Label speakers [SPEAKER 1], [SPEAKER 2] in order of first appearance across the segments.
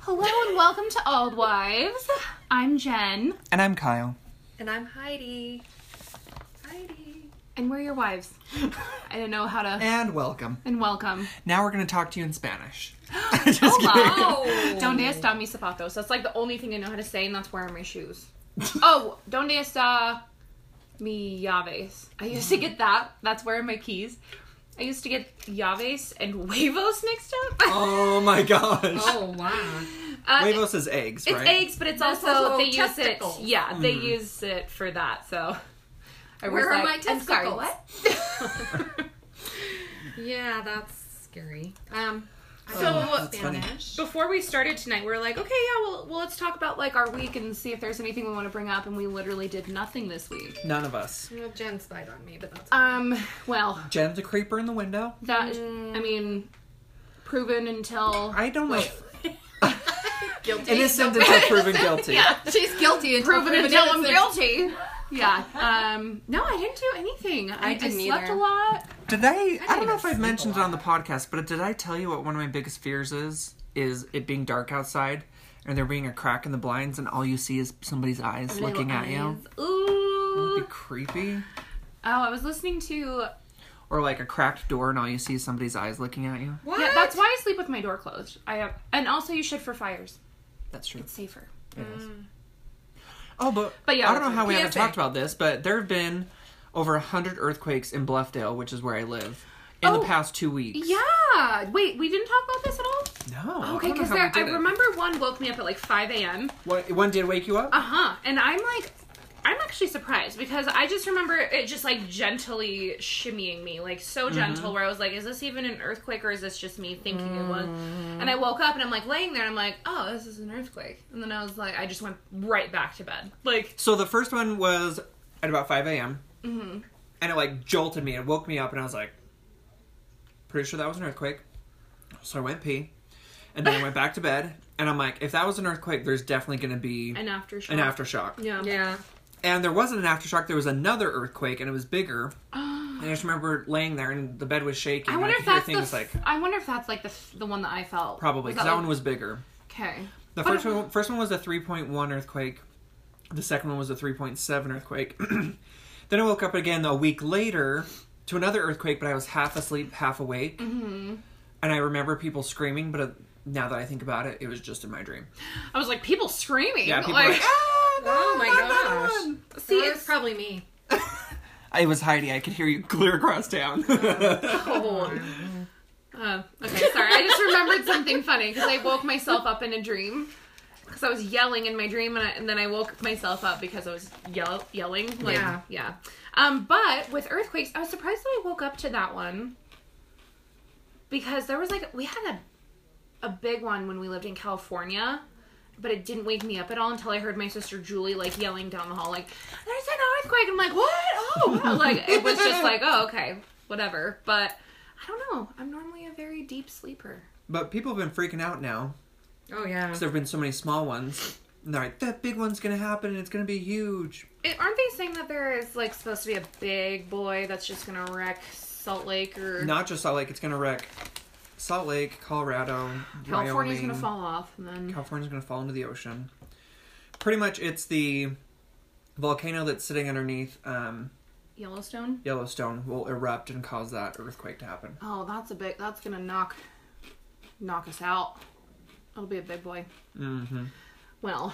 [SPEAKER 1] Hello and welcome to Old Wives. I'm Jen,
[SPEAKER 2] And I'm Kyle.
[SPEAKER 3] And I'm Heidi. Heidi.
[SPEAKER 1] and we're your wives. I don't know how to.
[SPEAKER 2] And welcome.
[SPEAKER 1] And welcome.
[SPEAKER 2] Now we're going to talk to you in Spanish. Just kidding.
[SPEAKER 3] Oh.
[SPEAKER 1] Donde está mi zapatos? That's like the only thing I know how to say, and that's where are my shoes. oh, donde está mi llaves? I used to get that. That's where are my keys. I used to get llaves and huevos mixed up.
[SPEAKER 2] Oh my gosh.
[SPEAKER 3] Oh wow.
[SPEAKER 1] Uh,
[SPEAKER 2] Huevos is eggs,
[SPEAKER 1] it's
[SPEAKER 2] right?
[SPEAKER 1] eggs, but it's
[SPEAKER 3] That's
[SPEAKER 1] also,
[SPEAKER 3] also
[SPEAKER 1] they use
[SPEAKER 3] testicles.
[SPEAKER 1] it. Yeah, they use it for that. So, I
[SPEAKER 3] Where
[SPEAKER 1] was
[SPEAKER 3] are
[SPEAKER 1] like,
[SPEAKER 3] my
[SPEAKER 1] I'm sorry,
[SPEAKER 3] testicles?
[SPEAKER 1] what?
[SPEAKER 3] Yeah, that's scary. Um
[SPEAKER 1] So,
[SPEAKER 2] that's funny.
[SPEAKER 3] Spanish.
[SPEAKER 1] Before we started tonight, we were like, okay, yeah, well, well, let's talk about like our week and see if there's anything we want to bring up. And we literally did nothing this week.
[SPEAKER 2] None of us.
[SPEAKER 3] Well, Jen spied on me, but that's
[SPEAKER 1] Um, well,
[SPEAKER 2] Jen's a creeper in the window.
[SPEAKER 1] that I mean, proven until
[SPEAKER 2] I don't know.
[SPEAKER 3] guilty.
[SPEAKER 2] Innocent until proven guilty.
[SPEAKER 1] yeah,
[SPEAKER 3] She's guilty until
[SPEAKER 1] proven
[SPEAKER 3] proven
[SPEAKER 1] until I'm
[SPEAKER 3] innocent.
[SPEAKER 1] guilty. Yeah. Um. No, I didn't do anything. I,
[SPEAKER 3] didn't
[SPEAKER 1] slept
[SPEAKER 3] either.
[SPEAKER 1] a lot.
[SPEAKER 2] Did I? I don't
[SPEAKER 3] even
[SPEAKER 2] know if I've
[SPEAKER 3] sleep
[SPEAKER 2] mentioned
[SPEAKER 3] a
[SPEAKER 2] it on the podcast, but did I tell you what one of my biggest fears is? Is it being dark outside and there being a crack in the blinds and all you see is somebody's eyes looking at you? That'd
[SPEAKER 1] Ooh.
[SPEAKER 2] be creepy.
[SPEAKER 1] Oh, I was listening to.
[SPEAKER 2] Or like a cracked door and all you see is somebody's eyes looking at you.
[SPEAKER 3] What?
[SPEAKER 1] Yeah, that's why I sleep with my door closed. I have, and also you should for fires.
[SPEAKER 2] That's true.
[SPEAKER 1] It's safer.
[SPEAKER 2] It is. Oh, but,
[SPEAKER 1] But yeah,
[SPEAKER 2] I don't know how we haven't
[SPEAKER 3] PSA.
[SPEAKER 2] talked about this, but there have been over a hundred earthquakes in Bluffdale, which is where I live, in
[SPEAKER 1] Oh.
[SPEAKER 2] the past two weeks.
[SPEAKER 1] Yeah. Wait, we didn't talk about this at all.
[SPEAKER 2] No.
[SPEAKER 1] Okay, because
[SPEAKER 2] I,
[SPEAKER 1] I,
[SPEAKER 2] don't know how we did it.
[SPEAKER 1] remember one woke me up at like 5 a.m.
[SPEAKER 2] One, one did wake you up.
[SPEAKER 1] Uh huh. And I'm like, I'm actually surprised because I just remember it just like gently shimmying me, like
[SPEAKER 2] Mm-hmm.
[SPEAKER 1] so gentle, where I was like, is this even an earthquake or is this just me thinking it was?
[SPEAKER 2] Mm-hmm.
[SPEAKER 1] And I woke up and I'm like laying there and I'm like, oh, this is an earthquake. And then I was like, I just went right back to bed. Like,
[SPEAKER 2] So the first one was at about five a.m. Mm-hmm. and it like jolted me. It woke me up, and I was like, pretty sure that was an earthquake. So I went pee, and then I went back to bed, and I'm like, if that was an earthquake, there's definitely going to be
[SPEAKER 1] an aftershock.
[SPEAKER 2] an aftershock.
[SPEAKER 1] Yeah.
[SPEAKER 3] Yeah.
[SPEAKER 2] and there wasn't an aftershock. There was another earthquake, and it was bigger. and I just remember laying there, and the bed was shaking.
[SPEAKER 1] I
[SPEAKER 2] and
[SPEAKER 1] wonder
[SPEAKER 2] could
[SPEAKER 1] if
[SPEAKER 2] hear
[SPEAKER 1] that's the.
[SPEAKER 2] things
[SPEAKER 1] f- I wonder if that's like the f- the one that I felt.
[SPEAKER 2] probably
[SPEAKER 1] Was
[SPEAKER 2] because that one was bigger.
[SPEAKER 1] Okay.
[SPEAKER 2] The
[SPEAKER 1] But-
[SPEAKER 2] first one, first one was a three point one earthquake. The second one was a three point seven earthquake. then I woke up again a week later to another earthquake, but I was half asleep, half awake,
[SPEAKER 1] Mm-hmm.
[SPEAKER 2] and I remember people screaming. But uh, now that I think about it, it was just in my dream.
[SPEAKER 1] I was like, people screaming.
[SPEAKER 2] Yeah, people
[SPEAKER 1] like,
[SPEAKER 2] were like, "Ah, no,
[SPEAKER 3] Oh my
[SPEAKER 2] not that
[SPEAKER 3] gosh.
[SPEAKER 2] one."
[SPEAKER 1] see,
[SPEAKER 3] See,
[SPEAKER 1] it's
[SPEAKER 3] it's probably me.
[SPEAKER 2] It was Heidi. I could hear you clear across town.
[SPEAKER 1] cold. Oh, okay, sorry. I just remembered something funny because I woke myself up in a dream because I was yelling in my dream, and, I, and then I woke myself up because I was yell, yelling. Like, yeah,
[SPEAKER 3] Yeah.
[SPEAKER 1] Um, but with earthquakes, I was surprised that I woke up to that one because there was like we had a a big one when we lived in California. But it didn't wake me up at all until I heard my sister Julie like yelling down the hall, like, "There's an earthquake!" I'm like, "What? Oh, wow." like it was just like, "Oh, okay, whatever." But I don't know. I'm normally a very deep sleeper.
[SPEAKER 2] But people have been freaking out now
[SPEAKER 3] Oh yeah.
[SPEAKER 2] because there have been so many small ones. And they're like, that big one's going to happen and it's going to be huge.
[SPEAKER 1] It, aren't they saying that there is like supposed to be a big boy that's just gonna wreck Salt Lake or
[SPEAKER 2] Not just Salt Lake, it's going to wreck Salt Lake, Colorado,
[SPEAKER 1] California's
[SPEAKER 2] Wyoming.
[SPEAKER 1] gonna fall off? And then
[SPEAKER 2] California's going to fall into the ocean. Pretty much, it's the volcano that's sitting underneath um,
[SPEAKER 1] Yellowstone.
[SPEAKER 2] Yellowstone will erupt and cause that earthquake to happen.
[SPEAKER 1] Oh, that's a big. That's gonna knock knock us out. It'll be a big boy.
[SPEAKER 2] hmm
[SPEAKER 1] Well,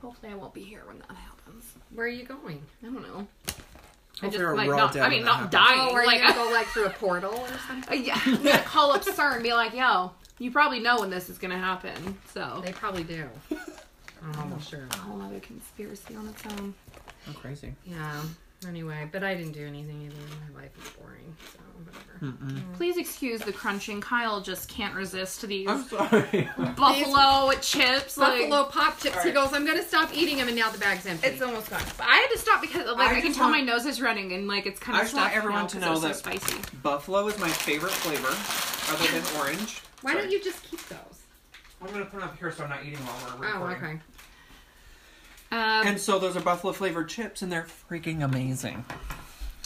[SPEAKER 1] hopefully I won't be here when that happens.
[SPEAKER 3] Where are you going?
[SPEAKER 1] I don't know. I
[SPEAKER 2] Hopefully
[SPEAKER 1] just
[SPEAKER 2] we're
[SPEAKER 1] like
[SPEAKER 2] all
[SPEAKER 1] not.
[SPEAKER 2] dead
[SPEAKER 1] I
[SPEAKER 2] when
[SPEAKER 1] mean,
[SPEAKER 2] that
[SPEAKER 1] not
[SPEAKER 2] happens.
[SPEAKER 1] dying.
[SPEAKER 3] Oh, are
[SPEAKER 1] like,
[SPEAKER 3] you gonna go like through a portal or something?
[SPEAKER 1] yeah, I'm gonna call up CERN and be like, "Yo, you probably know when this is gonna happen." So
[SPEAKER 3] They probably do. I'm almost sure.
[SPEAKER 1] a whole other conspiracy on its own.
[SPEAKER 2] How crazy.
[SPEAKER 3] Yeah. Anyway, but I didn't do anything either. My life is boring, so whatever.
[SPEAKER 1] Mm. Please excuse the crunching. Kyle just can't resist these
[SPEAKER 2] I'm sorry.
[SPEAKER 1] buffalo chips.
[SPEAKER 3] Buffalo
[SPEAKER 1] Like,
[SPEAKER 3] pop chips. He goes, I'm gonna stop eating them, and now the bag's empty.
[SPEAKER 1] it's almost gone. But I had to stop because like
[SPEAKER 2] I
[SPEAKER 1] I, can
[SPEAKER 2] just
[SPEAKER 1] tell my
[SPEAKER 2] want-
[SPEAKER 1] nose is running and like it's kind
[SPEAKER 2] I
[SPEAKER 1] of
[SPEAKER 2] just want
[SPEAKER 1] stuffed now
[SPEAKER 2] everyone to
[SPEAKER 1] 'cause
[SPEAKER 2] know
[SPEAKER 1] it was
[SPEAKER 2] that-
[SPEAKER 1] so spicy.
[SPEAKER 2] Buffalo is my favorite flavor, other than orange.
[SPEAKER 3] Why
[SPEAKER 2] Sorry.
[SPEAKER 3] don't you just keep those?
[SPEAKER 2] I'm gonna put them up here so I'm not eating while we're
[SPEAKER 3] Oh,
[SPEAKER 2] recording.
[SPEAKER 3] okay.
[SPEAKER 1] Um,
[SPEAKER 2] And so those are buffalo flavored chips, and they're freaking amazing.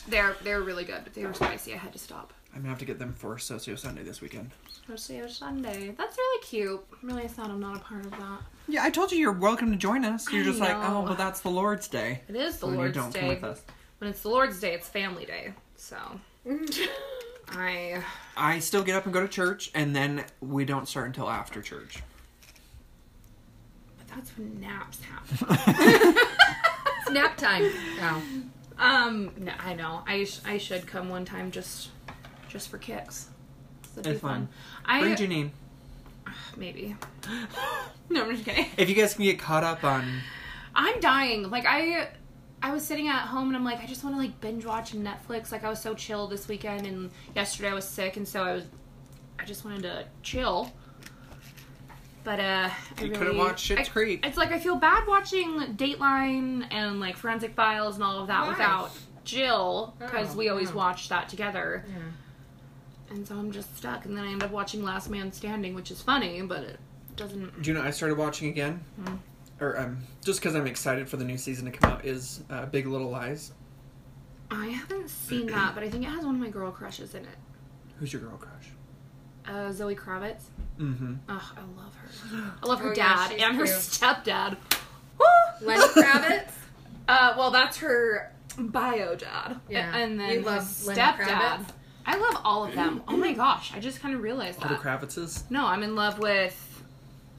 [SPEAKER 1] they're they're really good, but they were spicy. I had to stop.
[SPEAKER 2] I'm gonna have to get them for Socio Sunday this weekend.
[SPEAKER 1] Socio Sunday. That's really cute. I'm really sad I'm not a part of that.
[SPEAKER 2] Yeah, I told you you're welcome to join us. You're
[SPEAKER 1] I
[SPEAKER 2] just like,
[SPEAKER 1] know.
[SPEAKER 2] oh, well, that's the Lord's Day.
[SPEAKER 1] It is the
[SPEAKER 2] when
[SPEAKER 1] Lord's
[SPEAKER 2] you don't
[SPEAKER 1] Day.
[SPEAKER 2] come with us.
[SPEAKER 1] When it's the Lord's Day, it's family day. So I
[SPEAKER 2] I still get up and go to church, and then we don't start until after church.
[SPEAKER 1] but that's when naps happen.
[SPEAKER 3] It's nap time. Now.
[SPEAKER 1] um no, I know. I sh- I should come one time just just for kicks. That'd
[SPEAKER 2] It's
[SPEAKER 1] be fun.
[SPEAKER 2] fun.
[SPEAKER 1] I
[SPEAKER 2] Bring Janine.
[SPEAKER 1] maybe. No, I'm just kidding.
[SPEAKER 2] If you guys can get caught up on,
[SPEAKER 1] I'm dying. Like I I was sitting at home and I'm like, I just want to like binge watch Netflix. Like I was so chill this weekend and yesterday I was sick and so I was I just wanted to chill. But uh I
[SPEAKER 2] You
[SPEAKER 1] really,
[SPEAKER 2] couldn't watch Schitt's
[SPEAKER 1] I-
[SPEAKER 2] Creek.
[SPEAKER 1] It's like I feel bad watching Dateline and like Forensic Files and all of that
[SPEAKER 3] Why?
[SPEAKER 1] without Jill because
[SPEAKER 3] Oh,
[SPEAKER 1] we always
[SPEAKER 3] yeah.
[SPEAKER 1] watched that together.
[SPEAKER 3] Yeah.
[SPEAKER 1] And so I'm just stuck and then I end up watching Last Man Standing, which is funny, but it doesn't
[SPEAKER 2] do you know I started watching again,
[SPEAKER 1] Hmm.
[SPEAKER 2] or um, just because I'm excited for the new season to come out is uh, Big Little Lies.
[SPEAKER 1] I haven't seen that, but I think it has one of my girl crushes in it.
[SPEAKER 2] Who's your girl crush?
[SPEAKER 1] uh, Zoe Kravitz.
[SPEAKER 2] Mm-hmm.
[SPEAKER 1] Ugh, I love her. I love her
[SPEAKER 3] Oh, yeah,
[SPEAKER 1] dad
[SPEAKER 3] she's
[SPEAKER 1] and her
[SPEAKER 3] cute.
[SPEAKER 1] stepdad. Woo!
[SPEAKER 3] Lenny Kravitz.
[SPEAKER 1] Uh, well, that's her bio dad.
[SPEAKER 3] Yeah.
[SPEAKER 1] And then
[SPEAKER 3] You
[SPEAKER 1] her
[SPEAKER 3] love Lenny
[SPEAKER 1] stepdad.
[SPEAKER 3] Kravitz?
[SPEAKER 1] I love all of them. Oh my gosh, I just kind of realized
[SPEAKER 2] All the
[SPEAKER 1] that.
[SPEAKER 2] Kravitzes.
[SPEAKER 1] No, I'm in love with.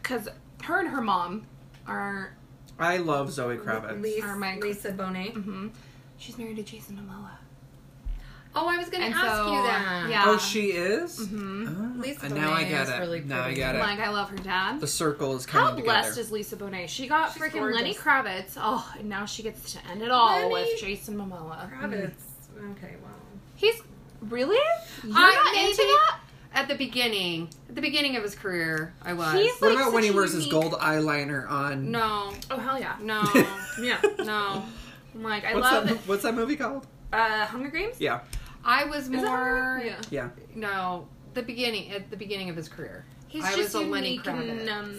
[SPEAKER 1] Because her and her mom are.
[SPEAKER 2] I love Zoe Kravitz.
[SPEAKER 3] Lisa,
[SPEAKER 1] Or my-
[SPEAKER 3] Lisa Bonet.
[SPEAKER 1] hmm She's married to Jason Momoa.
[SPEAKER 3] Oh, I was gonna
[SPEAKER 1] And
[SPEAKER 3] ask
[SPEAKER 1] so,
[SPEAKER 3] you that.
[SPEAKER 1] yeah.
[SPEAKER 2] Oh, she is.
[SPEAKER 1] Mhm.
[SPEAKER 2] Oh,
[SPEAKER 3] Lisa
[SPEAKER 2] and now I
[SPEAKER 3] Bonet
[SPEAKER 2] get
[SPEAKER 3] is
[SPEAKER 2] it.
[SPEAKER 3] really
[SPEAKER 2] now I
[SPEAKER 3] pretty.
[SPEAKER 2] get it.
[SPEAKER 1] Like, I love her dad.
[SPEAKER 2] the circle is coming
[SPEAKER 1] How blessed
[SPEAKER 2] together.
[SPEAKER 1] is Lisa Bonet? She got
[SPEAKER 3] She's
[SPEAKER 1] freaking Lenny
[SPEAKER 3] gorgeous.
[SPEAKER 1] Kravitz. Oh, and now she gets to end it all
[SPEAKER 3] Lenny
[SPEAKER 1] with Jason Momoa.
[SPEAKER 3] Kravitz. Okay, well.
[SPEAKER 1] He's really? You're
[SPEAKER 3] I
[SPEAKER 1] not
[SPEAKER 3] maybe-
[SPEAKER 1] into that?
[SPEAKER 3] At the beginning, at the beginning of his career, I was.
[SPEAKER 1] He's
[SPEAKER 2] what
[SPEAKER 1] like
[SPEAKER 2] about when
[SPEAKER 1] such a
[SPEAKER 2] he wears his
[SPEAKER 1] unique-
[SPEAKER 2] gold eyeliner on?
[SPEAKER 3] no,
[SPEAKER 1] Oh hell yeah.
[SPEAKER 3] no,
[SPEAKER 1] Yeah.
[SPEAKER 3] no.
[SPEAKER 1] I'm like I
[SPEAKER 2] What's
[SPEAKER 1] love
[SPEAKER 2] that? mo- What's that movie called?
[SPEAKER 1] uh Hunger Games.
[SPEAKER 2] Yeah,
[SPEAKER 3] I was
[SPEAKER 1] Is that
[SPEAKER 3] more.
[SPEAKER 1] her? Yeah.
[SPEAKER 2] yeah.
[SPEAKER 3] No, the beginning at the beginning of his career.
[SPEAKER 1] He's
[SPEAKER 3] I
[SPEAKER 1] just
[SPEAKER 3] was a Lenny
[SPEAKER 1] unique and
[SPEAKER 3] Kravitz.
[SPEAKER 1] um,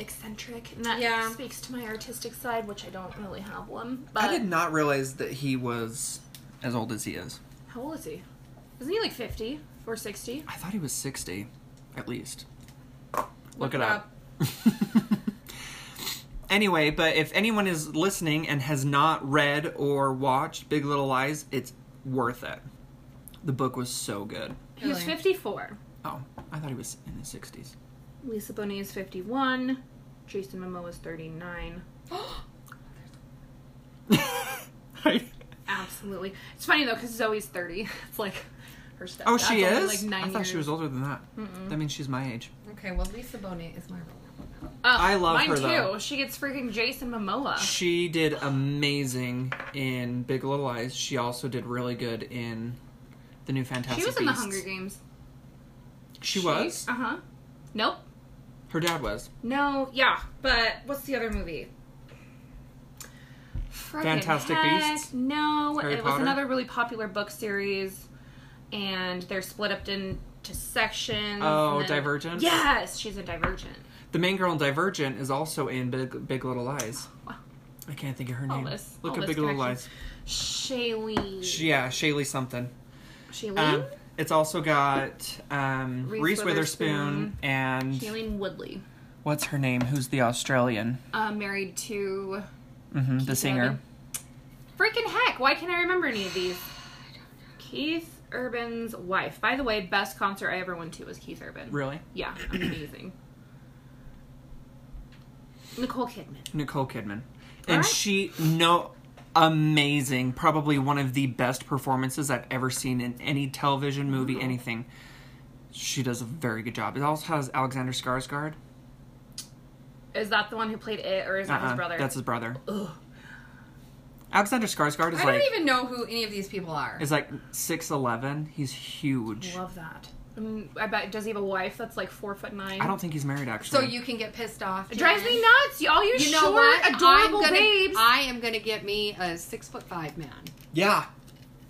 [SPEAKER 1] eccentric, and that
[SPEAKER 3] Yeah.
[SPEAKER 1] speaks to my artistic side, which I don't really have one.
[SPEAKER 2] I
[SPEAKER 1] But
[SPEAKER 2] did not realize that he was as old as he is.
[SPEAKER 1] how old is he? Isn't he like fifty or sixty?
[SPEAKER 2] I thought he was sixty, at least. Look,
[SPEAKER 3] Look
[SPEAKER 2] it
[SPEAKER 3] it
[SPEAKER 2] up. anyway, but if anyone is listening and has not read or watched Big Little Lies, it's worth it. The book was so good.
[SPEAKER 1] He was
[SPEAKER 3] Really?
[SPEAKER 1] fifty-four.
[SPEAKER 2] Oh, I thought he was in his sixties.
[SPEAKER 1] Lisa Bonet is fifty-one. Jason Momoa is thirty-nine. Absolutely. It's funny though because Zoe's thirty. It's like her stepdad's
[SPEAKER 2] oh,
[SPEAKER 1] only,
[SPEAKER 2] she is.
[SPEAKER 1] like nine
[SPEAKER 2] I
[SPEAKER 1] years.
[SPEAKER 2] thought
[SPEAKER 1] Mm-hmm.
[SPEAKER 2] she was older than that. That means she's my age.
[SPEAKER 3] Okay, well, Lisa Bonet is my role model.
[SPEAKER 1] Ugh,
[SPEAKER 2] I love
[SPEAKER 1] mine
[SPEAKER 2] her,
[SPEAKER 1] too.
[SPEAKER 2] though.
[SPEAKER 1] She gets freaking Jason Momoa.
[SPEAKER 2] She did amazing in Big Little Lies. She also did really good in the new Fantastic
[SPEAKER 1] She was in the
[SPEAKER 2] Beasts.
[SPEAKER 1] Hunger Games.
[SPEAKER 2] She was.
[SPEAKER 1] Uh huh. Nope.
[SPEAKER 2] Her dad was.
[SPEAKER 1] No. Yeah. But what's the other movie? Frickin'
[SPEAKER 2] Fantastic
[SPEAKER 1] heck,
[SPEAKER 2] Beasts?
[SPEAKER 1] No,
[SPEAKER 2] Harry
[SPEAKER 1] it was
[SPEAKER 2] Potter?
[SPEAKER 1] another really popular book series, and they're split up into sections.
[SPEAKER 2] Oh,
[SPEAKER 1] and then-
[SPEAKER 2] Divergent?
[SPEAKER 1] Yes, she's a Divergent.
[SPEAKER 2] The main girl in Divergent is also in Big, Big Little Lies.
[SPEAKER 1] Wow.
[SPEAKER 2] I can't think of her
[SPEAKER 1] All
[SPEAKER 2] name.
[SPEAKER 1] this-
[SPEAKER 2] Look
[SPEAKER 1] all
[SPEAKER 2] at
[SPEAKER 1] this
[SPEAKER 2] Big Little Lies.
[SPEAKER 1] connection. Shaylee.
[SPEAKER 2] She, yeah, Shaylee something.
[SPEAKER 1] Shailene.
[SPEAKER 2] Um, it's also got um, Reese,
[SPEAKER 1] Reese
[SPEAKER 2] Witherspoon,
[SPEAKER 1] Witherspoon.
[SPEAKER 2] and
[SPEAKER 1] Shailene Woodley.
[SPEAKER 2] what's her name? Who's the Australian?
[SPEAKER 1] Uh, married to.
[SPEAKER 2] hmm the singer.
[SPEAKER 1] Freaking heck! Why can't I remember any of these? Keith Urban's wife. By the way, best concert I ever went to was Keith Urban.
[SPEAKER 2] Really?
[SPEAKER 1] Yeah, amazing. Nicole Kidman.
[SPEAKER 2] Nicole Kidman.
[SPEAKER 1] All
[SPEAKER 2] And
[SPEAKER 1] right.
[SPEAKER 2] she no amazing, probably one of the best performances I've ever seen in any television movie, anything. She does a very good job. It also has Alexander Skarsgård.
[SPEAKER 1] Is that the one who played it, or is that his
[SPEAKER 2] Uh-uh,
[SPEAKER 1] brother?
[SPEAKER 2] That's his brother.
[SPEAKER 1] Ugh.
[SPEAKER 2] Alexander Skarsgård is
[SPEAKER 3] I
[SPEAKER 2] like
[SPEAKER 3] don't even know who any of these people are.
[SPEAKER 2] is like six eleven. He's huge.
[SPEAKER 1] Love that. Mm, I bet. Does he have a wife that's like four foot nine?
[SPEAKER 2] I don't think he's married
[SPEAKER 3] So
[SPEAKER 2] actually.
[SPEAKER 3] you can get pissed off.
[SPEAKER 1] It drives
[SPEAKER 3] Jen.
[SPEAKER 1] me nuts. Y'all, you,
[SPEAKER 3] You know
[SPEAKER 1] short,
[SPEAKER 3] what?
[SPEAKER 1] adorable
[SPEAKER 3] I'm gonna,
[SPEAKER 1] babes.
[SPEAKER 3] I am gonna get me a six foot five man,
[SPEAKER 2] yeah,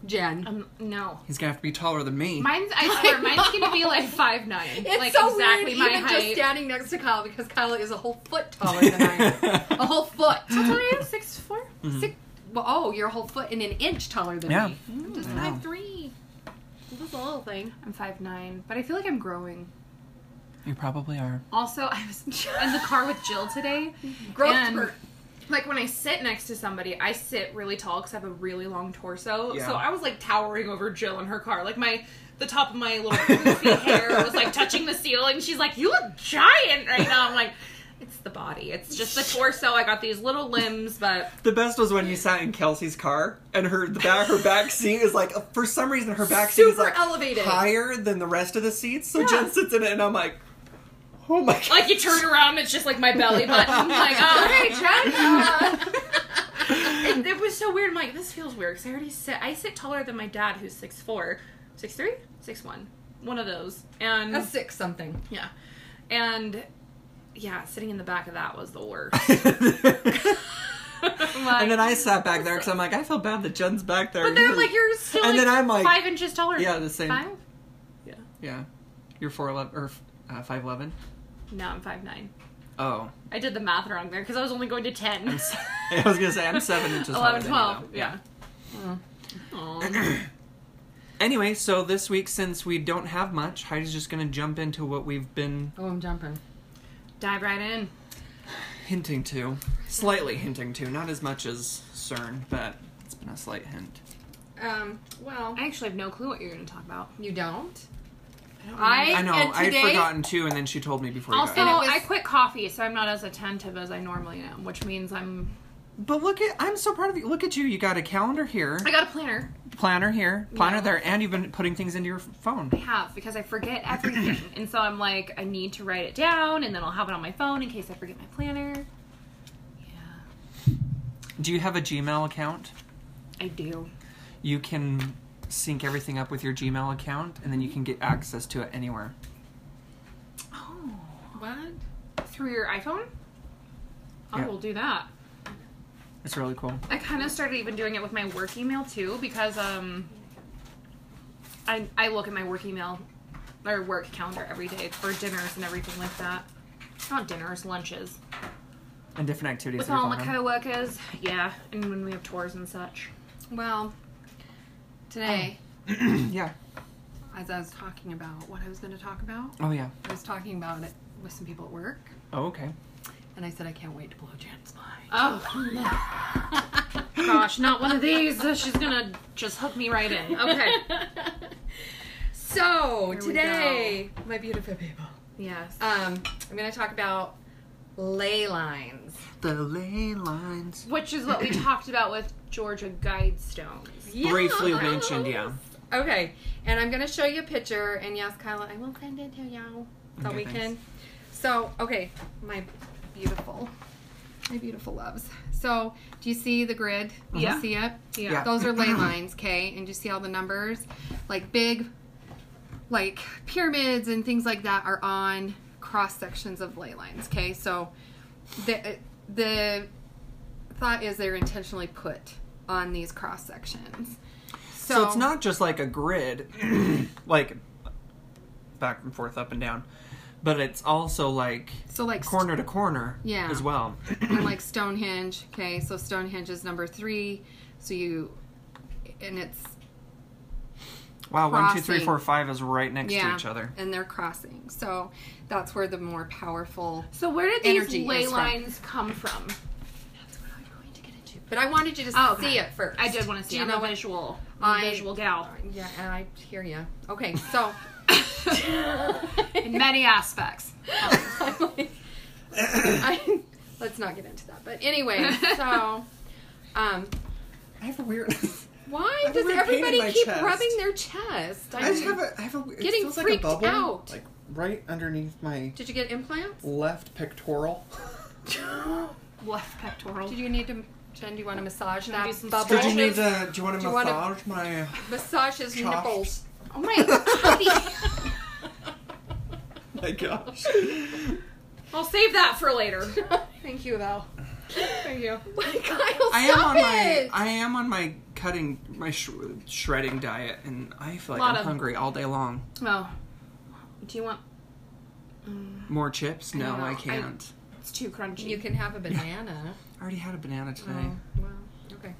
[SPEAKER 3] Jen.
[SPEAKER 1] um, no.
[SPEAKER 2] he's gonna have to be taller than me.
[SPEAKER 1] Mine's. I swear,
[SPEAKER 3] I
[SPEAKER 1] mine's gonna be
[SPEAKER 3] know.
[SPEAKER 1] like five nine.
[SPEAKER 3] It's
[SPEAKER 1] like
[SPEAKER 3] so
[SPEAKER 1] exactly
[SPEAKER 3] weird,
[SPEAKER 1] my
[SPEAKER 3] even just
[SPEAKER 1] height.
[SPEAKER 3] standing next to Kyle because Kyle is a whole foot taller than I am. a whole foot.
[SPEAKER 1] How tall are you? Six four.
[SPEAKER 3] Six, well, oh, you're a whole foot and an inch taller than
[SPEAKER 2] Yeah.
[SPEAKER 3] me.
[SPEAKER 1] Mm,
[SPEAKER 2] I know.
[SPEAKER 1] five three.
[SPEAKER 4] Just a little thing.
[SPEAKER 1] I'm five nine, but I feel like I'm growing.
[SPEAKER 2] You probably are.
[SPEAKER 1] Also, I was in the car with Jill today.
[SPEAKER 4] Growth
[SPEAKER 1] and,
[SPEAKER 4] spurt.
[SPEAKER 1] Like when I sit next to somebody, I sit really tall because I have a really long torso.
[SPEAKER 2] Yeah.
[SPEAKER 1] So I was like towering over Jill in her car. Like my the top of my little poofy hair was like touching the ceiling. She's like, "You look giant right now." I'm like, "It's the body. It's just the torso. I got these little limbs, but
[SPEAKER 2] The best was when you sat in Kelsey's car and her the back her back seat is like for some reason her back seat is
[SPEAKER 4] Super
[SPEAKER 2] like
[SPEAKER 4] elevated.
[SPEAKER 2] higher than the rest of the seats. So
[SPEAKER 1] Yeah.
[SPEAKER 2] Jen sits in it and I'm like, oh my god.
[SPEAKER 1] like you turn around, it's just like my belly button. like, oh hey, Jen. it, it was so weird. I'm like, this feels weird because I already sit. I sit taller than my dad, who's six four, six three, six one, one of those. And
[SPEAKER 4] A six something.
[SPEAKER 1] yeah, and yeah, sitting in the back of that was the worst. I'm like-
[SPEAKER 2] and then I sat back there because I'm like, I feel bad that Jen's back there.
[SPEAKER 1] but then like you're still
[SPEAKER 2] And
[SPEAKER 1] like,
[SPEAKER 2] then I'm like-
[SPEAKER 1] five inches taller.
[SPEAKER 2] Yeah, the same.
[SPEAKER 1] Five?
[SPEAKER 2] yeah, you're four eleven or uh, five eleven.
[SPEAKER 1] No, I'm five nine.
[SPEAKER 2] Oh,
[SPEAKER 1] I did the math wrong there because I was only going to ten.
[SPEAKER 2] s- I was gonna say, I'm seven inches taller
[SPEAKER 1] Eleven,
[SPEAKER 2] than you,
[SPEAKER 1] twelve.
[SPEAKER 2] though.
[SPEAKER 1] Yeah.
[SPEAKER 4] Mm.
[SPEAKER 1] Aw.
[SPEAKER 2] Anyway, so this week since we don't have much, Heidi's just gonna jump into what we've been
[SPEAKER 4] Oh, I'm jumping.
[SPEAKER 1] Dive right in.
[SPEAKER 2] hinting to, slightly hinting to, not as much as CERN, but it's been a slight hint.
[SPEAKER 4] Um, well,
[SPEAKER 1] I actually have no clue what you're going to talk about.
[SPEAKER 4] you don't.
[SPEAKER 1] I,
[SPEAKER 2] I know
[SPEAKER 4] and
[SPEAKER 2] I had
[SPEAKER 4] today-
[SPEAKER 2] forgotten too, and then she told me before.
[SPEAKER 1] also
[SPEAKER 2] you got
[SPEAKER 4] And it was-
[SPEAKER 1] I quit coffee, so I'm not as attentive as I normally am, which means I'm
[SPEAKER 2] here. but look at I'm so proud of you. Look at you. You got a calendar here,
[SPEAKER 1] I got a planner.
[SPEAKER 2] planner here, planner
[SPEAKER 1] Yeah.
[SPEAKER 2] there, and you've been putting things into your f- phone.
[SPEAKER 1] I have because I forget everything, and so I'm like I need to write it down, and then I'll have it on my phone in case I forget my planner. Yeah,
[SPEAKER 2] Do you have a Gmail account?
[SPEAKER 1] I do.
[SPEAKER 2] You can sync everything up with your Gmail account, and then you can get access to it anywhere.
[SPEAKER 1] Oh,
[SPEAKER 4] What?
[SPEAKER 1] through your iPhone. I
[SPEAKER 2] Yeah.
[SPEAKER 1] will do that.
[SPEAKER 2] It's really cool.
[SPEAKER 1] I kind of started even doing it with my work email too because um I I look at my work email or work calendar every day for dinners and everything like that. Not dinners, lunches.
[SPEAKER 2] And different activities.
[SPEAKER 1] With
[SPEAKER 2] that are
[SPEAKER 1] all my
[SPEAKER 2] going on.
[SPEAKER 1] coworkers, yeah, and when we have tours and such.
[SPEAKER 4] Well, today,
[SPEAKER 2] yeah.
[SPEAKER 3] Oh.
[SPEAKER 4] as I was talking about what I was going to talk about,
[SPEAKER 2] Oh yeah.
[SPEAKER 4] I was talking about it with some people at work,
[SPEAKER 2] Oh okay.
[SPEAKER 4] and I said I can't wait to blow Jen's mind.
[SPEAKER 1] Oh gosh, not one of these. She's gonna just hook me right in. Okay.
[SPEAKER 4] So
[SPEAKER 1] Here we
[SPEAKER 4] today, my beautiful people,
[SPEAKER 1] Yes.
[SPEAKER 4] um, I'm going to talk about ley lines.
[SPEAKER 2] The ley lines.
[SPEAKER 1] Which is what we talked about with Georgia Guidestones.
[SPEAKER 2] Briefly
[SPEAKER 4] Yes.
[SPEAKER 2] mentioned, yeah.
[SPEAKER 4] Okay, and I'm gonna show you a picture, and yes, Kyla, I will send it to you so
[SPEAKER 2] Okay,
[SPEAKER 4] we
[SPEAKER 2] thanks.
[SPEAKER 4] can. So, okay, my beautiful, my beautiful loves. So, do you see the grid? Do
[SPEAKER 1] Yeah.
[SPEAKER 4] You see it?
[SPEAKER 1] Yeah.
[SPEAKER 2] Yeah.
[SPEAKER 4] Those are ley lines, okay? And do you see all the numbers? Like big, like pyramids and things like that are on cross sections of ley lines, okay? So, the the thought is they're intentionally put on these cross sections. So,
[SPEAKER 2] So, it's not just like a grid, like back and forth, up and down, but it's also like
[SPEAKER 4] so like st-
[SPEAKER 2] corner to corner
[SPEAKER 4] Yeah.
[SPEAKER 2] as well.
[SPEAKER 4] and like Stonehenge. Okay, so Stonehenge is number three. So you, and it's
[SPEAKER 2] Wow, one, two, three,
[SPEAKER 4] Crossing.
[SPEAKER 2] four, five is right next
[SPEAKER 4] yeah,
[SPEAKER 2] to each other.
[SPEAKER 4] and they're crossing. So that's where the more powerful.
[SPEAKER 1] So where did these
[SPEAKER 4] Energy
[SPEAKER 1] ley
[SPEAKER 4] is from-
[SPEAKER 1] lines come from?
[SPEAKER 4] That's what I'm going to get into. But I wanted you to
[SPEAKER 1] Oh, okay.
[SPEAKER 4] see it first.
[SPEAKER 1] I did want to see.
[SPEAKER 4] Do you
[SPEAKER 1] I'm
[SPEAKER 4] know
[SPEAKER 1] a
[SPEAKER 4] what-
[SPEAKER 1] visual,
[SPEAKER 4] I-
[SPEAKER 1] I, visual gal
[SPEAKER 4] Yeah, and I hear you. Okay, so.
[SPEAKER 1] in many aspects.
[SPEAKER 4] I'm like- I- let's not get into that. But anyway, so. Um,
[SPEAKER 2] I have a weird.
[SPEAKER 4] why
[SPEAKER 2] I have a
[SPEAKER 4] does
[SPEAKER 2] weird pain in
[SPEAKER 4] everybody
[SPEAKER 2] my
[SPEAKER 4] keep
[SPEAKER 2] chest.
[SPEAKER 4] rubbing their chest?
[SPEAKER 2] I just
[SPEAKER 4] mean,
[SPEAKER 2] have a. I have a. It
[SPEAKER 4] Getting
[SPEAKER 2] feels like a
[SPEAKER 4] freaked
[SPEAKER 2] bubble,
[SPEAKER 4] out.
[SPEAKER 2] like right underneath my
[SPEAKER 4] did you get implants?
[SPEAKER 2] left pectoral.
[SPEAKER 1] Left pectoral.
[SPEAKER 4] Did you need to, Jen? Do you want to massage
[SPEAKER 1] Wanna
[SPEAKER 4] that
[SPEAKER 1] do some
[SPEAKER 4] bubble?
[SPEAKER 2] Did you need to? Do you want
[SPEAKER 4] Do
[SPEAKER 2] to
[SPEAKER 4] you wanna-
[SPEAKER 2] massage my
[SPEAKER 4] massage his
[SPEAKER 2] chops?
[SPEAKER 4] nipples?
[SPEAKER 1] oh my!
[SPEAKER 2] my gosh.
[SPEAKER 1] I'll save that for later.
[SPEAKER 4] Thank you, though.
[SPEAKER 1] Thank you.
[SPEAKER 4] Kyle, stop
[SPEAKER 2] I am on my.
[SPEAKER 4] it.
[SPEAKER 2] I am on my cutting my sh- shredding diet, and I feel like
[SPEAKER 1] Lot
[SPEAKER 2] I'm
[SPEAKER 1] of-
[SPEAKER 2] hungry all day long.
[SPEAKER 1] Oh, do you want?
[SPEAKER 2] More chips? No,
[SPEAKER 1] don't know.
[SPEAKER 2] I
[SPEAKER 1] I-
[SPEAKER 2] can't.
[SPEAKER 1] It's too crunchy.
[SPEAKER 4] you can have a banana.
[SPEAKER 2] I already had a banana today.
[SPEAKER 4] Oh, wow. Okay.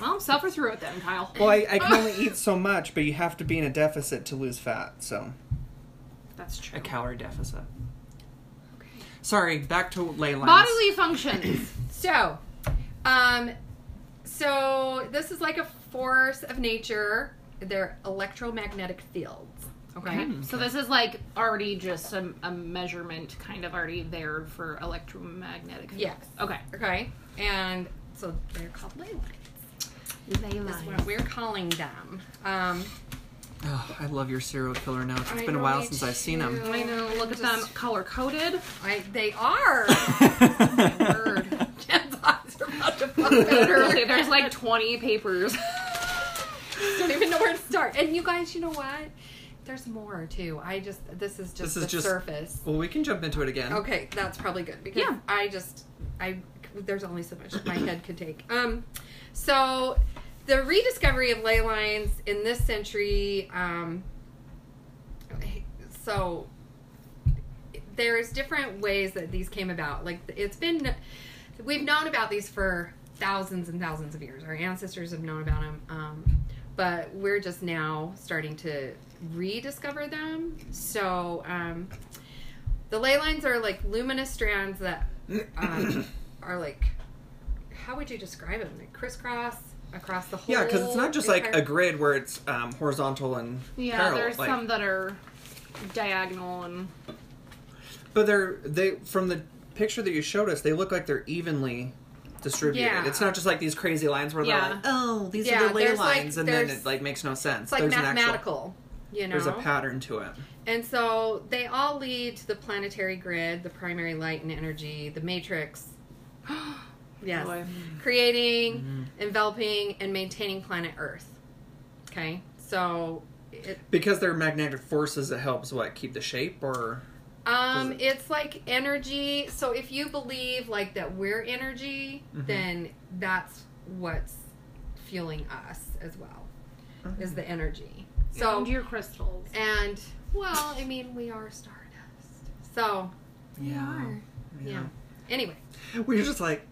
[SPEAKER 1] Well, suffer through it then, Kyle.
[SPEAKER 2] Well, I, I can only eat so much, but you have to be in a deficit to lose fat, so.
[SPEAKER 1] That's true.
[SPEAKER 2] A calorie deficit. Sorry, back to ley lines.
[SPEAKER 1] Bodily functions.
[SPEAKER 4] So, um, so this is like a force of nature. They're electromagnetic fields. Okay.
[SPEAKER 1] Okay. So this is like already just a, a measurement kind of already there for electromagnetic. fields.
[SPEAKER 4] Yes.
[SPEAKER 1] Okay.
[SPEAKER 4] Okay. And so they're called ley lines.
[SPEAKER 1] Ley
[SPEAKER 4] Is what we're calling them. Um,
[SPEAKER 2] Ugh, I love your serial killer now. It's
[SPEAKER 4] I
[SPEAKER 2] been a
[SPEAKER 4] know,
[SPEAKER 2] while
[SPEAKER 4] me
[SPEAKER 2] since I've seen
[SPEAKER 4] too.
[SPEAKER 2] him.
[SPEAKER 1] I know. Look at them,
[SPEAKER 4] Just-
[SPEAKER 1] color coded.
[SPEAKER 4] I they are. Oh Word.
[SPEAKER 2] Word.
[SPEAKER 4] Jen's eyes are about to fuck
[SPEAKER 1] Literally,
[SPEAKER 4] literally.
[SPEAKER 1] there's like 20 papers.
[SPEAKER 4] Don't even know where to start. And you guys, you know what? There's more too. I just this is just
[SPEAKER 2] This is
[SPEAKER 4] the
[SPEAKER 2] just-
[SPEAKER 4] surface.
[SPEAKER 2] Well, we can jump into it again.
[SPEAKER 4] Okay, that's probably good because
[SPEAKER 1] Yeah.
[SPEAKER 4] I just I there's only so much my head could take. Um, so the rediscovery of ley lines in this century. Um, so there's different ways that these came about. Like it's been we've known about these for thousands and thousands of years. Our ancestors have known about them. Um, but we're just now starting to rediscover them. So, um, the ley lines are like luminous strands that um, are like, how would you describe them? Like crisscross across the whole.
[SPEAKER 2] Yeah, because it's not just like a
[SPEAKER 4] entire-
[SPEAKER 2] grid where it's um, horizontal and
[SPEAKER 1] Yeah,
[SPEAKER 2] parallel.
[SPEAKER 1] there's
[SPEAKER 2] like-
[SPEAKER 1] some that are diagonal and
[SPEAKER 2] But they're they from the picture that you showed us, they look like they're evenly distributed.
[SPEAKER 4] Yeah.
[SPEAKER 2] It's not just like these crazy lines where
[SPEAKER 1] Yeah.
[SPEAKER 2] they're like, oh, these
[SPEAKER 4] Yeah,
[SPEAKER 2] are the ley
[SPEAKER 4] there's, like,
[SPEAKER 2] lines, and then
[SPEAKER 4] there's-
[SPEAKER 2] it like makes no sense.
[SPEAKER 4] It's like
[SPEAKER 2] there's an actual,
[SPEAKER 4] mathematical. you know,
[SPEAKER 2] there's a pattern to it.
[SPEAKER 4] and so they all lead to the planetary grid, the primary light and energy, the matrix. yes,
[SPEAKER 1] Boy.
[SPEAKER 4] creating,
[SPEAKER 2] Mm-hmm.
[SPEAKER 4] enveloping, and maintaining planet Earth. Okay, so it,
[SPEAKER 2] Because they're magnetic forces, it helps what keep the shape or
[SPEAKER 4] Um,
[SPEAKER 2] Does it-
[SPEAKER 4] it's like energy. So if you believe like that we're energy,
[SPEAKER 2] Mm-hmm.
[SPEAKER 4] then that's what's fueling us as well. Is the energy. So
[SPEAKER 1] and your crystals.
[SPEAKER 4] and well, I mean, we are stardust. So
[SPEAKER 2] yeah.
[SPEAKER 4] yeah. Anyway,
[SPEAKER 2] We're just like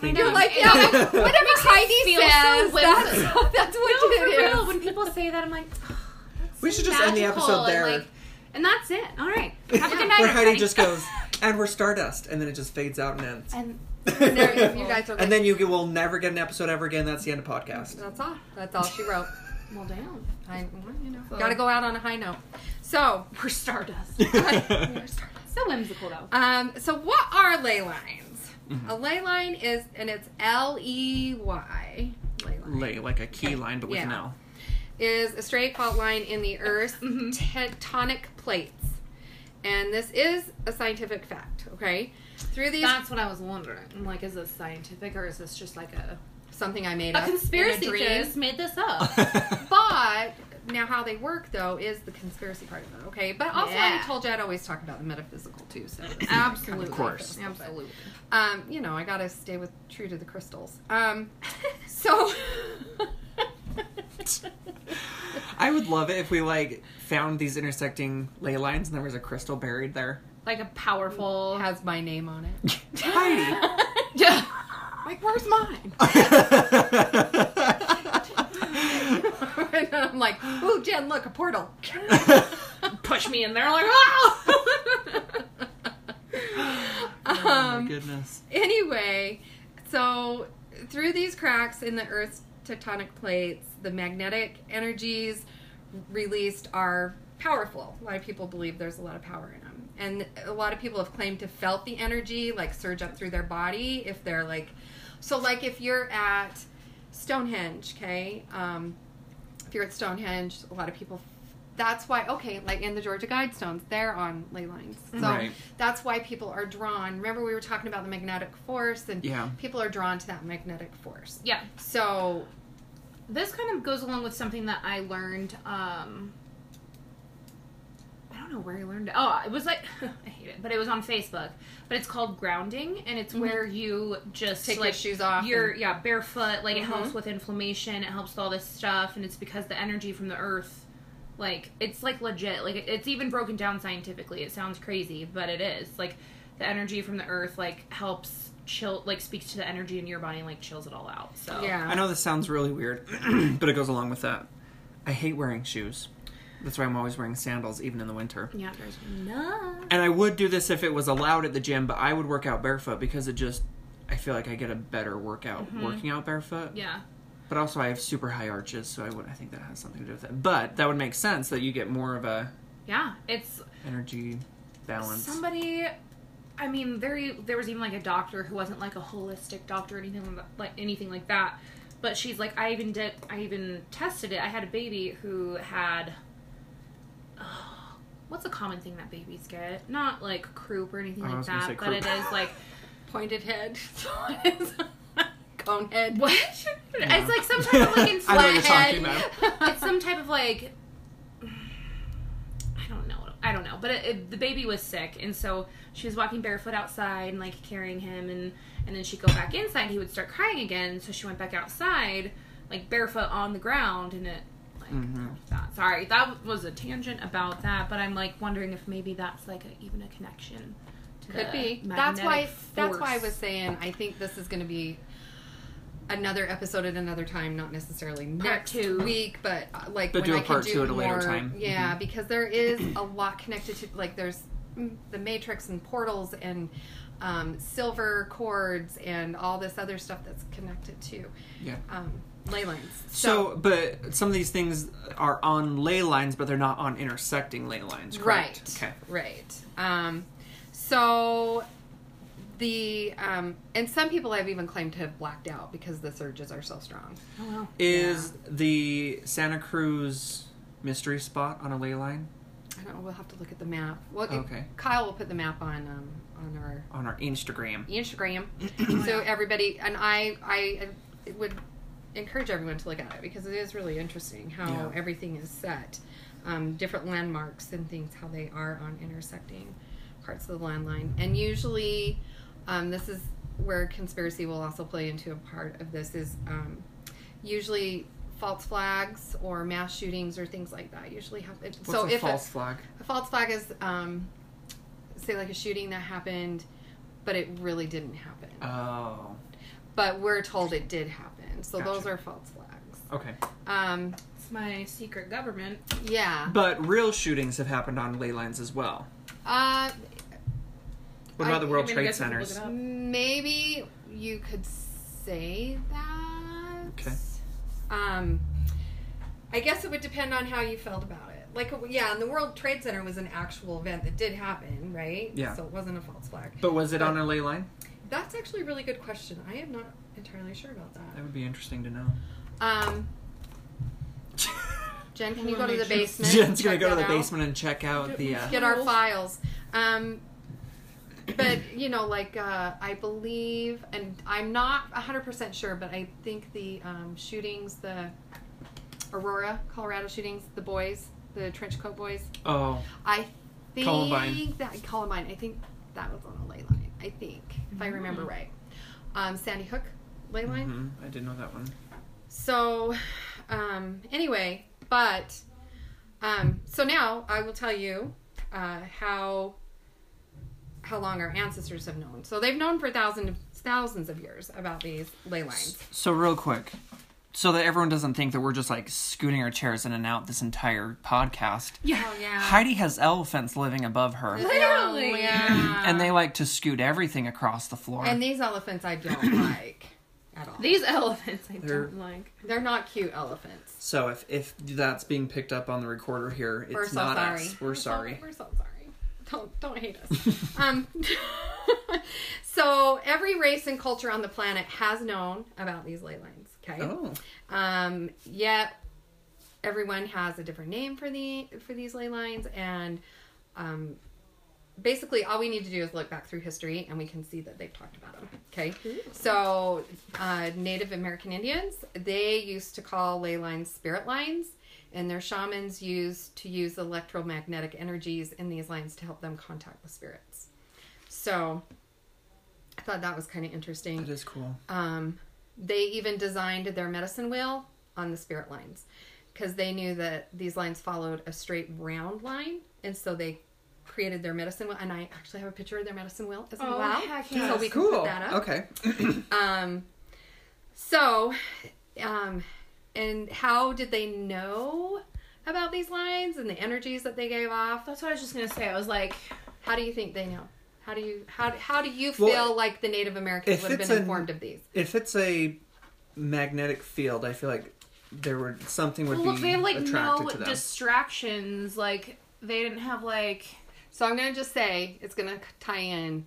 [SPEAKER 2] thinking.
[SPEAKER 4] they're like
[SPEAKER 1] it-
[SPEAKER 4] yeah,
[SPEAKER 1] it
[SPEAKER 4] whatever Heidi
[SPEAKER 1] feel so
[SPEAKER 4] says,
[SPEAKER 1] whimsical.
[SPEAKER 4] that's, that's what
[SPEAKER 1] no, for
[SPEAKER 4] it is.
[SPEAKER 1] real. When people say that, I'm like, that's
[SPEAKER 2] We
[SPEAKER 1] so
[SPEAKER 2] should just end the
[SPEAKER 1] magical,
[SPEAKER 2] episode there.
[SPEAKER 1] And, like, and that's it. All right. Have a good night.
[SPEAKER 2] Where Heidi
[SPEAKER 1] everybody.
[SPEAKER 2] just goes, and we're Stardust, and then it just fades out and ends.
[SPEAKER 1] And
[SPEAKER 4] There, if you guys are like,
[SPEAKER 2] and then you g- will never get an episode ever again. That's the end of podcast.
[SPEAKER 4] that's all. That's all she wrote.
[SPEAKER 1] well, damn.
[SPEAKER 4] I, well, you know,
[SPEAKER 1] So-
[SPEAKER 4] gotta go out on a high note. So
[SPEAKER 1] We're stardust.
[SPEAKER 4] we're stardust.
[SPEAKER 1] so whimsical, though.
[SPEAKER 4] Um, so what are ley lines?
[SPEAKER 1] Mm-hmm.
[SPEAKER 4] A ley line is, and it's L E Y. Ley line
[SPEAKER 2] Lay like a key line, but with
[SPEAKER 4] Yeah.
[SPEAKER 2] an L.
[SPEAKER 4] is a straight fault line in
[SPEAKER 1] Uh,
[SPEAKER 4] the Earth's
[SPEAKER 1] mm-hmm.
[SPEAKER 4] tectonic plates, and this is a scientific fact. Okay, through these
[SPEAKER 1] That's what I was wondering. I'm like, is this scientific or is this just like a
[SPEAKER 4] something I made
[SPEAKER 1] a
[SPEAKER 4] up in
[SPEAKER 1] conspiracy
[SPEAKER 4] dream.
[SPEAKER 1] theorist made this up?
[SPEAKER 4] But now, how they work though is the conspiracy part of it. Okay, but also
[SPEAKER 1] Yeah.
[SPEAKER 4] I told you I'd always talk about the metaphysical too. So this is kind of
[SPEAKER 1] Absolutely,
[SPEAKER 2] Of course.
[SPEAKER 1] absolutely.
[SPEAKER 4] um, you know, I gotta stay with true to the crystals. Um, so
[SPEAKER 2] I would love it if we like found these intersecting ley lines and there was a crystal buried there.
[SPEAKER 1] Like a powerful.
[SPEAKER 4] has my name on it.
[SPEAKER 2] Heidi.
[SPEAKER 1] Yeah.
[SPEAKER 4] Like, where's mine? and I'm like, ooh, Jen, look, a portal.
[SPEAKER 1] Push me in there, like ah.
[SPEAKER 2] oh my
[SPEAKER 4] um,
[SPEAKER 2] goodness.
[SPEAKER 4] anyway, so through these cracks in the Earth's tectonic plates, the magnetic energies released are powerful. A lot of people believe there's a lot of power in them. And a lot of people have claimed to felt the energy like surge up through their body if they're like so like if you're at Stonehenge, okay? Um if you're at Stonehenge, a lot of people that's why okay, like in the Georgia Guidestones, they're on ley lines. So
[SPEAKER 2] Right.
[SPEAKER 4] that's why people are drawn. Remember we were talking about the magnetic force and
[SPEAKER 2] Yeah.
[SPEAKER 4] people are drawn to that magnetic force.
[SPEAKER 1] yeah.
[SPEAKER 4] So
[SPEAKER 1] This kind of goes along with something that I learned. Um, I don't know where I learned it. Oh, it was like I hate it, but it was on Facebook. But it's called grounding, and it's where you just
[SPEAKER 4] Mm-hmm. Take your
[SPEAKER 1] like,
[SPEAKER 4] shoes off
[SPEAKER 1] You're
[SPEAKER 4] and-
[SPEAKER 1] yeah barefoot. Like it helps
[SPEAKER 4] Mhm.
[SPEAKER 1] with inflammation. It helps with all this stuff, and it's because the energy from the earth. Like it's like legit. Like it's even broken down scientifically. It sounds crazy, but it is. Like the energy from the earth like helps chill, like speaks to the energy in your body and like chills it all out. So
[SPEAKER 4] Yeah.
[SPEAKER 2] I know this sounds really weird, but it goes along with that. I hate wearing shoes. That's why I'm always wearing sandals, even in the winter.
[SPEAKER 1] yeah, there's no.
[SPEAKER 2] And I would do this if it was allowed at the gym, but I would work out barefoot because it just, I feel like I get a better workout working out barefoot.
[SPEAKER 1] Yeah,
[SPEAKER 2] But also, I have super high arches, so I would, I think that has something to do with it. But that would make sense that you get more of a
[SPEAKER 1] yeah, it's
[SPEAKER 2] energy balance.
[SPEAKER 1] Somebody, I mean, very there was even like a doctor who wasn't like a holistic doctor or anything like- like anything like that. But she's like, I even did, I even tested it. I had a baby who had. uh, What's a common thing that babies get? Not like croup or anything
[SPEAKER 2] I
[SPEAKER 1] like
[SPEAKER 2] was gonna
[SPEAKER 1] that,
[SPEAKER 2] say
[SPEAKER 1] but it
[SPEAKER 2] croup.
[SPEAKER 1] is like
[SPEAKER 4] Pointed head,
[SPEAKER 1] what? Is,
[SPEAKER 4] cone head.
[SPEAKER 1] what?
[SPEAKER 2] Yeah.
[SPEAKER 1] It's like some type of like
[SPEAKER 2] I know
[SPEAKER 1] inflamed
[SPEAKER 2] what you're talking about.
[SPEAKER 1] it's some type of like I don't know. I don't know. But it, it, the baby was sick, and so she was walking barefoot outside and like carrying him, and and then she'd go back inside. He would start crying again, so she went back outside, like barefoot on the ground, and it. like
[SPEAKER 2] Mhm.
[SPEAKER 1] that. Sorry, that was a tangent about that, but I'm like wondering if maybe that's like a, even a connection. To
[SPEAKER 4] Could
[SPEAKER 1] the
[SPEAKER 4] be. That's
[SPEAKER 1] magnetic
[SPEAKER 4] why. That's why I
[SPEAKER 1] force.
[SPEAKER 4] was saying. I think this is going to be another episode at another time, not necessarily next
[SPEAKER 1] too.
[SPEAKER 4] week, but uh, like
[SPEAKER 2] But
[SPEAKER 4] when
[SPEAKER 2] do a
[SPEAKER 4] I
[SPEAKER 2] part
[SPEAKER 4] can
[SPEAKER 2] two
[SPEAKER 4] do
[SPEAKER 2] at a later
[SPEAKER 4] more-
[SPEAKER 2] time. Mm-hmm.
[SPEAKER 4] Yeah, because there is a lot connected to like there's mm, the Matrix and portals and um, silver cords and all this other stuff that's connected to
[SPEAKER 2] Yeah.
[SPEAKER 4] um, ley lines.
[SPEAKER 2] So, but some of these things are on ley lines, but they're not on intersecting ley lines, correct?
[SPEAKER 4] Right.
[SPEAKER 2] Okay.
[SPEAKER 4] Right. Um, so the um, and some people I've even claimed to have blacked out because the surges are so strong.
[SPEAKER 1] Oh, well.
[SPEAKER 2] Is the Santa Cruz mystery spot on a ley line
[SPEAKER 4] I don't know. We'll have to look at the map. Well,
[SPEAKER 2] Okay.
[SPEAKER 4] Kyle will put the map on um, on our
[SPEAKER 2] on our Instagram?
[SPEAKER 4] Instagram. so everybody and I I uh, would encourage everyone to look at it because it is really interesting how
[SPEAKER 2] Yeah.
[SPEAKER 4] everything is set. Um, different landmarks and things, how they are on intersecting parts of the landline. And usually, um, this is where conspiracy will also play into a part of this is um, usually false flags or mass shootings or things like that usually happen.
[SPEAKER 2] What's
[SPEAKER 4] so
[SPEAKER 2] a
[SPEAKER 4] if
[SPEAKER 2] false flag?
[SPEAKER 4] a false flag is, um, say, like a shooting that happened, but it really didn't happen.
[SPEAKER 2] Oh,
[SPEAKER 4] but we're told it did happen. So those
[SPEAKER 2] Gotcha.
[SPEAKER 4] are false flags.
[SPEAKER 2] okay.
[SPEAKER 4] Um,
[SPEAKER 1] It's my secret government.
[SPEAKER 4] yeah.
[SPEAKER 2] But real shootings have happened on ley lines as well.
[SPEAKER 4] Uh,
[SPEAKER 2] What
[SPEAKER 4] I-
[SPEAKER 2] about the
[SPEAKER 1] I
[SPEAKER 2] World
[SPEAKER 1] mean, I
[SPEAKER 2] Trade
[SPEAKER 1] guess we can look
[SPEAKER 2] Centers?
[SPEAKER 1] it up.
[SPEAKER 4] maybe you could say that.
[SPEAKER 2] Okay.
[SPEAKER 4] Um, I guess it would depend on how you felt about it. Like, yeah, and the World Trade Center was an actual event that did happen, right?
[SPEAKER 2] Yeah.
[SPEAKER 4] So it wasn't a false flag.
[SPEAKER 2] But was it on a ley line?
[SPEAKER 4] That's actually a really good question. I am not entirely sure about that.
[SPEAKER 2] That would be interesting to know.
[SPEAKER 4] Um, Jen, can you go to the basement?
[SPEAKER 2] Jen's gonna
[SPEAKER 4] check
[SPEAKER 2] go to
[SPEAKER 4] that
[SPEAKER 2] the
[SPEAKER 4] out,
[SPEAKER 2] basement and check out the. Uh,
[SPEAKER 4] Get our files. Um, but you know, like uh, I believe, and I'm not 100% sure, but I think the um, shootings, the Aurora, Colorado shootings, the boys, the trench coat boys.
[SPEAKER 2] oh,
[SPEAKER 4] I think
[SPEAKER 2] Columbine.
[SPEAKER 4] that Columbine. I think that was on a ley line. I think, if I remember right, um, Sandy Hook ley line.
[SPEAKER 2] mhm, I did know that one.
[SPEAKER 4] So, um, anyway, but um, so now I will tell you uh, how how long our ancestors have known. So they've known for thousands thousands of years about these ley lines.
[SPEAKER 2] So real quick, so that everyone doesn't think that we're just like scooting our chairs in and out this entire podcast.
[SPEAKER 1] Yeah.
[SPEAKER 4] Oh, yeah,
[SPEAKER 2] Heidi has elephants living above her,
[SPEAKER 1] Literally.
[SPEAKER 4] yeah.
[SPEAKER 2] and they like to scoot everything across the floor.
[SPEAKER 4] and these elephants I don't like at all.
[SPEAKER 1] These elephants I
[SPEAKER 2] They're-
[SPEAKER 1] don't like.
[SPEAKER 4] They're not cute elephants.
[SPEAKER 2] so if if that's being picked up on the recorder here, it's
[SPEAKER 4] We're so
[SPEAKER 2] not
[SPEAKER 4] sorry.
[SPEAKER 2] us. We're
[SPEAKER 4] so-
[SPEAKER 2] sorry.
[SPEAKER 4] We're so sorry. Don't don't hate us. um, so every race and culture on the planet has known about these ley lines. Okay.
[SPEAKER 2] Oh,
[SPEAKER 4] Um, yet everyone has a different name for the for these ley lines, and um, basically all we need to do is look back through history, and we can see that they've talked about them. Okay, so uh, Native American Indians they used to call ley lines spirit lines. And their shamans used to use electromagnetic energies in these lines to help them contact the spirits. So I thought that was kind of interesting.
[SPEAKER 2] that is cool.
[SPEAKER 4] Um, they even designed their medicine wheel on the spirit lines because they knew that these lines followed a straight round line, and so they created their medicine wheel, and I actually have a picture of their medicine wheel as
[SPEAKER 1] Oh,
[SPEAKER 4] well.
[SPEAKER 1] heck
[SPEAKER 4] So
[SPEAKER 1] yes.
[SPEAKER 4] we can
[SPEAKER 2] Cool.
[SPEAKER 4] put that up.
[SPEAKER 2] Okay.
[SPEAKER 4] Um, so, um, and how did they know about these lines and the energies that they gave off?
[SPEAKER 1] That's what I was just gonna say. I was like,
[SPEAKER 4] How do you think they know? How do you how how do you feel
[SPEAKER 2] Well,
[SPEAKER 4] like the Native Americans
[SPEAKER 2] if
[SPEAKER 4] would have
[SPEAKER 2] it's
[SPEAKER 4] been
[SPEAKER 2] an-
[SPEAKER 4] informed of these?
[SPEAKER 2] If it's a magnetic field, I feel like there would something would
[SPEAKER 1] well,
[SPEAKER 2] be
[SPEAKER 1] look, they have like
[SPEAKER 2] attracted
[SPEAKER 1] no
[SPEAKER 2] to them.
[SPEAKER 1] distractions. Like they didn't have like
[SPEAKER 4] So I'm gonna just say it's gonna tie in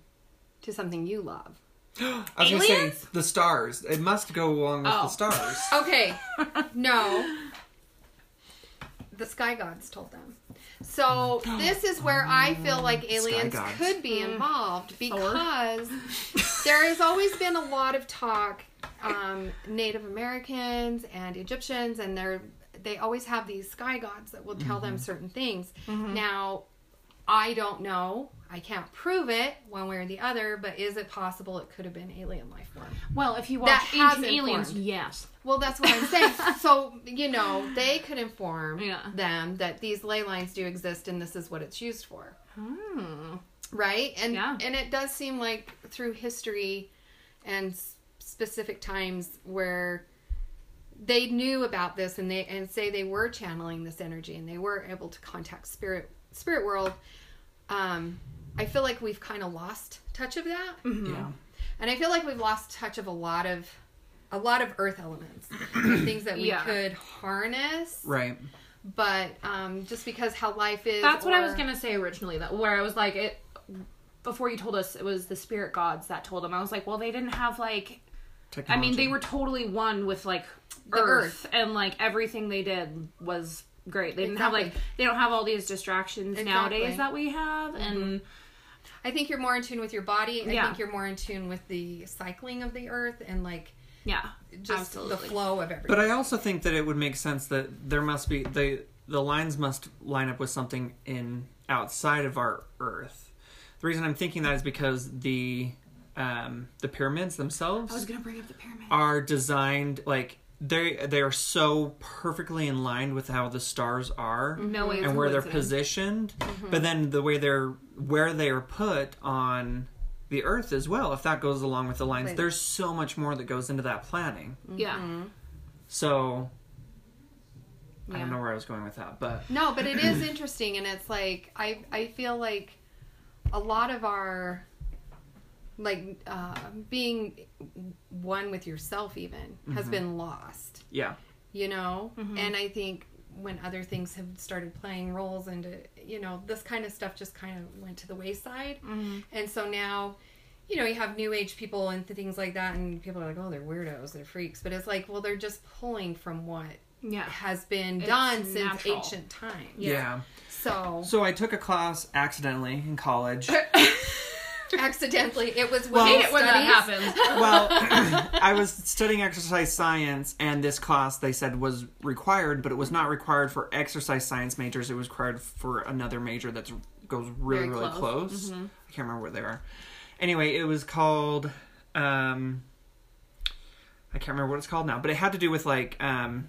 [SPEAKER 4] to something you love.
[SPEAKER 2] I was gonna
[SPEAKER 1] aliens?
[SPEAKER 2] say the stars. It must go along with
[SPEAKER 1] Oh.
[SPEAKER 2] the stars.
[SPEAKER 4] Okay, no. The sky gods told them. So this is where I feel like aliens
[SPEAKER 2] gods.
[SPEAKER 4] could be involved because there has always been a lot of talk um, Native Americans and Egyptians and they're they always have these sky gods that will tell them certain things. Now, I don't know. I can't prove it one way or the other, but is it possible it could have been alien life form?
[SPEAKER 1] well, if you watch
[SPEAKER 4] That has
[SPEAKER 1] Ancient Aliens,
[SPEAKER 4] informed.
[SPEAKER 1] yes.
[SPEAKER 4] Well, that's what I'm saying. so, you know, they could inform
[SPEAKER 1] Yeah.
[SPEAKER 4] them that these ley lines do exist and this is what it's used for.
[SPEAKER 1] Hmm.
[SPEAKER 4] Right? And
[SPEAKER 1] Yeah.
[SPEAKER 4] and it does seem like through history and s- specific times where they knew about this and they and say they were channeling this energy and they were able to contact spirit spirit world. Um I feel like we've kind of lost touch of that
[SPEAKER 2] Yeah.
[SPEAKER 4] and I feel like we've lost touch of a lot of a lot of earth elements, and things that we
[SPEAKER 1] Yeah.
[SPEAKER 4] could harness,
[SPEAKER 2] Right.
[SPEAKER 4] but um, just because how life is.
[SPEAKER 1] That's what I was
[SPEAKER 4] or-
[SPEAKER 1] gonna say originally. That where I was like it before you told us it was the spirit gods that told them. I was like, well, they didn't have like. I mean, they
[SPEAKER 2] Technology.
[SPEAKER 1] were totally one with like
[SPEAKER 4] The
[SPEAKER 1] Earth, and like everything they did was great. They didn't have like
[SPEAKER 4] Exactly.
[SPEAKER 1] they don't have all these distractions
[SPEAKER 4] Exactly.
[SPEAKER 1] nowadays that we have, and
[SPEAKER 4] I think you're more in tune with your body. I
[SPEAKER 1] Yeah.
[SPEAKER 4] think you're more in tune with the cycling of the earth and like
[SPEAKER 1] yeah,
[SPEAKER 4] just the flow of everything.
[SPEAKER 2] But I also think that it would make sense that there must be the the lines must line up with something in outside of our Earth. The reason I'm thinking that is because the um, the pyramids
[SPEAKER 1] I was
[SPEAKER 2] themselves
[SPEAKER 1] gonna bring up the pyramid.
[SPEAKER 2] are designed like they they are so perfectly in line with how the stars are
[SPEAKER 1] No way, it's
[SPEAKER 2] and where they're
[SPEAKER 1] coincidence. Mm-hmm.
[SPEAKER 2] positioned, but then the way they're where they are put on the Earth as well. If that goes along with the lines,
[SPEAKER 4] Right.
[SPEAKER 2] there's so much more that goes into that planning.
[SPEAKER 1] Yeah,
[SPEAKER 4] Mm-hmm.
[SPEAKER 2] So
[SPEAKER 1] Mm-hmm.
[SPEAKER 2] I
[SPEAKER 4] Yeah.
[SPEAKER 2] don't know where I was going with that, but
[SPEAKER 4] No, but it is interesting, and it's like I I feel like a lot of our like uh, being one with yourself even has been lost,
[SPEAKER 2] yeah,
[SPEAKER 4] you know.
[SPEAKER 1] Mm-hmm.
[SPEAKER 4] And I think when other things have started playing roles into you know this kind of stuff just kind of went to the wayside,
[SPEAKER 1] Mm-hmm.
[SPEAKER 4] and so now. You know, you have new age people and things like that, and people are like, "Oh, they're weirdos, they're freaks," but it's like, well, they're just pulling from what
[SPEAKER 1] yeah.
[SPEAKER 4] has been
[SPEAKER 1] It's
[SPEAKER 4] done since
[SPEAKER 1] natural.
[SPEAKER 4] ancient times.
[SPEAKER 2] yeah,
[SPEAKER 4] So
[SPEAKER 2] So I took a class accidentally in college.
[SPEAKER 4] accidentally, it was
[SPEAKER 2] Well-
[SPEAKER 4] women's
[SPEAKER 1] Hate it when that
[SPEAKER 4] studies.
[SPEAKER 1] happens.
[SPEAKER 2] well, I was studying exercise science, and this class they said was required, but it was not required for exercise science majors. It was required for another major that goes really,
[SPEAKER 1] Very
[SPEAKER 2] really
[SPEAKER 1] close.
[SPEAKER 2] close. I can't remember where they are. Anyway, it was called. Um, I can't remember what it's called now, but it had to do with like um,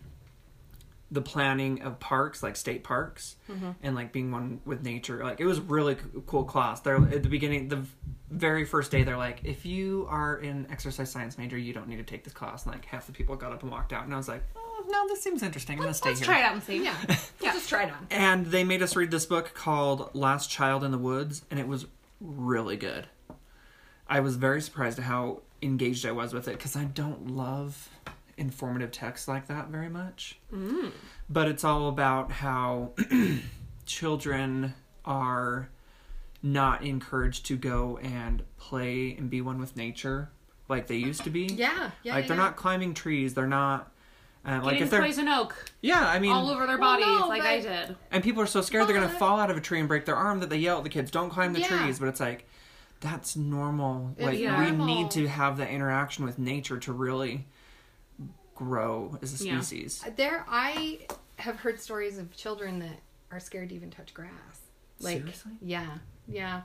[SPEAKER 2] the planning of parks, like state parks,
[SPEAKER 1] Mm-hmm.
[SPEAKER 2] and like being one with nature. Like it was a really c- cool class. They're at the beginning, the v- very first day, they're like, "If you are an exercise science major, you don't need to take this class." And like half the people got up and walked out, and I was like, oh, "No, this seems interesting. I'm gonna stay
[SPEAKER 1] Let's
[SPEAKER 2] here."
[SPEAKER 1] try it out and see.
[SPEAKER 4] Yeah,
[SPEAKER 1] Yeah.
[SPEAKER 4] just try it on.
[SPEAKER 2] And they made us read this book called Last Child in the Woods, and it was really good. I was very surprised at how engaged I was with it because I don't love informative texts like that very much.
[SPEAKER 4] Mm.
[SPEAKER 2] But it's all about how children are not encouraged to go and play and be one with nature like they used to be.
[SPEAKER 4] Yeah, yeah.
[SPEAKER 2] like
[SPEAKER 4] yeah,
[SPEAKER 2] they're
[SPEAKER 4] yeah.
[SPEAKER 2] not climbing trees. They're not. Uh, like
[SPEAKER 1] Getting
[SPEAKER 2] if they're
[SPEAKER 1] poison oak
[SPEAKER 2] yeah, I mean
[SPEAKER 1] all over their
[SPEAKER 4] Well,
[SPEAKER 1] bodies,
[SPEAKER 4] no,
[SPEAKER 1] like
[SPEAKER 4] but-
[SPEAKER 1] I did.
[SPEAKER 2] and people are so scared they're gonna
[SPEAKER 4] But-
[SPEAKER 2] fall out of a tree and break their arm that they yell at the kids, "Don't climb the
[SPEAKER 4] Uh. Yeah.
[SPEAKER 2] trees!" But it's like, that's normal.
[SPEAKER 4] It's
[SPEAKER 2] like
[SPEAKER 4] normal.
[SPEAKER 2] we need to have that interaction with nature to really grow as a
[SPEAKER 1] Yeah.
[SPEAKER 2] species.
[SPEAKER 4] There, I have heard stories of children that are scared to even touch grass. Like,
[SPEAKER 2] Seriously?
[SPEAKER 4] yeah, yeah.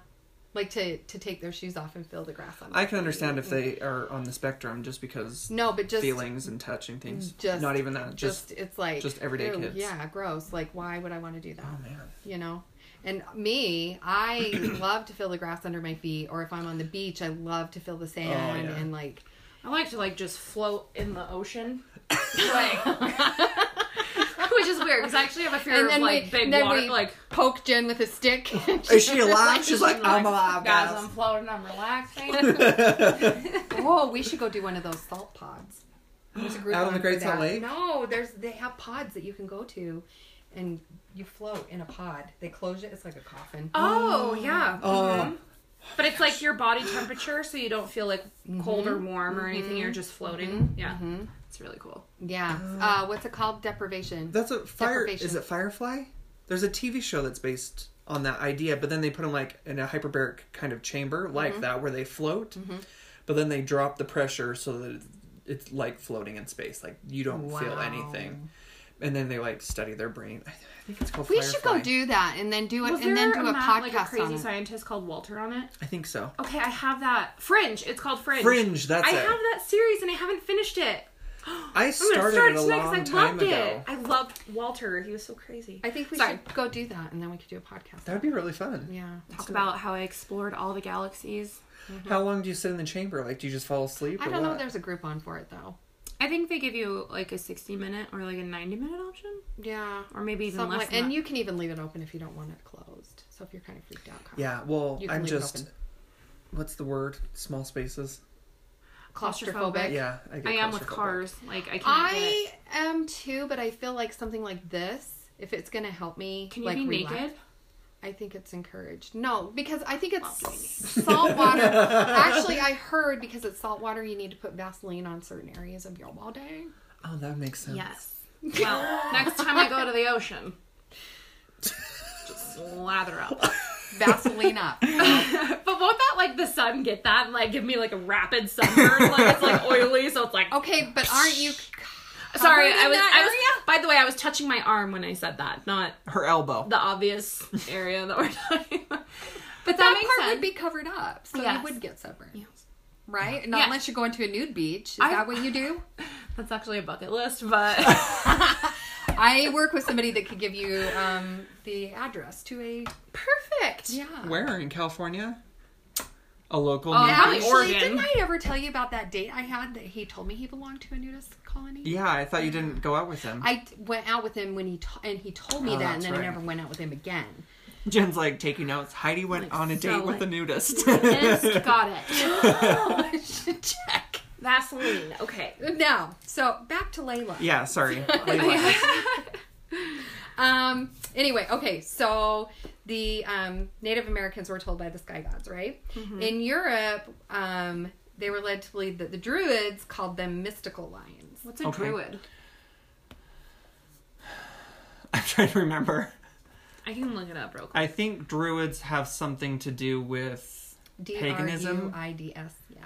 [SPEAKER 4] Like to to take their shoes off and feel the grass
[SPEAKER 2] I
[SPEAKER 4] on. their
[SPEAKER 2] can
[SPEAKER 4] feet.
[SPEAKER 2] understand if they are on the spectrum, just because
[SPEAKER 4] Mm-hmm. No, but just
[SPEAKER 2] feelings and touching things.
[SPEAKER 4] just-
[SPEAKER 2] not even that. Just,
[SPEAKER 4] Just it's like
[SPEAKER 2] just everyday
[SPEAKER 4] ew,
[SPEAKER 2] kids.
[SPEAKER 4] Yeah, gross. Like, why would I want to do that?
[SPEAKER 2] oh man,
[SPEAKER 4] you know And me, I love to feel the grass under my feet, or if I'm on the beach, I love to feel the sand
[SPEAKER 2] Oh, yeah.
[SPEAKER 4] and like
[SPEAKER 1] I like to like just float in the ocean, like, which is weird because I actually have a fear of like
[SPEAKER 4] we-
[SPEAKER 1] big
[SPEAKER 4] then
[SPEAKER 1] water.
[SPEAKER 4] we
[SPEAKER 1] Like,
[SPEAKER 4] poke Jen with a stick.
[SPEAKER 2] Is she alive? She's like, I'm alive,
[SPEAKER 1] guys.
[SPEAKER 2] guys.
[SPEAKER 1] I'm floating. I'm relaxing.
[SPEAKER 4] oh, we should go do one of those salt pods. There's a group
[SPEAKER 2] Out on the
[SPEAKER 4] going for
[SPEAKER 2] Great Salt
[SPEAKER 4] that.
[SPEAKER 2] Lake?
[SPEAKER 4] No, there's they have pods that you can go to, and you float in a pod. They close it. It's like a coffin.
[SPEAKER 1] oh yeah.
[SPEAKER 2] Oh.
[SPEAKER 1] mhm. But it's like your body temperature, so you don't feel like cold or warm or anything. You're just floating. Yeah, it's really cool.
[SPEAKER 4] Mm-hmm. Yeah.
[SPEAKER 2] Oh.
[SPEAKER 4] Uh, what's it called? Deprivation.
[SPEAKER 2] That's a fire.
[SPEAKER 4] Deprivation.
[SPEAKER 2] Is it Firefly? There's a TV show that's based on that idea, but then they put them like in a hyperbaric kind of chamber like
[SPEAKER 4] Mm-hmm.
[SPEAKER 2] that where they float, but then they drop the pressure so that it's like floating in space. Like you don't feel
[SPEAKER 4] Wow.
[SPEAKER 2] anything, and then they like study their brain. I, I think it's called.
[SPEAKER 4] we
[SPEAKER 2] Firefly.
[SPEAKER 4] should go do that and then do it
[SPEAKER 1] Was
[SPEAKER 4] and then
[SPEAKER 1] there
[SPEAKER 4] do
[SPEAKER 1] a,
[SPEAKER 4] a
[SPEAKER 1] ma-
[SPEAKER 4] podcast
[SPEAKER 1] like a
[SPEAKER 4] on
[SPEAKER 1] crazy
[SPEAKER 4] it.
[SPEAKER 1] scientist called Walter on it?
[SPEAKER 2] I think so.
[SPEAKER 1] Okay, I have that Fringe. It's called Fringe.
[SPEAKER 2] Fringe. That's
[SPEAKER 1] I
[SPEAKER 2] it.
[SPEAKER 1] have that series and I haven't finished it.
[SPEAKER 2] I
[SPEAKER 1] I'm gonna
[SPEAKER 2] started
[SPEAKER 1] start
[SPEAKER 2] it
[SPEAKER 1] it
[SPEAKER 2] a
[SPEAKER 1] tonight
[SPEAKER 2] long
[SPEAKER 1] because I
[SPEAKER 2] time
[SPEAKER 1] loved
[SPEAKER 2] ago.
[SPEAKER 1] it. I loved Walter. He was so crazy.
[SPEAKER 4] I think we
[SPEAKER 1] Sorry.
[SPEAKER 4] should go do that and then we could do a podcast.
[SPEAKER 2] That'd be really fun.
[SPEAKER 4] yeah.
[SPEAKER 1] Talk about how I explored all the galaxies.
[SPEAKER 2] How long do you sit in the chamber? Like, do you just fall asleep?
[SPEAKER 4] Mm-hmm. I
[SPEAKER 2] or
[SPEAKER 4] don't know
[SPEAKER 2] what?
[SPEAKER 4] if there's a group on for it though.
[SPEAKER 1] I think they give you like a 60 minute or like a 90 minute option,
[SPEAKER 4] Yeah.
[SPEAKER 1] or maybe even
[SPEAKER 4] Something
[SPEAKER 1] less.
[SPEAKER 4] like,
[SPEAKER 1] than
[SPEAKER 4] and
[SPEAKER 1] that.
[SPEAKER 4] you can even leave it open if you don't want it closed. So if you're kind of freaked out, kind
[SPEAKER 2] Yeah, well,
[SPEAKER 4] You can
[SPEAKER 2] I'm
[SPEAKER 4] leave it
[SPEAKER 2] just.
[SPEAKER 4] open.
[SPEAKER 2] What's the word? Small spaces.
[SPEAKER 4] of claustrophobic.
[SPEAKER 1] Claustrophobic.
[SPEAKER 2] Yeah, I, get
[SPEAKER 1] I am with
[SPEAKER 2] claustrophobic.
[SPEAKER 1] cars. Like I can't. get it.
[SPEAKER 4] I am too, but I feel like something like this, if it's gonna help me,
[SPEAKER 1] Can you
[SPEAKER 4] like
[SPEAKER 1] be
[SPEAKER 4] relax-
[SPEAKER 1] naked?
[SPEAKER 4] I think it's encouraged. No, because I think it's
[SPEAKER 1] Well,
[SPEAKER 4] salt water. Actually, I heard because it's salt water, you need to put Vaseline on certain areas of your body.
[SPEAKER 2] Oh, that makes sense.
[SPEAKER 1] Yes. Well, next time I go to the ocean, just lather up.
[SPEAKER 4] Vaseline up.
[SPEAKER 1] But won't that like the sun get that and like give me like a rapid sunburn? like it's like oily, so it's like.
[SPEAKER 4] Okay, but aren't you?
[SPEAKER 1] Oh, Sorry,
[SPEAKER 4] covered in
[SPEAKER 1] I was.
[SPEAKER 4] that
[SPEAKER 1] I was. By the way, I was touching my arm when I said that, not
[SPEAKER 2] Her elbow.
[SPEAKER 1] the obvious area that we're talking about.
[SPEAKER 4] But that,
[SPEAKER 1] makes
[SPEAKER 4] part
[SPEAKER 1] sense.
[SPEAKER 4] would be covered up, so
[SPEAKER 1] Yes.
[SPEAKER 4] you would get sunburn. Right? Not
[SPEAKER 1] Yeah.
[SPEAKER 4] unless you're going to a nude beach. Is
[SPEAKER 1] I-
[SPEAKER 4] that what you do?
[SPEAKER 1] That's actually a bucket list, but
[SPEAKER 4] I work with somebody that could give you um, the address to a
[SPEAKER 1] perfect.
[SPEAKER 4] yeah.
[SPEAKER 2] Where in California? A local.
[SPEAKER 1] Oh,
[SPEAKER 2] nudist?
[SPEAKER 1] how-
[SPEAKER 4] Actually,
[SPEAKER 1] Oregon.
[SPEAKER 4] didn't I ever tell you about that date I had that he told me he belonged to a nudist colony?
[SPEAKER 2] yeah, I thought you didn't go out with him.
[SPEAKER 4] I t- went out with him when he t- and he told me
[SPEAKER 2] Oh,
[SPEAKER 4] that, and
[SPEAKER 2] that's
[SPEAKER 4] then I
[SPEAKER 2] right.
[SPEAKER 4] never went out with him again.
[SPEAKER 2] Jen's like taking notes. Heidi went
[SPEAKER 1] Like,
[SPEAKER 2] on a
[SPEAKER 1] so,
[SPEAKER 2] date with
[SPEAKER 1] like-
[SPEAKER 2] a nudist.
[SPEAKER 1] Just got it. Oh,
[SPEAKER 4] I should check
[SPEAKER 1] Vaseline. Okay.
[SPEAKER 4] now. So back to Layla.
[SPEAKER 2] yeah, sorry.
[SPEAKER 4] Um. Anyway, okay. So the um, Native Americans were told by the sky gods, right?
[SPEAKER 2] Mm-hmm.
[SPEAKER 4] In Europe, um, they were led to believe that the Druids called them mystical lions.
[SPEAKER 1] What's a
[SPEAKER 2] Okay.
[SPEAKER 1] druid?
[SPEAKER 2] I'm trying to remember.
[SPEAKER 1] I can look it up real quick.
[SPEAKER 2] I think druids have something to do with.
[SPEAKER 4] D R U
[SPEAKER 2] Paganism?
[SPEAKER 4] I D S. Yeah.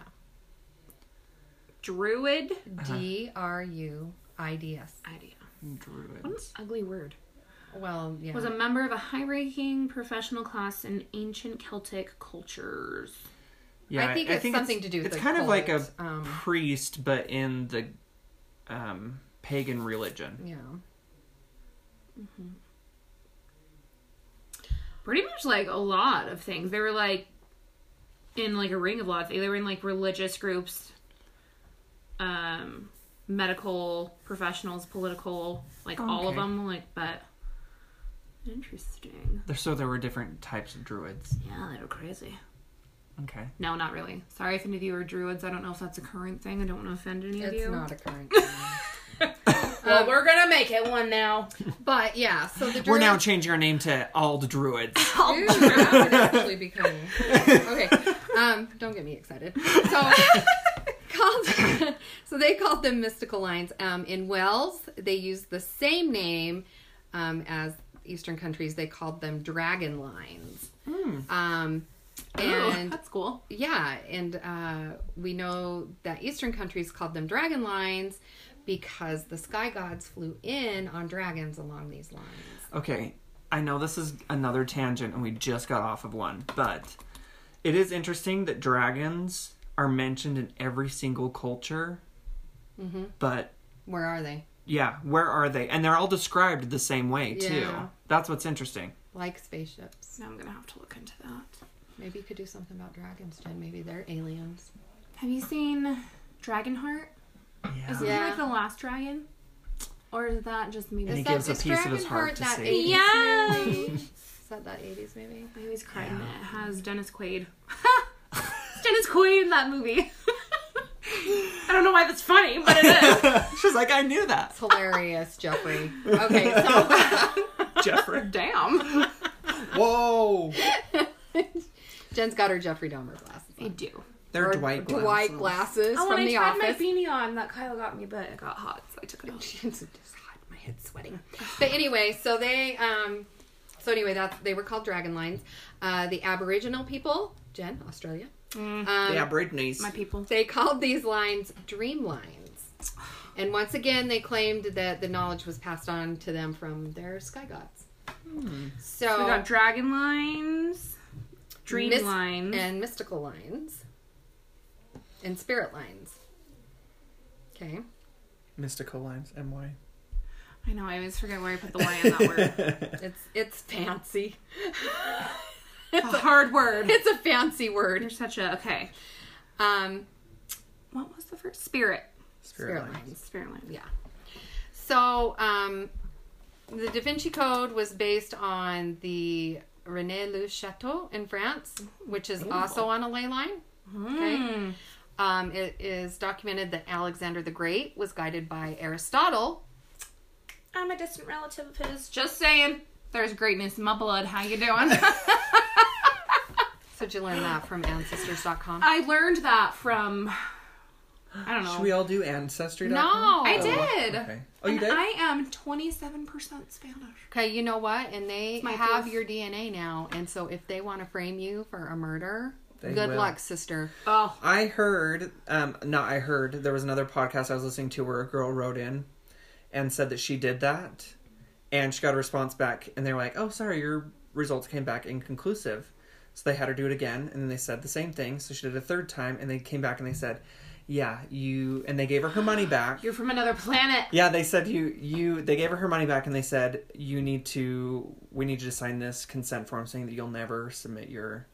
[SPEAKER 1] Druid
[SPEAKER 2] Uh-huh.
[SPEAKER 4] D R U I D S.
[SPEAKER 1] idea. What an
[SPEAKER 2] Druids.
[SPEAKER 1] ugly word.
[SPEAKER 4] Well, yeah.
[SPEAKER 1] Was a member of a high-ranking professional class in ancient Celtic cultures.
[SPEAKER 2] Yeah,
[SPEAKER 4] I think it's something to do with
[SPEAKER 2] It's
[SPEAKER 4] the
[SPEAKER 2] kind of like a
[SPEAKER 4] cult, um,
[SPEAKER 2] priest, but in the um, pagan religion.
[SPEAKER 4] yeah.
[SPEAKER 1] Pretty much like a lot of things. They were like in like a ring of lots. They were in like religious groups, um, medical professionals, political, like all of
[SPEAKER 2] Okay.
[SPEAKER 1] them. Like, but interesting.
[SPEAKER 2] There- So there were different types of druids.
[SPEAKER 1] Yeah, they were crazy.
[SPEAKER 2] Okay.
[SPEAKER 1] No, not really. Sorry if any of you are druids. I don't know if that's a current thing. I don't want to offend any of
[SPEAKER 4] It's
[SPEAKER 1] you.
[SPEAKER 4] not a current.
[SPEAKER 1] Well, we're gonna make it one now.
[SPEAKER 4] but yeah, so the Druids.
[SPEAKER 2] We're now changing our name to All the Druids.
[SPEAKER 4] Ooh, that would actually be cool. Okay, um, don't get me excited. So, called, so they called them mystical lines. Um, in Wales, they used the same name um, as Eastern countries. They called them dragon lines.
[SPEAKER 2] Hmm.
[SPEAKER 4] Um,
[SPEAKER 2] Oh.
[SPEAKER 1] Ooh,
[SPEAKER 4] and
[SPEAKER 1] that's cool.
[SPEAKER 4] Yeah, and uh, we know that Eastern countries called them dragon lines because the sky gods flew in on dragons along these lines.
[SPEAKER 2] Okay, I know this is another tangent and we just got off of one, but it is interesting that dragons are mentioned in every single culture.
[SPEAKER 4] Mm-hmm.
[SPEAKER 2] But
[SPEAKER 4] Where are they?
[SPEAKER 2] yeah, where are they? And they're all described the same way, too.
[SPEAKER 4] Yeah.
[SPEAKER 2] That's what's interesting.
[SPEAKER 4] like spaceships.
[SPEAKER 1] Now I'm gonna have to look into that.
[SPEAKER 4] Maybe you could do something about dragons, Jen. Maybe they're aliens.
[SPEAKER 1] Have you seen Dragonheart?
[SPEAKER 2] Yeah.
[SPEAKER 1] Isn't he
[SPEAKER 4] Yeah.
[SPEAKER 1] like the last dragon? Or is that just me?
[SPEAKER 2] And he
[SPEAKER 4] that-
[SPEAKER 2] gives a
[SPEAKER 4] it's
[SPEAKER 2] piece of his
[SPEAKER 4] Dragonheart
[SPEAKER 2] heart to
[SPEAKER 4] that
[SPEAKER 2] save.
[SPEAKER 4] ate-
[SPEAKER 1] Yeah.
[SPEAKER 4] Is that that 80s movie?
[SPEAKER 1] I always cried when
[SPEAKER 2] Yeah.
[SPEAKER 1] it has Dennis Quaid. It's Dennis Quaid in that movie. I don't know why that's funny, but it is.
[SPEAKER 2] She's like, I knew that.
[SPEAKER 4] It's hilarious, Jeffrey. Okay, so
[SPEAKER 2] Jeffrey.
[SPEAKER 1] Damn.
[SPEAKER 2] Whoa.
[SPEAKER 4] Jen's got her Jeffrey Dahmer glasses.
[SPEAKER 1] I do.
[SPEAKER 2] They're
[SPEAKER 4] Or
[SPEAKER 2] Dwight glasses.
[SPEAKER 4] Dwight glasses
[SPEAKER 1] Oh,
[SPEAKER 4] from
[SPEAKER 1] when I
[SPEAKER 4] the
[SPEAKER 1] tried
[SPEAKER 4] office.
[SPEAKER 1] my beanie on that Kyle got me, but it got hot, so I took it off.
[SPEAKER 4] It's just hot. My head's sweating. But anyway, so they, um, so anyway, that's they were called dragon lines. Uh, the Aboriginal people, Jen, Australia.
[SPEAKER 1] Mm.
[SPEAKER 4] Um,
[SPEAKER 2] Yeah, Britney's.
[SPEAKER 1] My people.
[SPEAKER 4] They called these lines dream lines. And once again, they claimed that the knowledge was passed on to them from their sky gods. So,
[SPEAKER 1] Hmm. We got dragon lines, dream
[SPEAKER 4] mys-
[SPEAKER 1] lines.
[SPEAKER 4] and mystical lines and spirit lines. Okay.
[SPEAKER 2] Mystical lines. My.
[SPEAKER 1] I know, I always forget where I put the Y in that word.
[SPEAKER 4] It's it's fancy.
[SPEAKER 1] It's a hard word.
[SPEAKER 4] It's a fancy
[SPEAKER 1] You're
[SPEAKER 4] word.
[SPEAKER 1] such a. Okay.
[SPEAKER 4] Um
[SPEAKER 1] What was the first? Spirit.
[SPEAKER 2] Spirit,
[SPEAKER 4] spirit
[SPEAKER 2] lines.
[SPEAKER 4] lines.
[SPEAKER 1] Spirit line.
[SPEAKER 4] Yeah. So, um, the Da Vinci Code was based on the Rene Le Chateau in France, which is also on a ley line. Okay. Um, it is documented that Alexander the Great was guided by Aristotle.
[SPEAKER 1] I'm a distant relative of his. Just saying. There's greatness in my blood. How you doing?
[SPEAKER 4] So, did you learn that from ancestors.com?
[SPEAKER 1] I learned that from. I don't know.
[SPEAKER 2] Should we all do ancestry?
[SPEAKER 4] No.
[SPEAKER 1] I did.
[SPEAKER 2] Okay. Oh, you
[SPEAKER 1] And
[SPEAKER 2] did.
[SPEAKER 1] I am 27% Spanish.
[SPEAKER 4] Okay, you know what? And they
[SPEAKER 1] my
[SPEAKER 4] have
[SPEAKER 1] proof.
[SPEAKER 4] your DNA now. And so, if they want to frame you for a murder,
[SPEAKER 2] They
[SPEAKER 4] good
[SPEAKER 2] will.
[SPEAKER 4] luck, sister.
[SPEAKER 1] Oh.
[SPEAKER 2] I heard, um, no, I heard there was another podcast I was listening to where a girl wrote in and said that she did that. And she got a response back, and they were like, oh, sorry, your results came back inconclusive. So they had her do it again, and then they said the same thing. So she did it a third time, and they came back and they said, yeah, you, and they gave her her money back.
[SPEAKER 1] You're from another planet.
[SPEAKER 2] Yeah, they said you, you, they gave her her money back, and they said, you need to, we need you to sign this consent form saying that you'll never submit your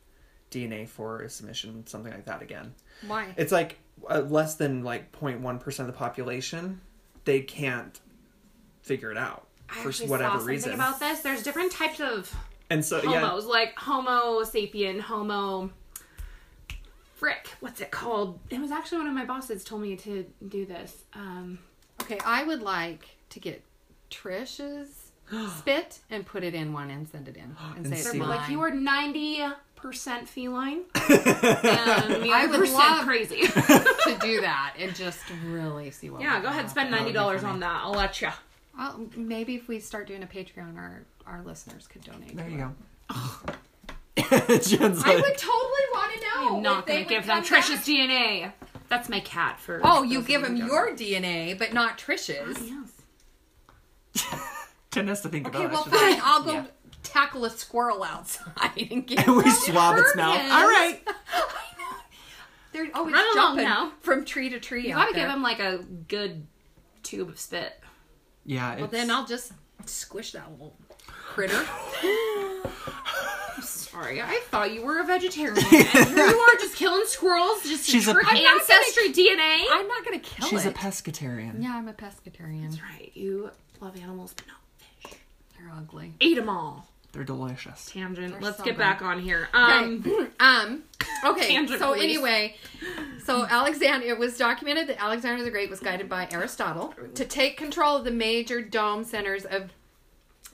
[SPEAKER 2] DNA for a submission, something like that again
[SPEAKER 4] Why?
[SPEAKER 2] it's like uh, less than like 0.1% of the population they can't figure it out
[SPEAKER 1] I
[SPEAKER 2] for
[SPEAKER 1] actually saw
[SPEAKER 2] whatever
[SPEAKER 1] something
[SPEAKER 2] reason
[SPEAKER 1] about this. There's different types of
[SPEAKER 2] and so yeah
[SPEAKER 1] homos, like Homo sapien, Homo. Frick, what's it called? It was actually one of my bosses told me to do this. Um,
[SPEAKER 4] Okay, I would like to get Trish's spit and put it in one and send it in and say
[SPEAKER 2] And
[SPEAKER 4] it's
[SPEAKER 2] see.
[SPEAKER 1] they're
[SPEAKER 4] mine.
[SPEAKER 1] like you are ninety percent feline, and the
[SPEAKER 4] I
[SPEAKER 1] other
[SPEAKER 4] would
[SPEAKER 1] percent
[SPEAKER 4] love-
[SPEAKER 1] crazy.
[SPEAKER 4] to do that and just really see what.
[SPEAKER 1] yeah,
[SPEAKER 4] would
[SPEAKER 1] go ahead,
[SPEAKER 4] happen.
[SPEAKER 1] spend ninety dollars on that. I'll let you.
[SPEAKER 4] I'll, maybe if we start doing a Patreon, our our listeners could donate.
[SPEAKER 2] there
[SPEAKER 4] to
[SPEAKER 2] you
[SPEAKER 4] it.
[SPEAKER 2] go Jen's
[SPEAKER 4] I
[SPEAKER 2] like,
[SPEAKER 4] would totally want to know.
[SPEAKER 1] I'm not
[SPEAKER 4] Oh, if they
[SPEAKER 1] gonna
[SPEAKER 4] would
[SPEAKER 1] give them
[SPEAKER 4] come back.
[SPEAKER 1] Trisha's DNA. That's my cat for.
[SPEAKER 4] Oh, you give them your DNA, but not Trish's.
[SPEAKER 1] Yes.
[SPEAKER 2] Jen has to think
[SPEAKER 4] Okay, well
[SPEAKER 2] about it
[SPEAKER 4] fine. I'll go
[SPEAKER 2] Yeah.
[SPEAKER 4] tackle a squirrel outside and get.
[SPEAKER 2] and we swab its mouth
[SPEAKER 4] Herpes.
[SPEAKER 2] all right
[SPEAKER 4] They're always
[SPEAKER 1] Run along
[SPEAKER 4] jumping
[SPEAKER 1] now.
[SPEAKER 4] from tree to tree.
[SPEAKER 1] You
[SPEAKER 4] out
[SPEAKER 1] gotta give
[SPEAKER 4] there.
[SPEAKER 1] him like a good tube of spit.
[SPEAKER 2] yeah it's,
[SPEAKER 4] Well, then I'll just squish that little critter.
[SPEAKER 1] Sorry, I thought you were a vegetarian. and here you are just killing squirrels, just
[SPEAKER 2] She's a
[SPEAKER 1] trick
[SPEAKER 2] pe- I'm
[SPEAKER 4] not gonna-
[SPEAKER 1] ancestry DNA.
[SPEAKER 4] I'm not gonna kill
[SPEAKER 2] she's
[SPEAKER 4] it.
[SPEAKER 2] a pescatarian
[SPEAKER 4] yeah, I'm a pescatarian.
[SPEAKER 1] That's right, you love animals but not fish.
[SPEAKER 4] They're ugly.
[SPEAKER 1] Eat them all.
[SPEAKER 2] they're delicious
[SPEAKER 1] Tangent.
[SPEAKER 4] They're
[SPEAKER 1] Let's
[SPEAKER 4] so
[SPEAKER 1] get
[SPEAKER 4] good.
[SPEAKER 1] back on here. Um,
[SPEAKER 4] Um. Okay.
[SPEAKER 1] Tangent,
[SPEAKER 4] so
[SPEAKER 1] please.
[SPEAKER 4] anyway, so Alexander, it was documented that Alexander the Great was guided by Aristotle to take control of the major dome centers of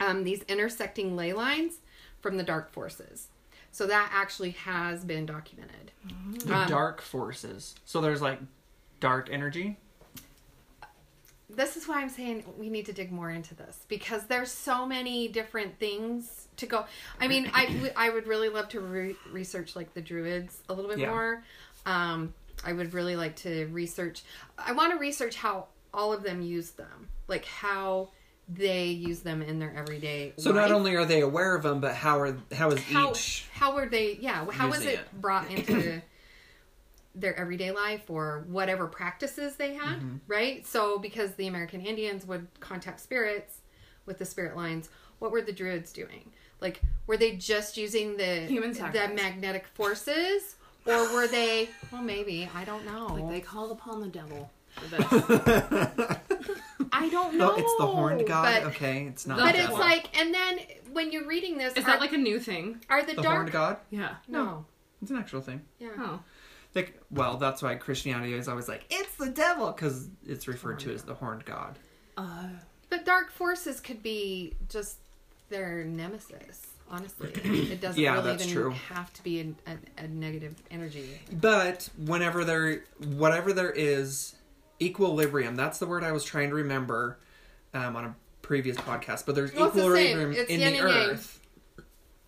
[SPEAKER 4] um, these intersecting ley lines from the dark forces. So that actually has been documented.
[SPEAKER 2] the
[SPEAKER 4] Um,
[SPEAKER 2] dark forces so there's like dark energy
[SPEAKER 4] this is why I'm saying we need to dig more into this because there's so many different things to go. I mean, I, w- I would really love to re- research like the druids a little bit
[SPEAKER 2] Yeah.
[SPEAKER 4] more. Um, I would really like to research. I want to research how all of them use them, like how they use them in their everyday.
[SPEAKER 2] so
[SPEAKER 4] life.
[SPEAKER 2] not only are they aware of them but how are how is
[SPEAKER 4] how
[SPEAKER 2] each
[SPEAKER 4] how were they? Yeah, how was
[SPEAKER 2] using
[SPEAKER 4] it,
[SPEAKER 2] it.
[SPEAKER 4] brought into their everyday life or whatever practices they had, right? So because the American Indians would contact spirits with the spirit lines, what were the druids doing? Like, were they just using the
[SPEAKER 1] Human
[SPEAKER 4] the
[SPEAKER 1] sacrifice.
[SPEAKER 4] magnetic forces, or were they? Well, maybe I don't know.
[SPEAKER 1] Like they called upon the devil for this.
[SPEAKER 4] I don't know.
[SPEAKER 2] No, Oh, it's the horned god.
[SPEAKER 4] But,
[SPEAKER 2] okay, it's not.
[SPEAKER 1] The
[SPEAKER 4] but
[SPEAKER 2] that
[SPEAKER 4] it's
[SPEAKER 2] one.
[SPEAKER 4] like, and then when you're reading this,
[SPEAKER 1] Is
[SPEAKER 4] are,
[SPEAKER 1] that like a new thing?
[SPEAKER 4] are the,
[SPEAKER 2] the
[SPEAKER 4] dark?
[SPEAKER 2] horned god.
[SPEAKER 1] Yeah.
[SPEAKER 4] No.
[SPEAKER 2] It's an actual thing.
[SPEAKER 4] Yeah.
[SPEAKER 1] Oh.
[SPEAKER 2] Like, well, that's why Christianity is always like it's the devil because it's referred to as the horned god.
[SPEAKER 1] Uh,
[SPEAKER 4] But dark forces could be just their nemesis. Honestly, it doesn't
[SPEAKER 2] Yeah,
[SPEAKER 4] really
[SPEAKER 2] that's
[SPEAKER 4] even
[SPEAKER 2] true.
[SPEAKER 4] have to be an, a, a negative energy.
[SPEAKER 2] But whenever there, whatever there is, equilibrium. That's the word I was trying to remember um, on a previous podcast. But there's
[SPEAKER 4] Well, it's the same.
[SPEAKER 2] equilibrium
[SPEAKER 4] It's
[SPEAKER 2] in
[SPEAKER 4] yin
[SPEAKER 2] the
[SPEAKER 4] and yang.
[SPEAKER 2] earth.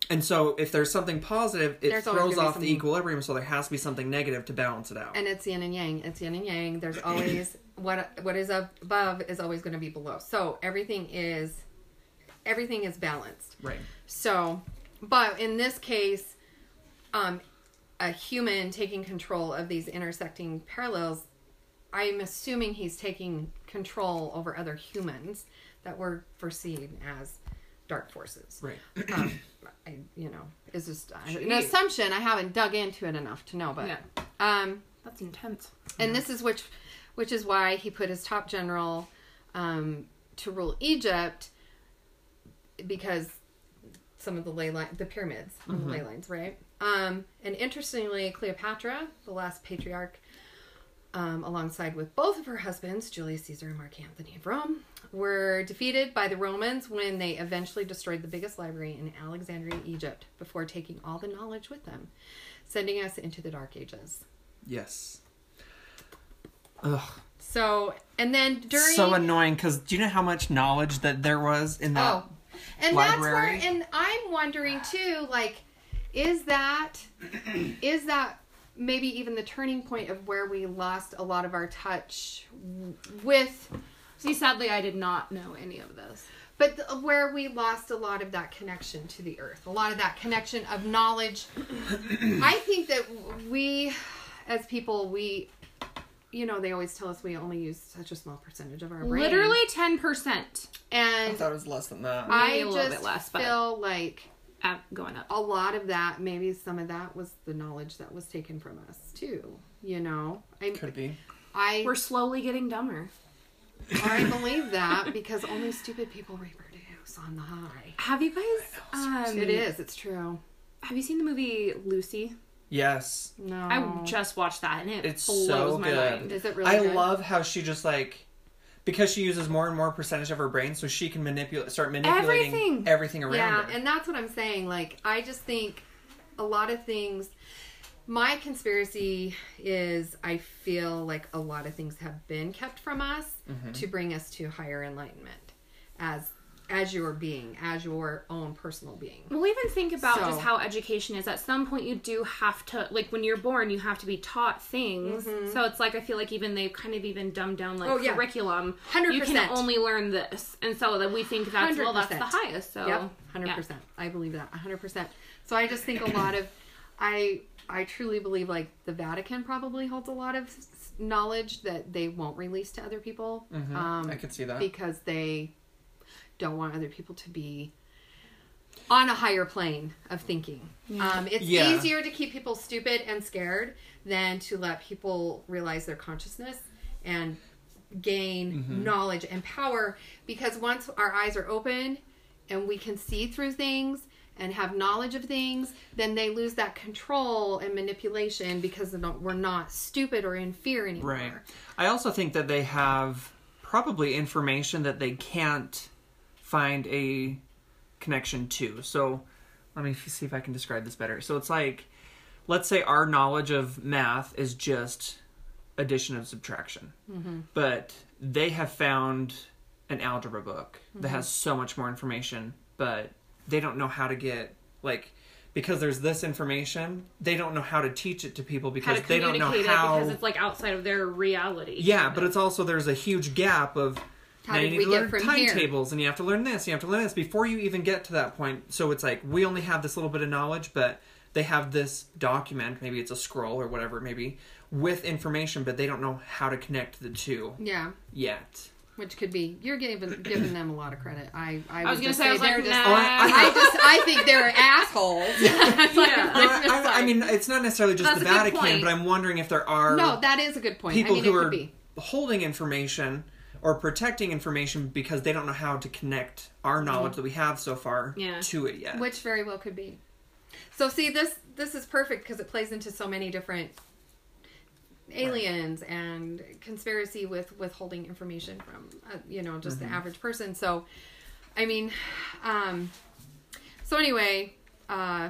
[SPEAKER 2] And so, if there's something positive, it
[SPEAKER 4] There's always
[SPEAKER 2] throws
[SPEAKER 4] gonna be
[SPEAKER 2] off the
[SPEAKER 4] some-
[SPEAKER 2] equilibrium. So there has to be something negative to balance it out.
[SPEAKER 4] And it's yin and yang. It's yin and yang. There's always what what is up above is always going to be below. So everything is everything is balanced.
[SPEAKER 2] right.
[SPEAKER 4] So, but in this case, um, a human taking control of these intersecting parallels, I'm assuming he's taking control over other humans that were perceived as dark forces.
[SPEAKER 2] Right.
[SPEAKER 4] Um, I, you know, it's just I- an
[SPEAKER 1] Gee.
[SPEAKER 4] assumption. I haven't dug into it enough to know, but
[SPEAKER 1] Yeah.
[SPEAKER 4] um,
[SPEAKER 1] that's intense.
[SPEAKER 4] and this is which which is why he put his top general um, to rule Egypt because some of the ley line the pyramids on the ley lines right um, and interestingly Cleopatra the last patriarch um, alongside with both of her husbands Julius Caesar and Mark Anthony of Rome were defeated by the Romans when they eventually destroyed the biggest library in Alexandria Egypt before taking all the knowledge with them sending us into the dark ages
[SPEAKER 2] Yes. Ugh.
[SPEAKER 4] so, and then during
[SPEAKER 2] So annoying because do you know how much knowledge that there was in that?
[SPEAKER 4] oh, and
[SPEAKER 2] Library.
[SPEAKER 4] that's where, and I'm wondering too, like, is that is that maybe even the turning point of where we lost a lot of our touch w- with,
[SPEAKER 1] See, sadly, I did not know any of this.
[SPEAKER 4] but the, where we lost a lot of that connection to the earth, a lot of that connection of knowledge. I think that we, as people, we. You know, they always tell us we only use such a small percentage of our brain.
[SPEAKER 1] Literally ten percent
[SPEAKER 4] and
[SPEAKER 2] it was less than that.
[SPEAKER 1] I
[SPEAKER 4] I
[SPEAKER 1] Maybe a
[SPEAKER 4] just
[SPEAKER 1] little bit less, but-
[SPEAKER 4] feel like
[SPEAKER 1] going up.
[SPEAKER 4] a lot of that, maybe some of that was the knowledge that was taken from us too. You know, I
[SPEAKER 2] Could be.
[SPEAKER 4] I
[SPEAKER 1] We're slowly getting dumber.
[SPEAKER 4] I believe that because only stupid people reproduce on the high.
[SPEAKER 1] Have you guys? Um,
[SPEAKER 4] It is. It's true.
[SPEAKER 1] Have you seen the movie Lucy?
[SPEAKER 2] Yes.
[SPEAKER 4] No,
[SPEAKER 1] I just watched that and it
[SPEAKER 2] It's
[SPEAKER 1] blows
[SPEAKER 2] so
[SPEAKER 1] my
[SPEAKER 2] good.
[SPEAKER 1] mind.
[SPEAKER 4] Is it really?
[SPEAKER 2] I
[SPEAKER 4] good?
[SPEAKER 2] love how she just like because she uses more and more percentage of her brain, so she can manipulate, start manipulating
[SPEAKER 1] Everything.
[SPEAKER 2] everything, around
[SPEAKER 4] Yeah,
[SPEAKER 2] her.
[SPEAKER 4] and that's what I'm saying. Like, I just think a lot of things. My conspiracy is I feel like a lot of things have been kept from us
[SPEAKER 2] Mm-hmm.
[SPEAKER 4] to bring us to higher enlightenment as as your being, as your own personal being.
[SPEAKER 1] Well, even think about
[SPEAKER 4] So-
[SPEAKER 1] just how education is. At some point, you do have to, like, when you're born, you have to be taught things. So it's like I feel like even they've kind of even dumbed down like
[SPEAKER 4] Mm-hmm. Oh, yeah.
[SPEAKER 1] curriculum. You can
[SPEAKER 4] 100%.
[SPEAKER 1] only learn this, and so that we think that's well, that's the
[SPEAKER 4] 100%.
[SPEAKER 1] highest. So
[SPEAKER 4] Yep, hundred
[SPEAKER 1] yeah.
[SPEAKER 4] percent. I believe that hundred percent. So I just think a lot of, I I truly believe like the Vatican probably holds a lot of s- s- knowledge that they won't release to other people. Um,
[SPEAKER 2] Mm-hmm. I could see that.
[SPEAKER 4] because they don't want other people to be on a higher plane of thinking. Um, it's
[SPEAKER 2] Yeah.
[SPEAKER 4] easier to keep people stupid and scared than to let people realize their consciousness and gain
[SPEAKER 2] Mm-hmm.
[SPEAKER 4] knowledge and power because once our eyes are open and we can see through things and have knowledge of things then they lose that control and manipulation because they're not- we're not stupid or in fear anymore
[SPEAKER 2] Right. I also think that they have probably information that they can't find a connection to. So let me f- see if I can describe this better. So it's like, let's say our knowledge of math is just addition and subtraction,
[SPEAKER 1] Mm-hmm.
[SPEAKER 2] but they have found an algebra book
[SPEAKER 1] Mm-hmm.
[SPEAKER 2] that has so much more information, but they don't know how to get like. Because there's this information, they don't know how to teach it to people
[SPEAKER 1] How
[SPEAKER 2] because
[SPEAKER 1] to
[SPEAKER 2] they don't
[SPEAKER 1] communicate
[SPEAKER 2] know
[SPEAKER 1] it
[SPEAKER 2] how
[SPEAKER 1] because it's like outside of their reality.
[SPEAKER 2] yeah, but it's also there's a huge gap of
[SPEAKER 4] How
[SPEAKER 2] now
[SPEAKER 4] did
[SPEAKER 2] you need
[SPEAKER 4] we
[SPEAKER 2] to
[SPEAKER 4] get
[SPEAKER 2] learn
[SPEAKER 4] from here?
[SPEAKER 2] timetables and you have to learn this, you have to learn this before you even get to that point. So it's like we only have this little bit of knowledge, but they have this document, maybe it's a scroll or whatever it may be, with information, but they don't know how to connect the two
[SPEAKER 4] yeah
[SPEAKER 2] yet.
[SPEAKER 4] Which could be you're giving giving them a lot of credit. I I,
[SPEAKER 1] I was
[SPEAKER 4] would
[SPEAKER 1] gonna
[SPEAKER 4] just
[SPEAKER 1] say, I was
[SPEAKER 4] they're
[SPEAKER 1] like, nah.
[SPEAKER 4] just Oh,
[SPEAKER 2] I-
[SPEAKER 4] I just I think they're assholes. It's like-
[SPEAKER 1] Yeah.
[SPEAKER 2] Well, I, I mean, it's not necessarily just
[SPEAKER 1] That's
[SPEAKER 2] the
[SPEAKER 1] a good
[SPEAKER 2] Vatican,
[SPEAKER 1] point.
[SPEAKER 2] but I'm wondering if there are
[SPEAKER 4] no, that is a good point.
[SPEAKER 2] people
[SPEAKER 4] I mean,
[SPEAKER 2] who
[SPEAKER 4] it could
[SPEAKER 2] are
[SPEAKER 4] be.
[SPEAKER 2] holding information or protecting information because they don't know how to connect our
[SPEAKER 4] Mm-hmm.
[SPEAKER 2] knowledge that we have so far
[SPEAKER 1] Yeah.
[SPEAKER 2] to it yet.
[SPEAKER 4] which very well could be. So see this this is perfect because it plays into so many different aliens and conspiracy with withholding information from uh, you know just the average person. So I mean um so anyway, uh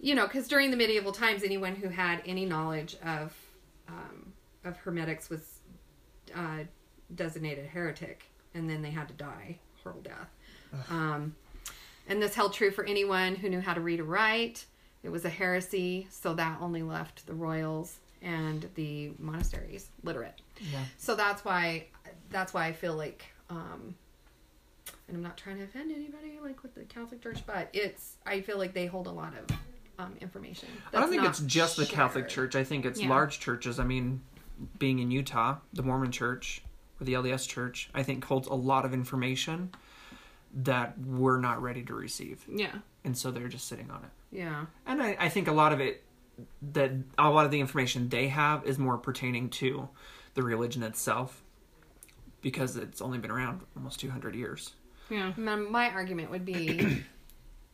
[SPEAKER 4] you know, cuz during the medieval times anyone who had any knowledge of um of hermetics was uh designated heretic and then they had to die horrible death. Um and this held true for anyone who knew how to read or write. It was a heresy, so that only left the royals and the monasteries literate.
[SPEAKER 2] Yeah.
[SPEAKER 4] So that's why that's why I feel like um and I'm not trying to offend anybody like with the Catholic Church, but it's I feel like they hold a lot of um information.
[SPEAKER 2] I don't
[SPEAKER 4] that's
[SPEAKER 2] think
[SPEAKER 4] not
[SPEAKER 2] it's just the Catholic
[SPEAKER 4] shared.
[SPEAKER 2] Church. I think it's
[SPEAKER 1] Yeah.
[SPEAKER 2] large churches. I mean, being in Utah, the Mormon Church or the LDS Church, I think holds a lot of information that we're not ready to receive,
[SPEAKER 1] Yeah.
[SPEAKER 2] and so they're just sitting on it.
[SPEAKER 4] Yeah.
[SPEAKER 2] And I, I think a lot of it, that a lot of the information they have is more pertaining to the religion itself, because it's only been around almost 200 years.
[SPEAKER 1] Yeah.
[SPEAKER 4] My, my argument would be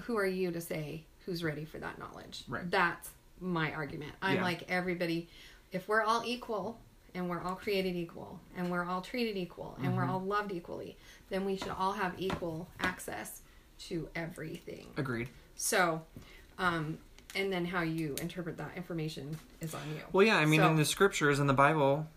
[SPEAKER 4] who are you to say who's ready for that knowledge?
[SPEAKER 2] Right.
[SPEAKER 4] That's my argument. I'm
[SPEAKER 2] Yeah.
[SPEAKER 4] like, everybody, if we're all equal and we're all created equal and we're all treated equal and
[SPEAKER 2] Mm-hmm.
[SPEAKER 4] we're all loved equally, then we should all have equal access to everything.
[SPEAKER 2] Agreed.
[SPEAKER 4] So, um, and then how you interpret that information is on you.
[SPEAKER 2] Well, yeah, I mean,
[SPEAKER 4] So-
[SPEAKER 2] in the scriptures in the Bible,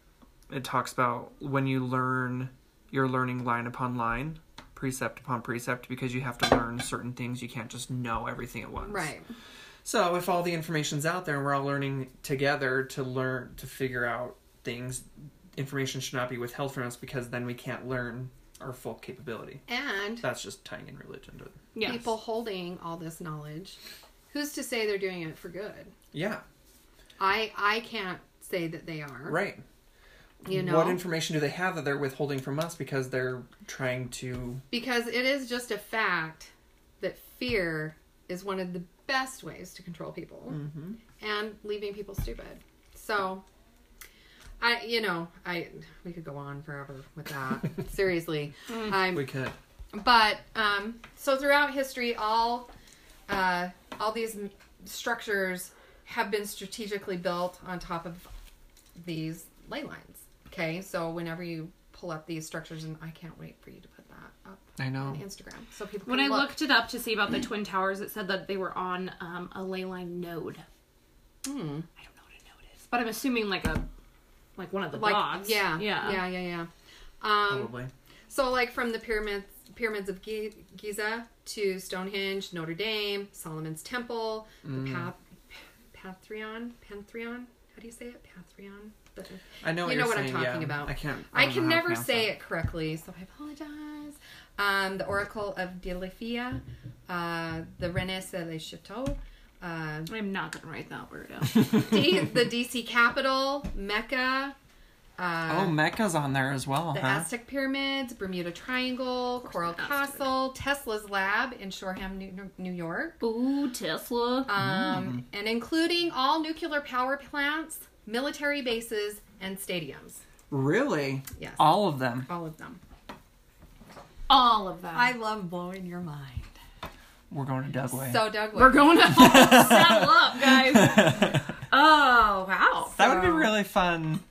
[SPEAKER 2] it talks about when you learn, you're learning line upon line, precept upon precept, because you have to learn certain things. You can't just know everything at once.
[SPEAKER 4] Right.
[SPEAKER 2] So if all the information's out there and we're all learning together to learn to figure out things, information should not be withheld from us because then we can't learn our full capability.
[SPEAKER 4] And
[SPEAKER 2] That's just tying in religion to.
[SPEAKER 1] Yes.
[SPEAKER 4] people holding all this knowledge, who's to say they're doing it for good?
[SPEAKER 2] Yeah.
[SPEAKER 4] I I can't say that they are.
[SPEAKER 2] Right.
[SPEAKER 4] You know,
[SPEAKER 2] What information do they have that they're withholding from us because they're trying to
[SPEAKER 4] because it is just a fact that fear is one of the best ways to control people
[SPEAKER 2] Mm-hmm.
[SPEAKER 4] and leaving people stupid. So I you know, I we could go on forever with that. Seriously. I'm
[SPEAKER 2] we could.
[SPEAKER 4] but um, so throughout history, all uh, all these m- structures have been strategically built on top of these ley lines. Okay, so whenever you pull up these structures, and I can't wait for you to put that up
[SPEAKER 2] I know.
[SPEAKER 4] on Instagram so people.
[SPEAKER 1] When I
[SPEAKER 4] can look.
[SPEAKER 1] looked it up to see about the twin towers, it said that they were on um, a ley line node. I don't know what a node is, but I'm assuming like a like one of the
[SPEAKER 4] like
[SPEAKER 1] dots.
[SPEAKER 4] yeah,
[SPEAKER 1] yeah,
[SPEAKER 4] yeah, yeah, yeah. Um,
[SPEAKER 2] Probably.
[SPEAKER 4] So, like from the pyramids, pyramids of Gi- Giza to Stonehenge, Notre Dame, Solomon's Temple,
[SPEAKER 2] Mm.
[SPEAKER 4] the Path, Pathrion, Pantheon. How do you say it? Pathrion. But-
[SPEAKER 2] I know. What
[SPEAKER 4] you
[SPEAKER 2] you're
[SPEAKER 4] know what I'm
[SPEAKER 2] saying,
[SPEAKER 4] talking
[SPEAKER 2] yeah.
[SPEAKER 4] about.
[SPEAKER 2] I can't.
[SPEAKER 4] I,
[SPEAKER 2] don't
[SPEAKER 4] can
[SPEAKER 2] know how to
[SPEAKER 4] never
[SPEAKER 2] pronounce
[SPEAKER 4] say
[SPEAKER 2] that.
[SPEAKER 4] it correctly, so I apologize. Um, the Oracle of Delphia, uh, the Rennes de Chateau, uh,
[SPEAKER 1] I'm not gonna write that word out.
[SPEAKER 4] D, the DC Capitol, Mecca. Uh,
[SPEAKER 2] Oh, Mecca's on there as well,
[SPEAKER 4] the
[SPEAKER 2] huh?
[SPEAKER 4] Aztec pyramids, Bermuda Triangle, Coral
[SPEAKER 1] the Aztec.
[SPEAKER 4] Castle, Tesla's lab in Shoreham, New, New York,
[SPEAKER 1] Ooh, Tesla.
[SPEAKER 4] um,
[SPEAKER 2] Mm.
[SPEAKER 4] and including all nuclear power plants, military bases, and stadiums.
[SPEAKER 2] really?
[SPEAKER 4] Yes.
[SPEAKER 2] All of them.
[SPEAKER 4] All of them. Um,
[SPEAKER 1] All of them.
[SPEAKER 4] love blowing your mind.
[SPEAKER 2] We're going to Dugway.
[SPEAKER 4] So, Doug,
[SPEAKER 1] We're
[SPEAKER 4] what-
[SPEAKER 1] going to saddle up, guys. Oh wow,
[SPEAKER 2] that
[SPEAKER 4] uh,
[SPEAKER 2] would be really fun.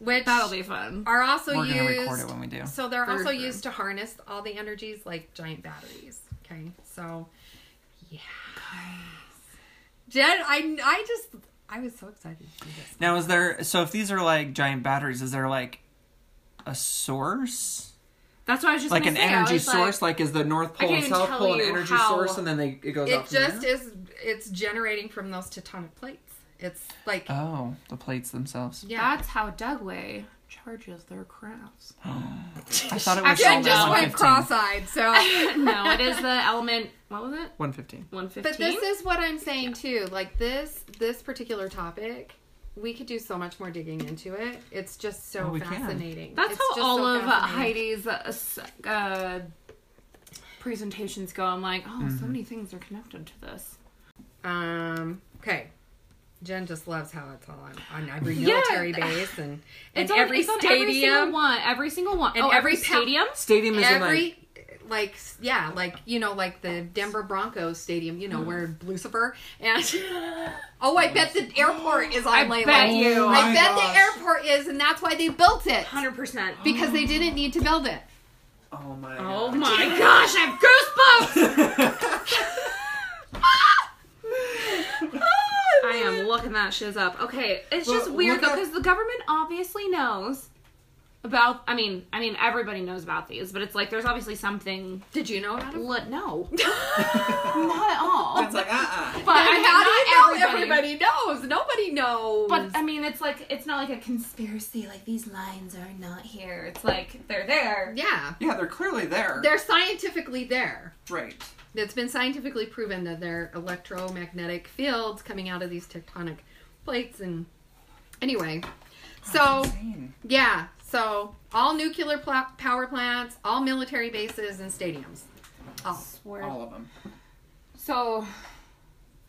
[SPEAKER 4] which
[SPEAKER 1] that'll be fun.
[SPEAKER 4] are also
[SPEAKER 2] We're going to record it
[SPEAKER 4] used.
[SPEAKER 2] when we do.
[SPEAKER 4] So they're also
[SPEAKER 1] Third
[SPEAKER 4] used to harness all the energies like giant batteries. Okay, so yeah, Jen, I I just I was so excited to do this.
[SPEAKER 2] Now, is there? So, if these are like giant batteries, is there like a source,
[SPEAKER 1] That's why I was just
[SPEAKER 2] like
[SPEAKER 1] gonna
[SPEAKER 2] an
[SPEAKER 1] say, I
[SPEAKER 2] energy
[SPEAKER 1] was like-
[SPEAKER 2] source? Like, is the North
[SPEAKER 1] can't
[SPEAKER 2] Pole and
[SPEAKER 1] even
[SPEAKER 2] South
[SPEAKER 1] tell
[SPEAKER 2] Pole an
[SPEAKER 1] you
[SPEAKER 2] energy
[SPEAKER 1] how-
[SPEAKER 2] source, and then they it goes out
[SPEAKER 4] It
[SPEAKER 2] from
[SPEAKER 4] just
[SPEAKER 2] there?
[SPEAKER 4] is. It's generating from those tectonic plates. It's like
[SPEAKER 2] Oh, the plates themselves.
[SPEAKER 4] yeah.
[SPEAKER 1] That's how Dugway charges their crafts.
[SPEAKER 2] I thought it was
[SPEAKER 1] Actually, I
[SPEAKER 2] all
[SPEAKER 4] Jen
[SPEAKER 1] just
[SPEAKER 4] just
[SPEAKER 1] went
[SPEAKER 2] 115.
[SPEAKER 4] went cross-eyed. So,
[SPEAKER 1] no, it is the element. What was it?
[SPEAKER 2] 115.
[SPEAKER 1] One fifteen.
[SPEAKER 4] but this is what I'm saying too. Like this, this particular topic we could do so much more digging into it. It's just so
[SPEAKER 2] Oh, we can.
[SPEAKER 4] fascinating.
[SPEAKER 1] That's
[SPEAKER 4] It's
[SPEAKER 1] how
[SPEAKER 4] just
[SPEAKER 1] all
[SPEAKER 4] so
[SPEAKER 1] of uh,
[SPEAKER 4] fascinating.
[SPEAKER 1] Heidi's uh, s- uh, presentations go. I'm like, oh,
[SPEAKER 2] Mm-hmm.
[SPEAKER 1] so many things are connected to this.
[SPEAKER 4] Um. Okay. Jen just loves how it's all on, on every
[SPEAKER 1] Yeah.
[SPEAKER 4] military base and and
[SPEAKER 1] it's on
[SPEAKER 4] every
[SPEAKER 1] it's on every single
[SPEAKER 4] stadium.
[SPEAKER 1] one. Every single one.
[SPEAKER 4] And
[SPEAKER 1] oh, every,
[SPEAKER 4] every pa-
[SPEAKER 1] stadium.
[SPEAKER 2] Stadium is in like
[SPEAKER 4] every like s- yeah like you know like the denver broncos stadium you know where lucifer and oh i bet the airport is on
[SPEAKER 1] I
[SPEAKER 4] Leyland.
[SPEAKER 1] bet you.
[SPEAKER 2] Oh
[SPEAKER 4] i
[SPEAKER 2] my
[SPEAKER 4] bet
[SPEAKER 2] gosh.
[SPEAKER 4] the airport is and that's why they built it
[SPEAKER 1] Hundred percent.
[SPEAKER 4] because they didn't need to build it
[SPEAKER 2] oh my
[SPEAKER 1] Oh
[SPEAKER 2] God.
[SPEAKER 1] my gosh, I have goosebumps. I am looking that shiz up. Okay, it's just
[SPEAKER 2] Well,
[SPEAKER 1] weird
[SPEAKER 2] look
[SPEAKER 1] though
[SPEAKER 2] up-
[SPEAKER 1] because the government obviously knows about. I mean, I mean everybody knows about these, but it's like there's obviously something.
[SPEAKER 4] did you know about it
[SPEAKER 1] Let no, not at all.
[SPEAKER 2] it's like uh uh
[SPEAKER 1] But I mean,
[SPEAKER 4] how do
[SPEAKER 1] not
[SPEAKER 4] you know
[SPEAKER 1] everybody.
[SPEAKER 4] everybody knows nobody knows
[SPEAKER 1] But I mean, it's like it's not like a conspiracy. Like these lines are not here. It's like they're there.
[SPEAKER 4] yeah
[SPEAKER 2] yeah they're clearly there
[SPEAKER 4] they're scientifically there
[SPEAKER 2] right
[SPEAKER 4] It's been scientifically proven that there are electromagnetic fields coming out of these tectonic plates and anyway. So,
[SPEAKER 2] Insane.
[SPEAKER 4] yeah, so all nuclear pla- power plants, all military bases and stadiums. All.
[SPEAKER 1] Swear
[SPEAKER 4] Oh.
[SPEAKER 2] all of them
[SPEAKER 1] So,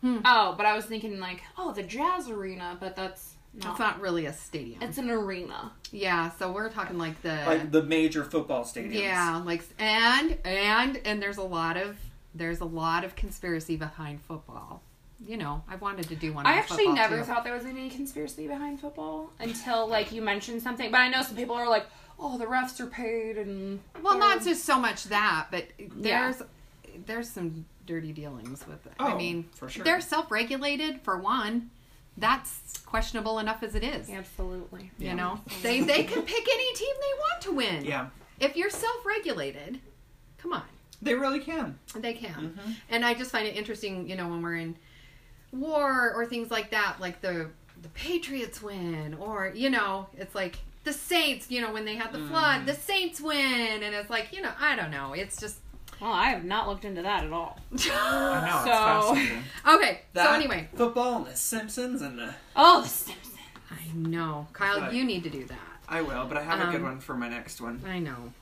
[SPEAKER 4] Hmm.
[SPEAKER 1] oh, but I was thinking like, oh, the jazz arena, but that's not.
[SPEAKER 4] It's not really a stadium.
[SPEAKER 1] it's an arena.
[SPEAKER 4] yeah, so we're talking like the
[SPEAKER 2] like the major football stadiums
[SPEAKER 4] Yeah, like and and and there's a lot of there's a lot of conspiracy behind football. You know, I wanted to do one.
[SPEAKER 1] I
[SPEAKER 4] on
[SPEAKER 1] actually
[SPEAKER 4] football,
[SPEAKER 1] never
[SPEAKER 4] too.
[SPEAKER 1] thought there was any conspiracy behind football until like you mentioned something. But I know some people are like, oh, the refs are paid and
[SPEAKER 4] Well,
[SPEAKER 1] they're-
[SPEAKER 4] not just so much that, but there's there's some dirty dealings with it. I
[SPEAKER 2] Oh,
[SPEAKER 4] mean,
[SPEAKER 2] for sure.
[SPEAKER 4] they're self-regulated for one. That's questionable enough as it is.
[SPEAKER 1] absolutely.
[SPEAKER 4] You know, they they can pick any team they want to win.
[SPEAKER 2] yeah
[SPEAKER 4] If you're self-regulated, come on.
[SPEAKER 2] they really can
[SPEAKER 4] They can.
[SPEAKER 2] Mm-hmm.
[SPEAKER 4] And I just find it interesting, you know, when we're in war or things like that, like the the Patriots win or, you know, it's like the Saints, you know, when they had the
[SPEAKER 2] Mm.
[SPEAKER 4] flood, the Saints win and it's like, you know, I don't know. It's just
[SPEAKER 1] Well, I have not looked into that at all.
[SPEAKER 2] I know
[SPEAKER 1] So-
[SPEAKER 2] it's fascinating
[SPEAKER 4] Okay. so
[SPEAKER 2] That,
[SPEAKER 4] anyway,
[SPEAKER 2] football and the Simpsons and uh, the
[SPEAKER 1] Oh, the Simpsons.
[SPEAKER 4] I know. Kyle,
[SPEAKER 2] Right.
[SPEAKER 4] you need to do that.
[SPEAKER 2] I will, but I have a good
[SPEAKER 4] Um,
[SPEAKER 2] one for my next one.
[SPEAKER 4] I know.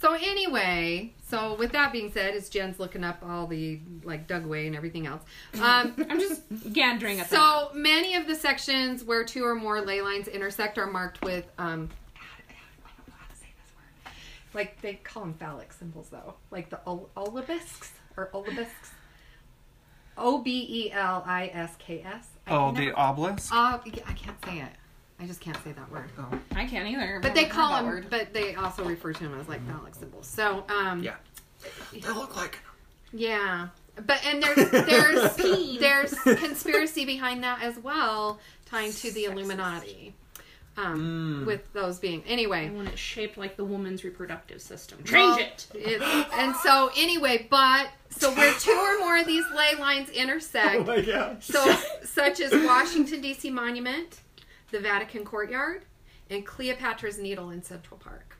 [SPEAKER 4] So anyway, so with that being said, is Jen's looking up all the like Dugway and everything else. Um
[SPEAKER 1] I'm just gandering at that.
[SPEAKER 4] So many of the sections where two or more ley lines intersect are marked with um, I don't know how to say this word. Like they call them phallic symbols though, like the ol- olibisks or olibisks. O b e l i s k s. I
[SPEAKER 2] Oh,
[SPEAKER 4] cannot-
[SPEAKER 2] the obelisk.
[SPEAKER 4] Oh, yeah, I can't say it. I just can't say that word.
[SPEAKER 1] I can't either.
[SPEAKER 4] But they call
[SPEAKER 1] that
[SPEAKER 4] them.
[SPEAKER 1] word.
[SPEAKER 4] But they also refer to them as like phallic symbols. So um,
[SPEAKER 2] Yeah, they look like.
[SPEAKER 4] Yeah. But and there's there's there's conspiracy behind that as well, tying to the Illuminati. Um, with those being anyway.
[SPEAKER 1] when it's shaped like the woman's reproductive system. Change
[SPEAKER 4] Well,
[SPEAKER 1] it.
[SPEAKER 4] it's- and so anyway, but so where two or more of these ley lines intersect,
[SPEAKER 2] Oh gosh.
[SPEAKER 4] Uh, so such as Washington D.C. Monument, the Vatican Courtyard, and Cleopatra's Needle in Central Park.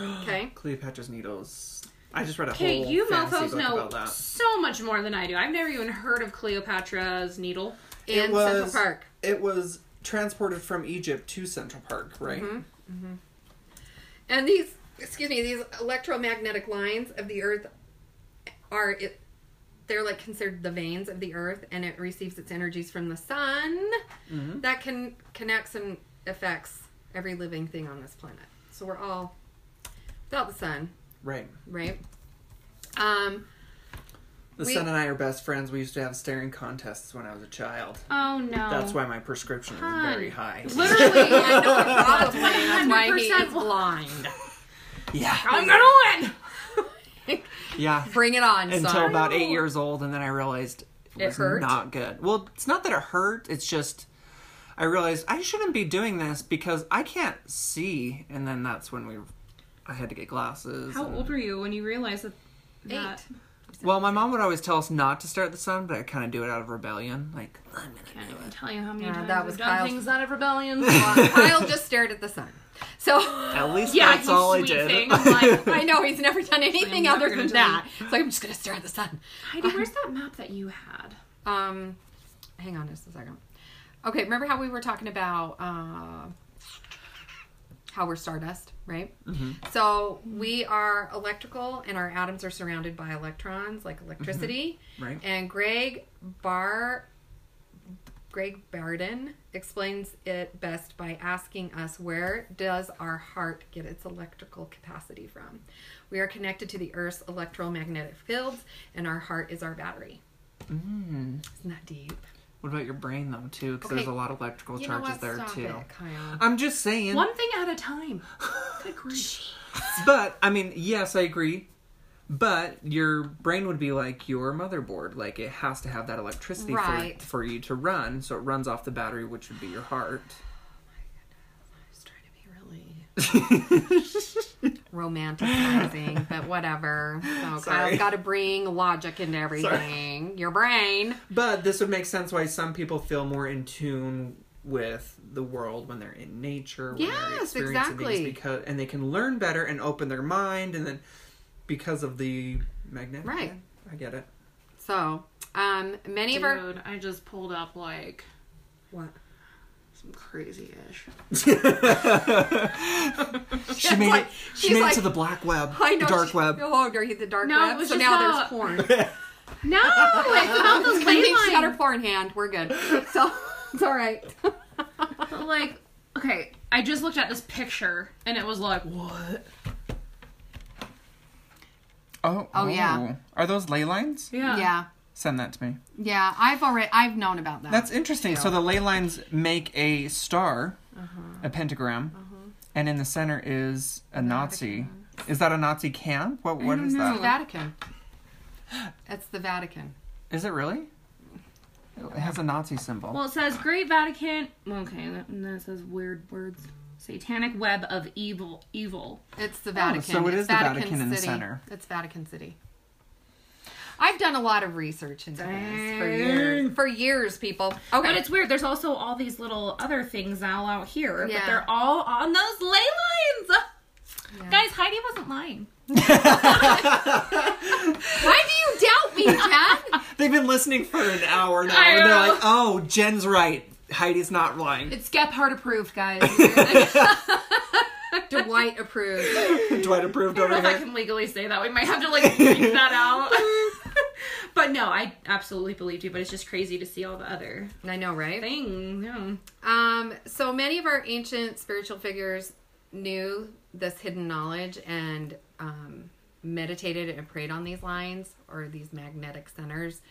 [SPEAKER 4] Okay.
[SPEAKER 2] Cleopatra's needles. I just read a
[SPEAKER 1] Okay,
[SPEAKER 2] whole
[SPEAKER 1] you
[SPEAKER 2] fantasy
[SPEAKER 1] mofos
[SPEAKER 2] book
[SPEAKER 1] know
[SPEAKER 2] about that.
[SPEAKER 1] so much more than I do. I've never even heard of Cleopatra's needle.
[SPEAKER 4] In Central
[SPEAKER 2] was-
[SPEAKER 4] Park.
[SPEAKER 2] It was transported from Egypt to Central Park, right?
[SPEAKER 1] Mm-hmm.
[SPEAKER 4] And these, excuse me, these electromagnetic lines of the Earth are it. They're like considered the veins of the Earth, and it receives its energies from the sun. That can connects and affects every living thing on this planet. So we're all without the sun,
[SPEAKER 2] Right.
[SPEAKER 4] right? Um,
[SPEAKER 2] The
[SPEAKER 4] We-
[SPEAKER 2] son and I are best friends. We used to have staring contests when I was a child.
[SPEAKER 1] Oh no.
[SPEAKER 2] That's why my prescription is
[SPEAKER 1] Hun.
[SPEAKER 2] very high.
[SPEAKER 1] Literally, I know
[SPEAKER 4] probably that's
[SPEAKER 1] 100%
[SPEAKER 4] why he's blind.
[SPEAKER 2] Yeah.
[SPEAKER 1] I'm gonna win.
[SPEAKER 2] Yeah.
[SPEAKER 4] Bring it on,
[SPEAKER 2] Until
[SPEAKER 4] son.
[SPEAKER 2] about eight years old, and then I realized it,
[SPEAKER 4] It
[SPEAKER 2] was
[SPEAKER 4] hurt?
[SPEAKER 2] not good. Well, it's not that it hurt. It's just I realized I shouldn't be doing this because I can't see, and then that's when we. I had to get glasses.
[SPEAKER 1] How
[SPEAKER 2] and-
[SPEAKER 1] old were you when you realized that?
[SPEAKER 4] Eight.
[SPEAKER 1] that-
[SPEAKER 2] Well, my mom would always tell us not to stare at the sun, but I kind of do it out of rebellion. Like, I'm gonna
[SPEAKER 1] I can't even tell you how many
[SPEAKER 4] Yeah,
[SPEAKER 1] times
[SPEAKER 4] Uh, that
[SPEAKER 1] I've
[SPEAKER 4] was
[SPEAKER 1] done
[SPEAKER 4] Kyle's-
[SPEAKER 1] things out of rebellion.
[SPEAKER 4] Kyle just stared at the sun. So
[SPEAKER 2] At least
[SPEAKER 1] yeah,
[SPEAKER 2] that's
[SPEAKER 1] you
[SPEAKER 2] all I
[SPEAKER 1] sweet
[SPEAKER 2] did.
[SPEAKER 1] thing. I'm like,
[SPEAKER 4] I know he's never done anything
[SPEAKER 1] not
[SPEAKER 4] other
[SPEAKER 1] gonna
[SPEAKER 4] than
[SPEAKER 1] do
[SPEAKER 4] that. It's like I'm just gonna stare at the sun.
[SPEAKER 1] Heidi, where's that map that you had?
[SPEAKER 4] Um, hang on just a second. Okay, remember how we were talking about uh, how we're stardust, right? So we are electrical, and our atoms are surrounded by electrons, like electricity.
[SPEAKER 2] Right.
[SPEAKER 4] And Greg Bar, Greg Barden explains it best by asking us, "Where does our heart get its electrical capacity from? We are connected to the Earth's electromagnetic fields, and our heart is our battery."
[SPEAKER 2] Mm.
[SPEAKER 4] Isn't that deep?
[SPEAKER 2] What about your brain though, too? Because there's
[SPEAKER 4] Okay.
[SPEAKER 2] a lot of electrical
[SPEAKER 4] You know
[SPEAKER 2] charges
[SPEAKER 4] what?
[SPEAKER 2] there
[SPEAKER 4] Stop
[SPEAKER 2] too.
[SPEAKER 4] it, Kyle.
[SPEAKER 2] I'm just saying.
[SPEAKER 1] One thing at a time. Good grief.
[SPEAKER 2] But I mean, yes, I agree. But your brain would be like your motherboard; like it has to have that electricity
[SPEAKER 4] Right.
[SPEAKER 2] for, for you to run. So it runs off the battery, which would be your heart.
[SPEAKER 4] I was trying to be really romanticizing, but whatever. So
[SPEAKER 2] Sorry.
[SPEAKER 4] Kyle's got to bring logic into everything. Your brain.
[SPEAKER 2] But this would make sense why some people feel more in tune with the world when they're in nature. When they're
[SPEAKER 4] Yes,
[SPEAKER 2] experiencing
[SPEAKER 4] exactly.
[SPEAKER 2] Things because and they can learn better and open their mind, and then because of the magnet.
[SPEAKER 4] Right.
[SPEAKER 2] I get it.
[SPEAKER 4] So, um, many of our.
[SPEAKER 1] Dude, I just pulled up like
[SPEAKER 4] What?
[SPEAKER 1] some crazy ish.
[SPEAKER 2] She made
[SPEAKER 4] like-
[SPEAKER 2] it.
[SPEAKER 4] she's
[SPEAKER 2] She made it to
[SPEAKER 4] like,
[SPEAKER 2] the black web,
[SPEAKER 4] I know
[SPEAKER 2] the dark
[SPEAKER 4] she-
[SPEAKER 2] web.
[SPEAKER 4] Oh, dirty the dark
[SPEAKER 1] No, it
[SPEAKER 4] web.
[SPEAKER 1] was
[SPEAKER 4] so
[SPEAKER 1] just
[SPEAKER 4] now
[SPEAKER 1] a-
[SPEAKER 4] there's porn.
[SPEAKER 1] No, it's about those
[SPEAKER 4] I think she
[SPEAKER 1] ley
[SPEAKER 4] got her
[SPEAKER 1] lines.
[SPEAKER 4] porn hand. We're good. So it's all right.
[SPEAKER 1] Like, okay, I just looked at this picture and it was like, what?
[SPEAKER 2] Oh,
[SPEAKER 3] Oh, yeah.
[SPEAKER 2] Are those ley lines?
[SPEAKER 1] Yeah.
[SPEAKER 3] yeah,
[SPEAKER 2] Send that to me.
[SPEAKER 3] yeah. I've already I've known about that.
[SPEAKER 2] That's interesting. So the ley lines make a star,
[SPEAKER 1] Uh-huh.
[SPEAKER 2] a pentagram, and in the center is a Nazi. Is that a Nazi camp? What what is
[SPEAKER 4] It's the
[SPEAKER 2] that?
[SPEAKER 4] Vatican. It's the Vatican.
[SPEAKER 2] Is it really? It has a Nazi symbol.
[SPEAKER 1] Well, it says Great Vatican. Okay, that, and then it says weird words. Satanic web of evil. Evil.
[SPEAKER 4] It's the Vatican.
[SPEAKER 2] Oh, so it
[SPEAKER 4] it's
[SPEAKER 2] is the Vatican in the
[SPEAKER 4] City.
[SPEAKER 2] center.
[SPEAKER 4] It's Vatican City. I've done a lot of research into this for years. For years, people. Okay.
[SPEAKER 1] But it's weird. There's also all these little other things now out here,
[SPEAKER 4] Yeah.
[SPEAKER 1] but they're all on those ley lines.
[SPEAKER 4] Yeah.
[SPEAKER 1] Guys, Heidi wasn't lying.
[SPEAKER 4] Why do you doubt me, Jen?
[SPEAKER 2] They've been listening for an hour now,
[SPEAKER 1] I
[SPEAKER 2] and they're
[SPEAKER 1] know.
[SPEAKER 2] like, "Oh, Jen's right. Heidi's not lying.
[SPEAKER 4] it's Gephardt approved, guys. Dwight approved.
[SPEAKER 2] Dwight approved
[SPEAKER 1] I don't
[SPEAKER 2] over
[SPEAKER 1] know if I
[SPEAKER 2] here."
[SPEAKER 1] can legally say that. We might have to like think that out. but no, I absolutely believed you. But it's just crazy to see all the other
[SPEAKER 4] I know, right?
[SPEAKER 1] things. Yeah.
[SPEAKER 4] Um, so many of our ancient spiritual figures knew this hidden knowledge and um, meditated and prayed on these lines or these magnetic centers,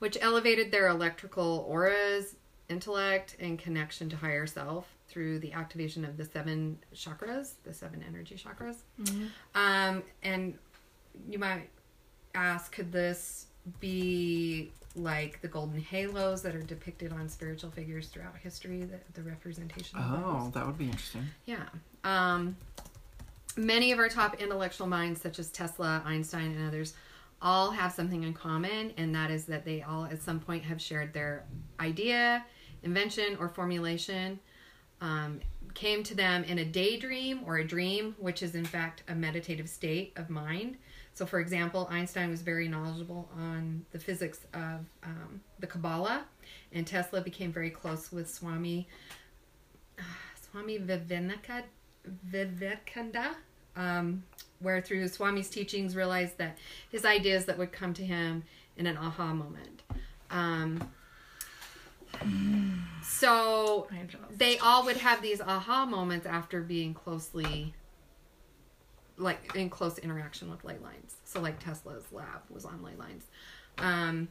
[SPEAKER 4] which elevated their electrical auras, intellect, and connection to higher self through the activation of the seven chakras, the seven energy chakras. Um, and you might ask could this be like the golden halos that are depicted on spiritual figures throughout history the, the representation of
[SPEAKER 2] Oh,
[SPEAKER 4] those?
[SPEAKER 2] that would be interesting.
[SPEAKER 4] yeah um, many of our top intellectual minds such as tesla einstein and others all have something in common and that is that they all at some point have shared their idea invention or formulation um, came to them in a daydream or a dream, which is in fact a meditative state of mind. So, for example, Einstein was very knowledgeable on the physics of um, the Kabbalah, and Tesla became very close with Swami Swami Vivekananda, Vivekananda um, where through Swami's teachings realized that his ideas that would come to him in an aha moment. Um, so
[SPEAKER 1] I just-
[SPEAKER 4] they all would have these aha moments after being closely like in close interaction with ley lines so like tesla's lab was on ley lines um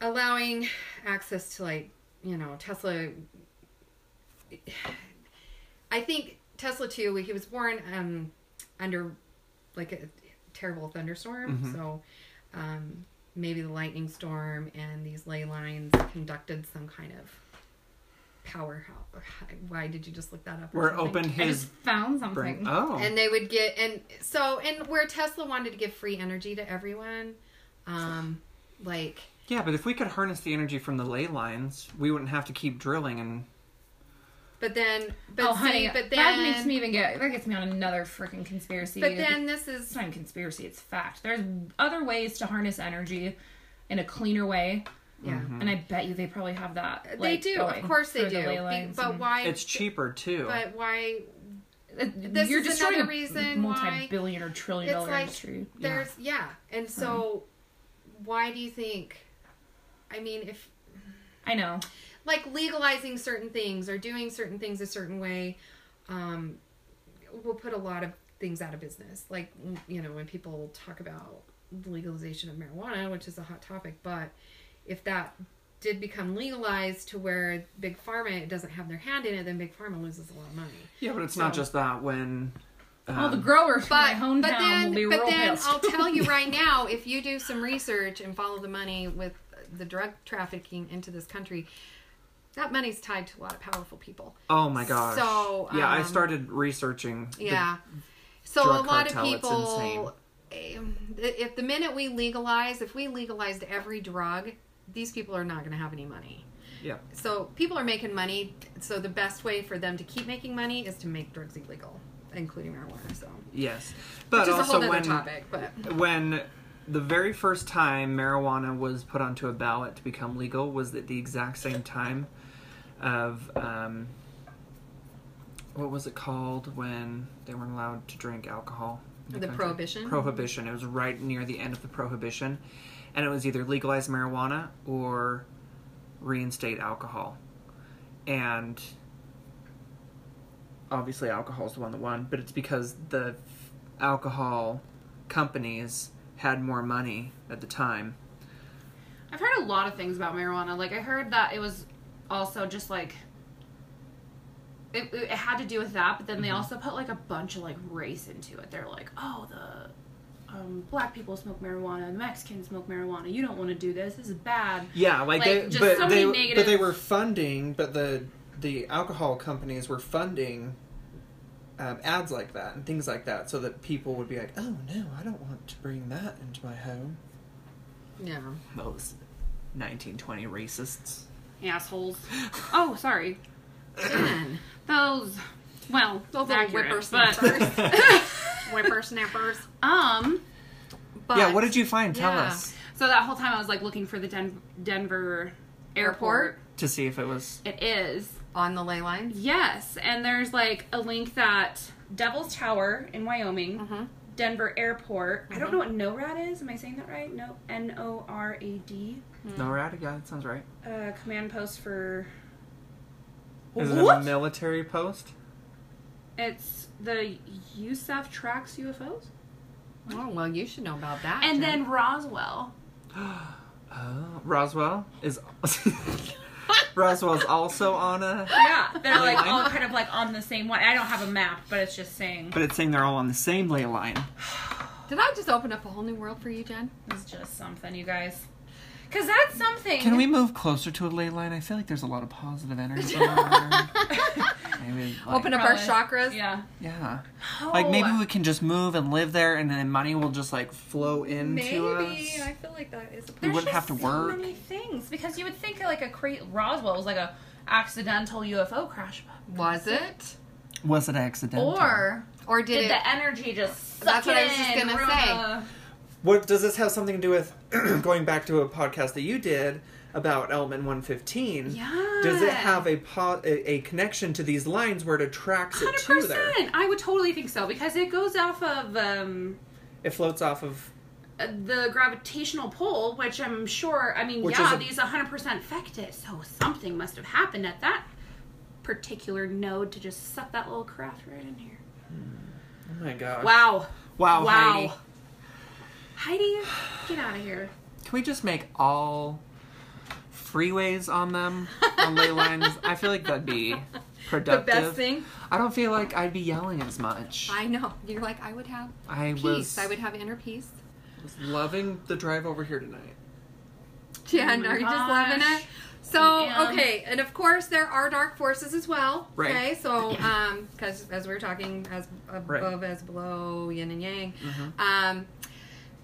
[SPEAKER 4] allowing access to like you know tesla i think tesla too he was born um under like a terrible thunderstorm so um maybe the lightning storm and these ley lines conducted some kind of power how why did you just look that up or
[SPEAKER 2] Where
[SPEAKER 4] something?
[SPEAKER 2] opened
[SPEAKER 1] I
[SPEAKER 2] his
[SPEAKER 1] just found something.
[SPEAKER 2] brain. Oh,
[SPEAKER 4] and they would get and so and where tesla wanted to give free energy to everyone um like
[SPEAKER 2] yeah. But if we could harness the energy from the ley lines, we wouldn't have to keep drilling and
[SPEAKER 4] but then but
[SPEAKER 1] oh,
[SPEAKER 4] see,
[SPEAKER 1] honey,
[SPEAKER 4] but then
[SPEAKER 1] that makes me even get that gets me on another freaking conspiracy.
[SPEAKER 4] but then this
[SPEAKER 1] it's
[SPEAKER 4] is
[SPEAKER 1] not even conspiracy; it's fact. There's other ways to harness energy in a cleaner way
[SPEAKER 4] Yeah.
[SPEAKER 1] And I bet you they probably have that.
[SPEAKER 4] they
[SPEAKER 1] like,
[SPEAKER 4] do, of
[SPEAKER 1] going
[SPEAKER 4] course they
[SPEAKER 1] through the
[SPEAKER 4] do.
[SPEAKER 1] ley
[SPEAKER 4] Be-
[SPEAKER 1] lines
[SPEAKER 4] but
[SPEAKER 1] and-
[SPEAKER 4] why?
[SPEAKER 2] It's cheaper too.
[SPEAKER 4] But why? This
[SPEAKER 1] You're
[SPEAKER 4] is
[SPEAKER 1] destroying
[SPEAKER 4] another
[SPEAKER 1] a
[SPEAKER 4] reason why
[SPEAKER 1] multi-billion or trillion
[SPEAKER 4] it's
[SPEAKER 1] dollar
[SPEAKER 4] like-
[SPEAKER 1] industry.
[SPEAKER 4] there's yeah. And so, why do you think? I mean, if
[SPEAKER 1] I know.
[SPEAKER 4] like legalizing certain things or doing certain things a certain way um, will put a lot of things out of business. Like, you know, when people talk about the legalization of marijuana, which is a hot topic, but if that did become legalized to where Big Pharma doesn't have their hand in it, then Big Pharma loses a lot of money.
[SPEAKER 2] yeah, but it's not just that. When um,
[SPEAKER 1] All the growers from my
[SPEAKER 4] But,
[SPEAKER 1] hometown
[SPEAKER 4] but then,
[SPEAKER 1] will be
[SPEAKER 4] but
[SPEAKER 1] real
[SPEAKER 4] then
[SPEAKER 1] pissed.
[SPEAKER 4] I'll tell you right now, if you do some research and follow the money with the drug trafficking into this country, that money's tied to a lot of powerful people.
[SPEAKER 2] oh my gosh,
[SPEAKER 4] So,
[SPEAKER 2] yeah, I
[SPEAKER 4] um,
[SPEAKER 2] started researching. the-
[SPEAKER 4] Yeah. So a
[SPEAKER 2] drug
[SPEAKER 4] lot of
[SPEAKER 2] cartel, it's
[SPEAKER 4] people, um, if the minute we legalize, if we legalized every drug, these people are not going to have any money.
[SPEAKER 2] yeah,
[SPEAKER 4] So people are making money. So the best way for them to keep making money is to make drugs illegal, including marijuana. So,
[SPEAKER 2] yes, but
[SPEAKER 4] which is a
[SPEAKER 2] also
[SPEAKER 4] whole other
[SPEAKER 2] when
[SPEAKER 4] topic. But
[SPEAKER 2] when the very first time marijuana was put onto a ballot to become legal was at the exact same time of um, what was it called when they weren't allowed to drink alcohol? in
[SPEAKER 4] The
[SPEAKER 2] country?
[SPEAKER 4] prohibition?
[SPEAKER 2] Prohibition. It was right near the end of the prohibition, and it was either legalize marijuana or reinstate alcohol, and obviously alcohol is the one that won, but it's because the f- alcohol companies had more money at the time.
[SPEAKER 1] I've heard a lot of things about marijuana. Like I heard that it was also just like it, it had to do with that, but then they also put like a bunch of like race into it. They're like, oh, the um, black people smoke marijuana, the Mexicans smoke marijuana. You don't want to do this. This is bad.
[SPEAKER 2] Yeah, like,
[SPEAKER 1] Like,
[SPEAKER 2] they,
[SPEAKER 1] just
[SPEAKER 2] but
[SPEAKER 1] so
[SPEAKER 2] they,
[SPEAKER 1] many
[SPEAKER 2] but
[SPEAKER 1] negative-
[SPEAKER 2] they were funding, but the the alcohol companies were funding um, ads like that and things like that, so that people would be like, "Oh no, I don't want to bring that into my home."
[SPEAKER 4] yeah.
[SPEAKER 2] Those 1920 racists.
[SPEAKER 1] Assholes. Oh, sorry.
[SPEAKER 4] Jen,
[SPEAKER 1] Those. Well,
[SPEAKER 4] those
[SPEAKER 1] those
[SPEAKER 4] little
[SPEAKER 1] accurate, but
[SPEAKER 4] whippersnappers.
[SPEAKER 1] whippersnappers. Um.
[SPEAKER 4] But-
[SPEAKER 2] yeah, what did you find? Tell
[SPEAKER 4] yeah.
[SPEAKER 2] us
[SPEAKER 1] So that whole time I was like looking for the Den- Denver airport.
[SPEAKER 2] to see if it was.
[SPEAKER 1] It is.
[SPEAKER 4] on the ley lines?
[SPEAKER 1] Yes, and there's like a link that Devil's Tower in Wyoming, Denver Airport. I don't know what NORAD is. Am I saying that right? No, N O R A D.
[SPEAKER 2] No, right? Yeah, that sounds right.
[SPEAKER 1] Uh, command post for.
[SPEAKER 2] Is it a
[SPEAKER 1] What?
[SPEAKER 2] military post?
[SPEAKER 1] It's the USAF tracks UFOs,
[SPEAKER 4] Oh well, you should know about that.
[SPEAKER 1] and
[SPEAKER 4] Jen.
[SPEAKER 1] then Roswell.
[SPEAKER 2] Oh, Roswell is. Roswell's also on a.
[SPEAKER 1] Yeah, they're
[SPEAKER 2] Ley
[SPEAKER 1] like
[SPEAKER 2] line?
[SPEAKER 1] all kind of like on the same one. I don't have a map, but it's just saying
[SPEAKER 2] But it's saying they're all on the same ley line.
[SPEAKER 4] did I just open up a whole new world for you, Jen?
[SPEAKER 1] it's just something, you guys. Cause that's something.
[SPEAKER 2] Can we move closer to a ley line? I feel like there's a lot of positive energy. there. Maybe, like,
[SPEAKER 4] Open
[SPEAKER 1] Probably.
[SPEAKER 4] up our chakras.
[SPEAKER 1] Yeah.
[SPEAKER 2] Yeah.
[SPEAKER 1] Oh,
[SPEAKER 2] Like maybe we can just move and live there, and then money will just like flow into
[SPEAKER 4] Maybe
[SPEAKER 2] us.
[SPEAKER 4] I feel like that is a
[SPEAKER 2] We
[SPEAKER 1] There's
[SPEAKER 2] wouldn't have
[SPEAKER 1] just
[SPEAKER 2] to
[SPEAKER 1] so
[SPEAKER 2] work.
[SPEAKER 1] many things because you would think like a cra- Roswell was like a accidental UFO crash,
[SPEAKER 4] Was it?
[SPEAKER 2] Was it accidental?
[SPEAKER 1] or
[SPEAKER 4] Or did,
[SPEAKER 1] did
[SPEAKER 4] it?
[SPEAKER 1] the energy just? Suck
[SPEAKER 4] That's what I was
[SPEAKER 1] in
[SPEAKER 4] just gonna
[SPEAKER 1] from
[SPEAKER 4] say.
[SPEAKER 1] the-
[SPEAKER 2] What does this have something to do with going back to a podcast that you did about element 115?
[SPEAKER 1] Yeah.
[SPEAKER 2] Does it have a, po- a a connection to these lines where it attracts it
[SPEAKER 1] Hundred
[SPEAKER 2] to there?
[SPEAKER 1] percent. I would totally think so because it goes off of um,
[SPEAKER 2] It floats off of
[SPEAKER 1] uh, the gravitational pull, which I'm sure. I mean,
[SPEAKER 2] Which is
[SPEAKER 1] yeah,
[SPEAKER 2] a-
[SPEAKER 1] these 100 percent affect it, so something must have happened at that particular node to just suck that little craft right in here.
[SPEAKER 2] Oh my gosh.
[SPEAKER 1] Wow.
[SPEAKER 2] Wow,
[SPEAKER 1] wow.
[SPEAKER 2] Heidi.
[SPEAKER 1] Heidi, get out of here.
[SPEAKER 2] Can we just make all freeways on them on ley lines? I feel like that'd be productive.
[SPEAKER 4] thing.
[SPEAKER 2] I don't feel like I'd be yelling as much.
[SPEAKER 4] I know. You're like I would have
[SPEAKER 2] I
[SPEAKER 4] peace.
[SPEAKER 2] was,
[SPEAKER 4] I would have inner peace.
[SPEAKER 2] was loving the drive over here tonight.
[SPEAKER 4] Jen,
[SPEAKER 1] Oh my
[SPEAKER 4] are you just
[SPEAKER 1] gosh.
[SPEAKER 4] loving it? So
[SPEAKER 1] I am.
[SPEAKER 4] okay, and of course there are dark forces as well.
[SPEAKER 2] Right.
[SPEAKER 4] Okay, so um, because as we were talking, as above,
[SPEAKER 2] Right. Mm-hmm.
[SPEAKER 4] as below, yin and yang, um,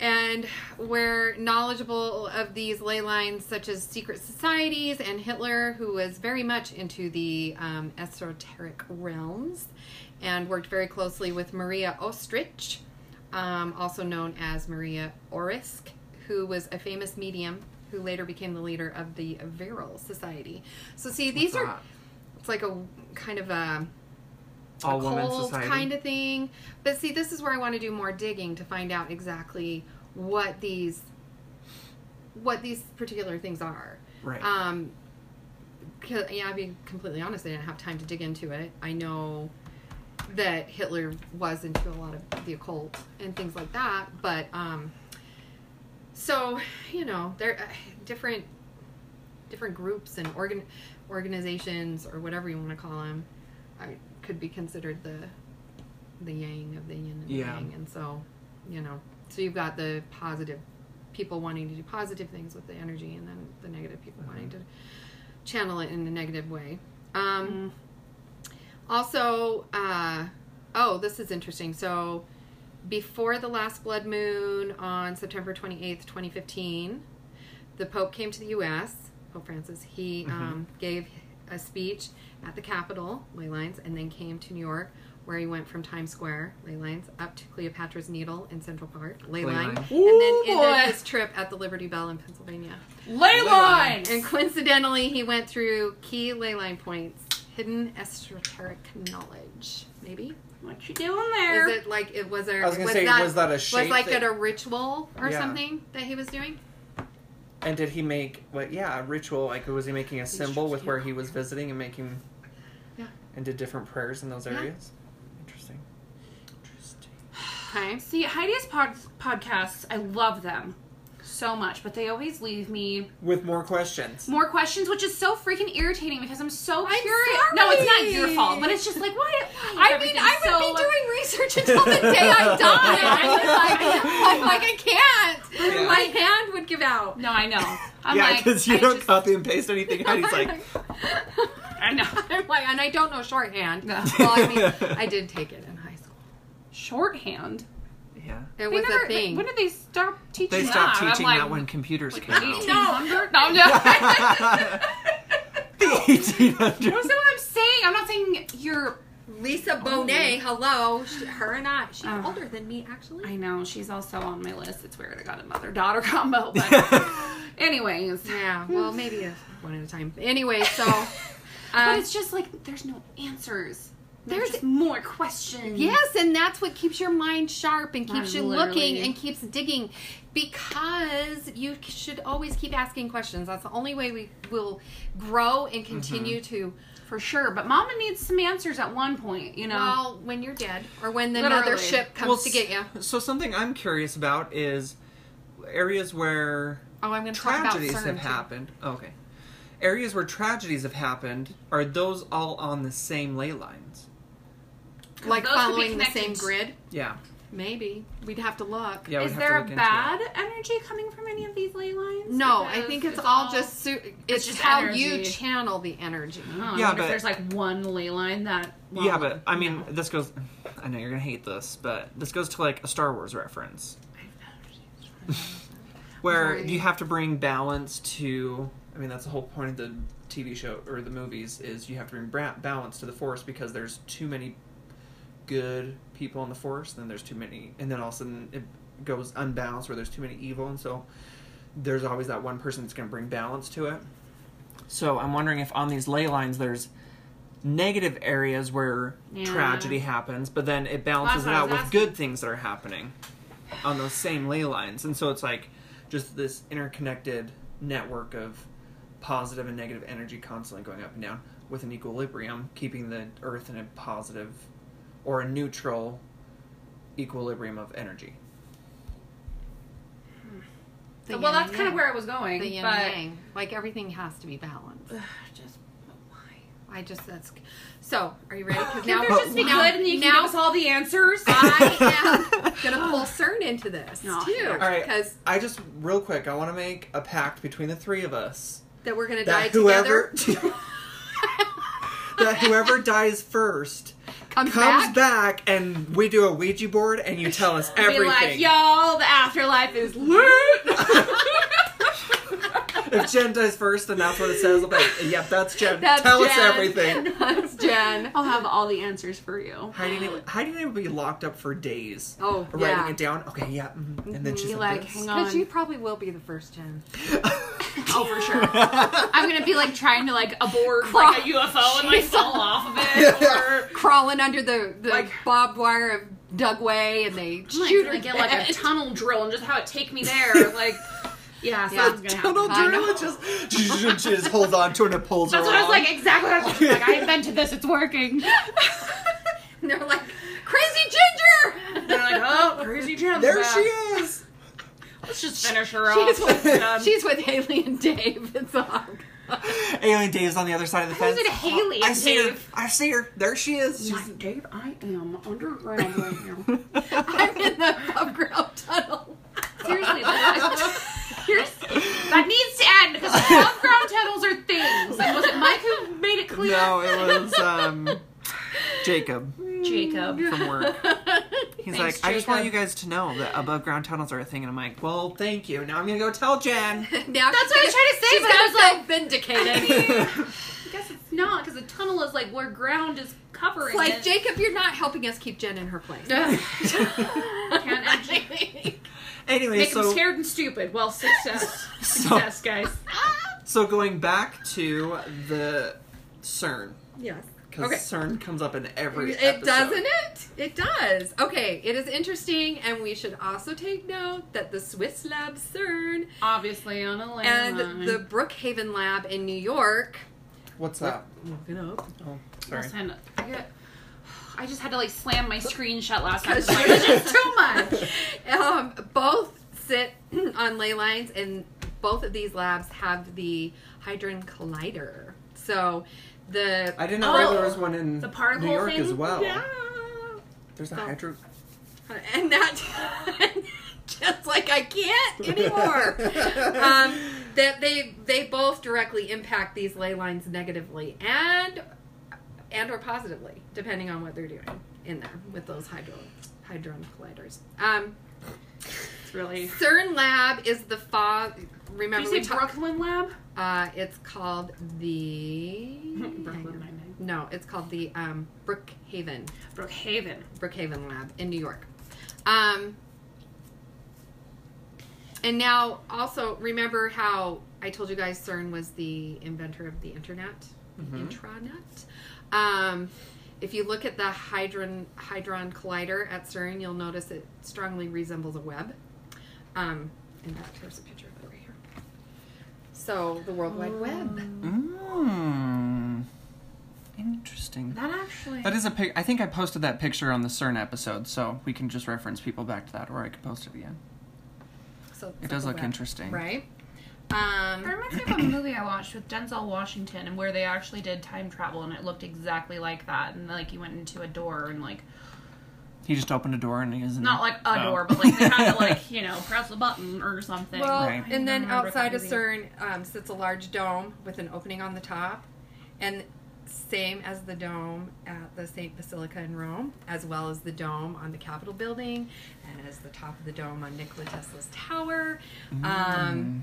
[SPEAKER 4] and we're knowledgeable of these ley lines such as secret societies and Hitler, who was very much into the um, esoteric realms, and worked very closely with Maria Ostrich, um, also known as Maria Orisk, who was a famous medium who later became the leader of the Viral Society. So, see, these are
[SPEAKER 2] That.
[SPEAKER 4] it's like a kind of a
[SPEAKER 2] all
[SPEAKER 4] a
[SPEAKER 2] women
[SPEAKER 4] cold
[SPEAKER 2] society.
[SPEAKER 4] kind of thing. But see, this is where I want to do more digging to find out exactly what these what these particular things are.
[SPEAKER 2] Right.
[SPEAKER 4] Um, 'cause- yeah, I'll be completely honest. I didn't have time to dig into it. I know that Hitler was into a lot of the occult and things like that, but um, so you know, there uh, different different groups and organ organizations or whatever you want to call them I could be considered the the yang of the yin and the
[SPEAKER 2] Yeah.
[SPEAKER 4] yang and so you know so you've got the positive people wanting to do positive things with the energy and then the negative people wanting to channel it in a negative way um, also uh, oh this is interesting so before the last blood moon on september 28th 2015 the Pope came to the U.S. Pope Francis. He um, gave a speech at the Capitol, ley lines, and then came to New York, where he went from Times Square, ley lines, up to Cleopatra's Needle in Central Park, ley,
[SPEAKER 2] Ley
[SPEAKER 4] line,
[SPEAKER 2] line.
[SPEAKER 4] and then
[SPEAKER 1] Ooh,
[SPEAKER 4] ended
[SPEAKER 1] boy.
[SPEAKER 4] his trip at the Liberty Bell in Pennsylvania.
[SPEAKER 1] Ley lines!
[SPEAKER 4] And coincidentally, he went through key ley line points, hidden esoteric knowledge. Maybe
[SPEAKER 1] What you doing
[SPEAKER 4] is
[SPEAKER 1] there?
[SPEAKER 4] it like it was a
[SPEAKER 2] I was gonna say, was that a
[SPEAKER 4] was
[SPEAKER 2] shape
[SPEAKER 4] like
[SPEAKER 2] that-
[SPEAKER 4] at a ritual or
[SPEAKER 2] Yeah.
[SPEAKER 4] something that he was doing?
[SPEAKER 2] And did he make what? Yeah, a ritual. Like, was he making a symbol with where he was visiting and making?
[SPEAKER 4] Yeah.
[SPEAKER 2] And did different prayers in those
[SPEAKER 4] Yeah.
[SPEAKER 2] areas. Interesting. Interesting.
[SPEAKER 4] Okay.
[SPEAKER 1] See, Heidi's pod- podcasts, I love them so much, but they always leave me
[SPEAKER 2] With more questions.
[SPEAKER 1] more questions, which is so freaking irritating because I'm so
[SPEAKER 4] I'm
[SPEAKER 1] curious. No, it's not your
[SPEAKER 4] sorry.
[SPEAKER 1] fault, but it's just like why? why is
[SPEAKER 4] I mean,
[SPEAKER 1] everything
[SPEAKER 4] I would
[SPEAKER 1] so-
[SPEAKER 4] be doing research until the day I die. I'm like, I can't.
[SPEAKER 2] Yeah.
[SPEAKER 4] My hand would give out.
[SPEAKER 1] No, I know. I'm
[SPEAKER 2] yeah,
[SPEAKER 1] like,
[SPEAKER 2] because you
[SPEAKER 1] I
[SPEAKER 2] don't
[SPEAKER 1] just-
[SPEAKER 2] copy and paste anything. Heidi's like,
[SPEAKER 1] I know.
[SPEAKER 4] I'm like, and I don't know shorthand.
[SPEAKER 1] No.
[SPEAKER 4] Well, I mean, I did take it in high school.
[SPEAKER 1] Shorthand.
[SPEAKER 2] yeah.
[SPEAKER 4] It
[SPEAKER 1] They
[SPEAKER 4] was
[SPEAKER 1] never-
[SPEAKER 4] a thing.
[SPEAKER 1] When did they stop teaching
[SPEAKER 2] They
[SPEAKER 1] that?
[SPEAKER 2] stopped teaching
[SPEAKER 1] I'm like,
[SPEAKER 2] that when computers
[SPEAKER 1] Like
[SPEAKER 2] came out.
[SPEAKER 1] 1800? No, I'm just.
[SPEAKER 2] Eighteen hundred.
[SPEAKER 1] That's not what I'm saying. I'm not saying you're.
[SPEAKER 4] Lisa Bonet, hello. She, her and I. She's
[SPEAKER 1] Oh.
[SPEAKER 4] older than me, actually.
[SPEAKER 1] I know she's also on my list. It's weird. I got a mother-daughter combo, but anyways.
[SPEAKER 4] yeah, well, maybe a, one at a time. Anyway, so.
[SPEAKER 1] But
[SPEAKER 4] Um,
[SPEAKER 1] it's just like there's no answers.
[SPEAKER 4] There's-
[SPEAKER 1] uh, There's just more questions.
[SPEAKER 4] Yes, and that's what keeps your mind sharp and keeps you looking
[SPEAKER 1] Literally.
[SPEAKER 4] and keeps digging because you c- should always keep asking questions. That's the only way we will grow
[SPEAKER 1] Mm-hmm.
[SPEAKER 4] and continue to.
[SPEAKER 1] for sure. But Mama needs some answers at one point, you know.
[SPEAKER 4] Well, when you're dead or when the
[SPEAKER 1] Literally.
[SPEAKER 4] other ship comes to get you.
[SPEAKER 2] So something I'm curious about is areas where
[SPEAKER 4] Oh, I'm going to talk about
[SPEAKER 2] tragedies
[SPEAKER 4] CERN.
[SPEAKER 2] have
[SPEAKER 4] too.
[SPEAKER 2] happened. Oh, Okay. Areas where tragedies have happened, are those all on the same ley lines?
[SPEAKER 4] Like
[SPEAKER 1] Those could be
[SPEAKER 4] following the
[SPEAKER 1] connected.
[SPEAKER 4] same grid?
[SPEAKER 2] Yeah.
[SPEAKER 4] Maybe. We'd have to look.
[SPEAKER 2] Yeah,
[SPEAKER 1] is
[SPEAKER 2] we'd have
[SPEAKER 1] there
[SPEAKER 2] to
[SPEAKER 1] a
[SPEAKER 2] look into
[SPEAKER 1] bad energy coming from any of these ley lines?
[SPEAKER 4] No, I
[SPEAKER 1] Because
[SPEAKER 4] think it's, all, just su- it's,
[SPEAKER 1] just
[SPEAKER 4] how you
[SPEAKER 1] energy. Uh-huh.
[SPEAKER 4] channel the energy.
[SPEAKER 1] I don't know,
[SPEAKER 2] Yeah,
[SPEAKER 1] I wonder
[SPEAKER 2] but-
[SPEAKER 1] if there's like one ley line that.
[SPEAKER 2] That. Yeah, but I mean, this goes. I know you're gonna hate this, but this goes to like a Star Wars reference, where
[SPEAKER 4] Right.
[SPEAKER 2] you have to bring balance to. I mean, that's the whole point of the TV show or the movies is you have to bring bra- balance to the Force because there's too many good people in the Force, then there's too many, and then all of a sudden it goes unbalanced where there's too many evil, and so there's always that one person that's going to bring balance to it. So I'm wondering if on these ley lines there's negative areas where
[SPEAKER 1] Yeah.
[SPEAKER 2] tragedy happens, but then it balances
[SPEAKER 1] That's
[SPEAKER 2] it
[SPEAKER 1] what I
[SPEAKER 2] out
[SPEAKER 1] was
[SPEAKER 2] with
[SPEAKER 1] asking.
[SPEAKER 2] good things that are happening on those same ley lines. And so it's like just this interconnected network of positive and negative energy constantly going up and down with an equilibrium, keeping the earth in a positive or a neutral equilibrium of energy.
[SPEAKER 4] The
[SPEAKER 1] well,
[SPEAKER 4] yin
[SPEAKER 1] that's
[SPEAKER 4] and
[SPEAKER 1] kind of
[SPEAKER 4] yang.
[SPEAKER 1] where I was going.
[SPEAKER 4] The yin
[SPEAKER 1] but
[SPEAKER 4] and yang. Like everything has to be balanced.
[SPEAKER 1] just why?
[SPEAKER 4] I just that's so. Are you ready? 'Cause
[SPEAKER 1] Now,
[SPEAKER 4] now,
[SPEAKER 1] there's just be
[SPEAKER 4] now,
[SPEAKER 1] good and you can
[SPEAKER 4] now
[SPEAKER 1] give us all the answers.
[SPEAKER 4] I am gonna pull CERN into this
[SPEAKER 1] No.
[SPEAKER 4] too,
[SPEAKER 1] All
[SPEAKER 2] right.
[SPEAKER 4] because
[SPEAKER 2] I just real quick, I want to make a pact between the three of us
[SPEAKER 4] that we're gonna die
[SPEAKER 2] that whoever
[SPEAKER 4] together.
[SPEAKER 2] that whoever dies first
[SPEAKER 4] comes,
[SPEAKER 2] comes
[SPEAKER 4] back.
[SPEAKER 2] back and we do a Ouija board and you tell us
[SPEAKER 1] Be
[SPEAKER 2] everything.
[SPEAKER 1] like, y'all, the afterlife is lit.
[SPEAKER 2] If Jen dies first, then that's what it says. I'll be like, yep, that's Jen.
[SPEAKER 4] That's
[SPEAKER 2] tell us
[SPEAKER 4] Jen.
[SPEAKER 2] everything.
[SPEAKER 4] That's Jen.
[SPEAKER 1] I'll have all the answers for you.
[SPEAKER 2] Heidi, knew- Heidi would be locked up for days.
[SPEAKER 4] Oh,
[SPEAKER 2] writing
[SPEAKER 4] yeah.
[SPEAKER 2] it down. Okay, yeah, mhm. and then she's
[SPEAKER 1] Mm-hmm. Be
[SPEAKER 2] like,
[SPEAKER 1] like,
[SPEAKER 2] this.
[SPEAKER 1] hang
[SPEAKER 4] But
[SPEAKER 1] on.
[SPEAKER 4] you probably will be the first Jen.
[SPEAKER 1] Oh, for sure. I'm gonna be like trying to like abort like a UFO and like fall off of it, or
[SPEAKER 4] Crawling under the, the
[SPEAKER 1] Like-
[SPEAKER 4] barbed wire of Dugway and they
[SPEAKER 1] I'm
[SPEAKER 4] shoot her
[SPEAKER 1] like, get like a
[SPEAKER 4] dead.
[SPEAKER 1] tunnel drill and just have it take me there. Like, yeah, so
[SPEAKER 4] Yeah.
[SPEAKER 1] that's gonna happen.
[SPEAKER 2] Donald
[SPEAKER 4] I
[SPEAKER 2] Duck
[SPEAKER 4] know.
[SPEAKER 2] just, just holds on to it and pulls
[SPEAKER 1] That's
[SPEAKER 2] her
[SPEAKER 1] what I was
[SPEAKER 2] along.
[SPEAKER 1] like. Exactly. What I was thinking, like, I invented this. It's working.
[SPEAKER 4] and they're like, crazy ginger!
[SPEAKER 1] They're like, oh, crazy Jim's
[SPEAKER 2] There
[SPEAKER 1] back.
[SPEAKER 2] she is.
[SPEAKER 1] Let's just finish her
[SPEAKER 4] She's
[SPEAKER 1] off.
[SPEAKER 4] with, she's with Haley and Dave. It's all
[SPEAKER 2] Alien Dave's on the other side of the
[SPEAKER 1] Who's
[SPEAKER 2] fence.
[SPEAKER 1] it, Haley?
[SPEAKER 2] I see her.
[SPEAKER 1] Dave?
[SPEAKER 2] I see her. There she is. She's
[SPEAKER 1] Dave, I am underground right now.
[SPEAKER 4] I'm in the above-ground tunnel.
[SPEAKER 1] Seriously, that, here's, that needs to end because above ground tunnels are things. Like, was it Mike who made it clear?
[SPEAKER 2] No, it was um, Jacob
[SPEAKER 1] Jacob.
[SPEAKER 2] from work. He's like,
[SPEAKER 1] Thanks,
[SPEAKER 2] I just want you
[SPEAKER 1] Jacob."
[SPEAKER 2] guys to know that above ground tunnels are a thing, and I'm like, well, thank you. Now I'm gonna go tell Jen.
[SPEAKER 4] Now
[SPEAKER 1] That's what I was trying to say,
[SPEAKER 4] she's
[SPEAKER 1] but I was
[SPEAKER 4] gonna
[SPEAKER 1] like,
[SPEAKER 4] feel vindicated.
[SPEAKER 1] I guess it's not because the tunnel is like where ground is covering.
[SPEAKER 4] It's like
[SPEAKER 1] it.
[SPEAKER 4] Jacob, you're not helping us keep Jen in her place.
[SPEAKER 1] Can't actually-
[SPEAKER 2] anyway,
[SPEAKER 1] Make
[SPEAKER 2] so
[SPEAKER 1] them scared and stupid. Well, success,
[SPEAKER 2] so,
[SPEAKER 1] success, guys.
[SPEAKER 2] so going back to the CERN
[SPEAKER 4] yes.
[SPEAKER 2] because
[SPEAKER 4] Okay.
[SPEAKER 2] CERN comes up in every.
[SPEAKER 4] It
[SPEAKER 2] episode.
[SPEAKER 4] doesn't it? It does. Okay, it is interesting, and we should also take note that the Swiss lab CERN
[SPEAKER 1] Obviously on a
[SPEAKER 4] and
[SPEAKER 1] landmine.
[SPEAKER 4] the Brookhaven lab in New York.
[SPEAKER 2] What's that?
[SPEAKER 4] Look it up.
[SPEAKER 2] Oh, sorry.
[SPEAKER 1] Listen, I get- I just had to like slam my screen shut last time.
[SPEAKER 4] Because
[SPEAKER 1] Like, this is
[SPEAKER 4] too much. Um, both sit on ley lines, and both of these labs have the Hydron Collider. So the
[SPEAKER 2] I didn't know
[SPEAKER 1] Oh,
[SPEAKER 2] there was one in
[SPEAKER 1] the particle
[SPEAKER 2] New York
[SPEAKER 1] thing?
[SPEAKER 2] as well.
[SPEAKER 1] Yeah.
[SPEAKER 2] There's a
[SPEAKER 4] Oh.
[SPEAKER 2] hydro.
[SPEAKER 4] and that just like I can't anymore. um, that they they both directly impact these ley lines negatively and and or positively, depending on what they're doing in there with those hydro hydron colliders. Um,
[SPEAKER 1] It's really.
[SPEAKER 4] CERN lab is the fa.
[SPEAKER 1] Did
[SPEAKER 4] Remember
[SPEAKER 1] you
[SPEAKER 4] we
[SPEAKER 1] say
[SPEAKER 4] talked.
[SPEAKER 1] Brooklyn Lab?
[SPEAKER 4] Uh, it's called the. No, it's called the um, Brookhaven
[SPEAKER 1] Brookhaven.
[SPEAKER 4] Brookhaven Lab in New York. Um, and now, also remember how I told you guys CERN was the inventor of the internet, intranet. Um, if you look at the Hydron Hydron Collider at CERN, you'll notice it strongly resembles a web. Um, in fact, here's a picture of it right here. So the World Wide
[SPEAKER 2] Oh.
[SPEAKER 4] Web.
[SPEAKER 2] Mmm. Interesting.
[SPEAKER 1] That actually.
[SPEAKER 2] That is a pic. I think I posted that picture on the CERN episode, so we can just reference people back to that, or I could post it again.
[SPEAKER 4] So it's
[SPEAKER 2] It
[SPEAKER 4] like
[SPEAKER 2] does
[SPEAKER 4] a
[SPEAKER 2] look
[SPEAKER 4] web,
[SPEAKER 2] interesting.
[SPEAKER 4] right? Um,
[SPEAKER 1] That reminds me of a movie I watched with Denzel Washington, and where they actually did time travel, and it looked exactly like that. And like you went into a door, and like
[SPEAKER 2] He just opened a door and he is in
[SPEAKER 1] not like a
[SPEAKER 2] Oh.
[SPEAKER 1] door, but like they had to like you know press the button or something.
[SPEAKER 4] Well,
[SPEAKER 2] Right.
[SPEAKER 4] and then
[SPEAKER 1] I remember
[SPEAKER 4] outside
[SPEAKER 1] that
[SPEAKER 4] of
[SPEAKER 1] movie.
[SPEAKER 4] CERN um, sits a large dome with an opening on the top, and same as the dome at the St. Basilica in Rome, as well as the dome on the Capitol building, and as the top of the dome on Nikola Tesla's tower. Um,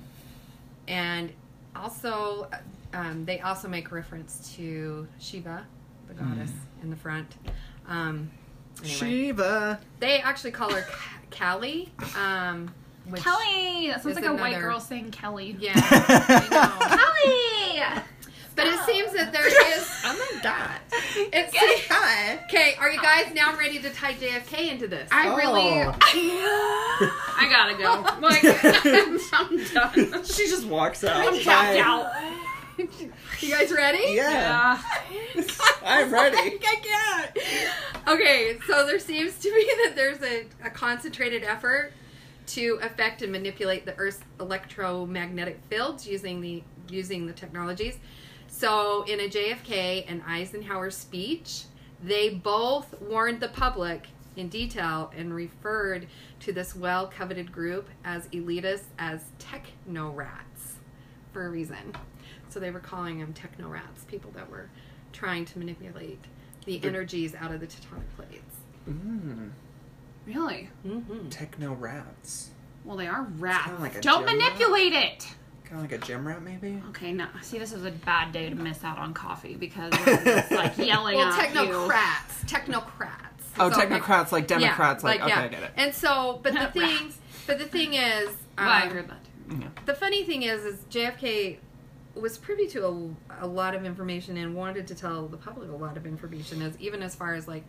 [SPEAKER 4] and also, uh, um, they also make reference to Shiva, the goddess in the front. Um, anyway,
[SPEAKER 2] Shiva.
[SPEAKER 4] they actually call her Ka- Kali. Um, which-
[SPEAKER 1] Kelly. That sounds
[SPEAKER 4] There's
[SPEAKER 1] like a white
[SPEAKER 4] another-
[SPEAKER 1] girl saying Kelly.
[SPEAKER 4] Yeah. I know.
[SPEAKER 1] Kelly.
[SPEAKER 4] But it seems that there is.
[SPEAKER 2] Oh my god.
[SPEAKER 4] It seems, okay, are you guys now ready to tie JFK into this?
[SPEAKER 1] I really. I gotta go. Like I'm done.
[SPEAKER 2] she just walks out.
[SPEAKER 1] I'm tapped out.
[SPEAKER 4] you guys ready?
[SPEAKER 2] Yeah.
[SPEAKER 1] Yeah.
[SPEAKER 2] I'm ready.
[SPEAKER 4] I can't. Okay, so there seems to be that there's a, a concentrated effort to affect and manipulate the Earth's electromagnetic fields using the using the technologies. So in a JFK and Eisenhower speech, they both warned the public in detail and referred to this well coveted group as elitists as techno rats for a reason. So they were calling them techno rats, people that were trying to manipulate the energies out of the tectonic plates.
[SPEAKER 2] Mmm.
[SPEAKER 1] Really?
[SPEAKER 4] Mm-hmm.
[SPEAKER 2] Techno rats.
[SPEAKER 1] Well, they are rats.
[SPEAKER 2] Kinda like a
[SPEAKER 1] Don't
[SPEAKER 2] gem rat.
[SPEAKER 1] manipulate it.
[SPEAKER 2] Kind of like a gem rat, maybe.
[SPEAKER 1] Okay, no. See, this is a bad day to miss out on coffee because it's like yelling
[SPEAKER 4] Well,
[SPEAKER 1] at you.
[SPEAKER 4] technocrats, technocrats.
[SPEAKER 2] Oh,
[SPEAKER 4] So, like-
[SPEAKER 2] technocrats like
[SPEAKER 4] yeah,
[SPEAKER 2] Democrats. like, okay,
[SPEAKER 4] yeah.
[SPEAKER 2] I get it.
[SPEAKER 4] And so, but the
[SPEAKER 1] Not
[SPEAKER 4] thing, but the thing is,
[SPEAKER 1] Well, I
[SPEAKER 4] um,
[SPEAKER 1] heard that. too.
[SPEAKER 4] The funny thing is, is JFK was privy to a, a lot of information and wanted to tell the public a lot of information, as even as far as like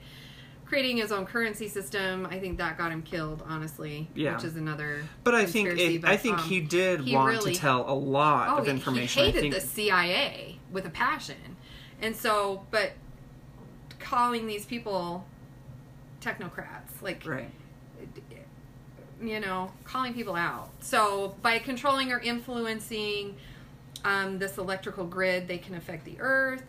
[SPEAKER 4] creating his own currency system. I think that got him killed, honestly.
[SPEAKER 2] Yeah.
[SPEAKER 4] which is another.
[SPEAKER 2] But I think
[SPEAKER 4] conspiracy,
[SPEAKER 2] it,
[SPEAKER 4] but,
[SPEAKER 2] I think
[SPEAKER 4] um,
[SPEAKER 2] he did
[SPEAKER 4] he
[SPEAKER 2] want
[SPEAKER 4] really-
[SPEAKER 2] to tell a lot
[SPEAKER 4] oh,
[SPEAKER 2] of
[SPEAKER 4] yeah,
[SPEAKER 2] information.
[SPEAKER 4] He hated
[SPEAKER 2] I think
[SPEAKER 4] the CIA with a passion, and so but calling these people technocrats, like
[SPEAKER 2] right.
[SPEAKER 4] you know, calling people out. So by controlling or influencing um, this electrical grid, they can affect the earth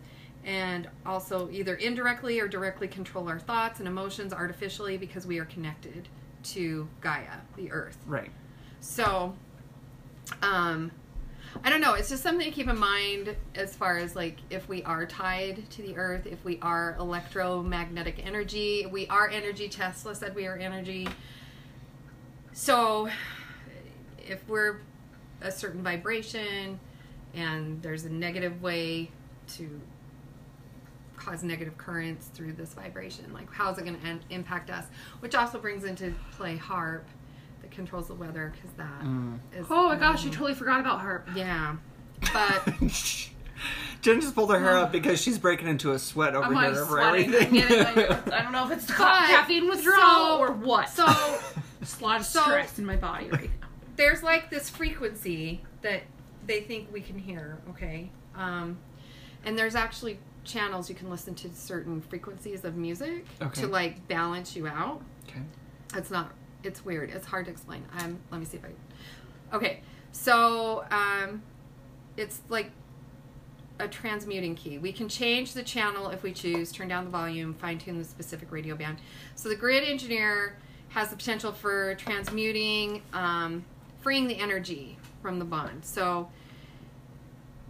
[SPEAKER 4] and also either indirectly or directly control our thoughts and emotions artificially because we are connected to Gaia, the earth.
[SPEAKER 2] Right.
[SPEAKER 4] So, um, I don't know. It's just something to keep in mind as far as like if we are tied to the earth, if we are electromagnetic energy, we are energy. Tesla said we are energy. So, if we're a certain vibration and there's a negative way to cause negative currents through this vibration like how's it going to en- impact us which also brings into play harp that controls the weather because that is
[SPEAKER 1] Oh my gosh, I totally forgot about harp.
[SPEAKER 4] yeah but
[SPEAKER 2] Jen just pulled her hair up because she's breaking into a sweat over
[SPEAKER 1] I'm
[SPEAKER 2] here
[SPEAKER 1] like
[SPEAKER 2] over
[SPEAKER 1] sweating. I'm
[SPEAKER 2] everything.
[SPEAKER 1] getting, like, I don't know if it's
[SPEAKER 4] But-
[SPEAKER 1] caffeine withdrawal
[SPEAKER 4] so-
[SPEAKER 1] or what.
[SPEAKER 4] so
[SPEAKER 1] Just a lot of
[SPEAKER 4] so-
[SPEAKER 1] stress in my body right now.
[SPEAKER 4] there's like this frequency that they think we can hear okay um, and there's actually channels you can listen to certain frequencies of music
[SPEAKER 2] Okay.
[SPEAKER 4] to like balance you out
[SPEAKER 2] okay.
[SPEAKER 4] It's not. It's weird. It's hard to explain. Um, let me see if I. Okay, so um, it's like a transmuting key. We can change the channel if we choose. Turn down the volume. Fine tune the specific radio band. So the grid engineer has the potential for transmuting, um, freeing the energy from the bond. So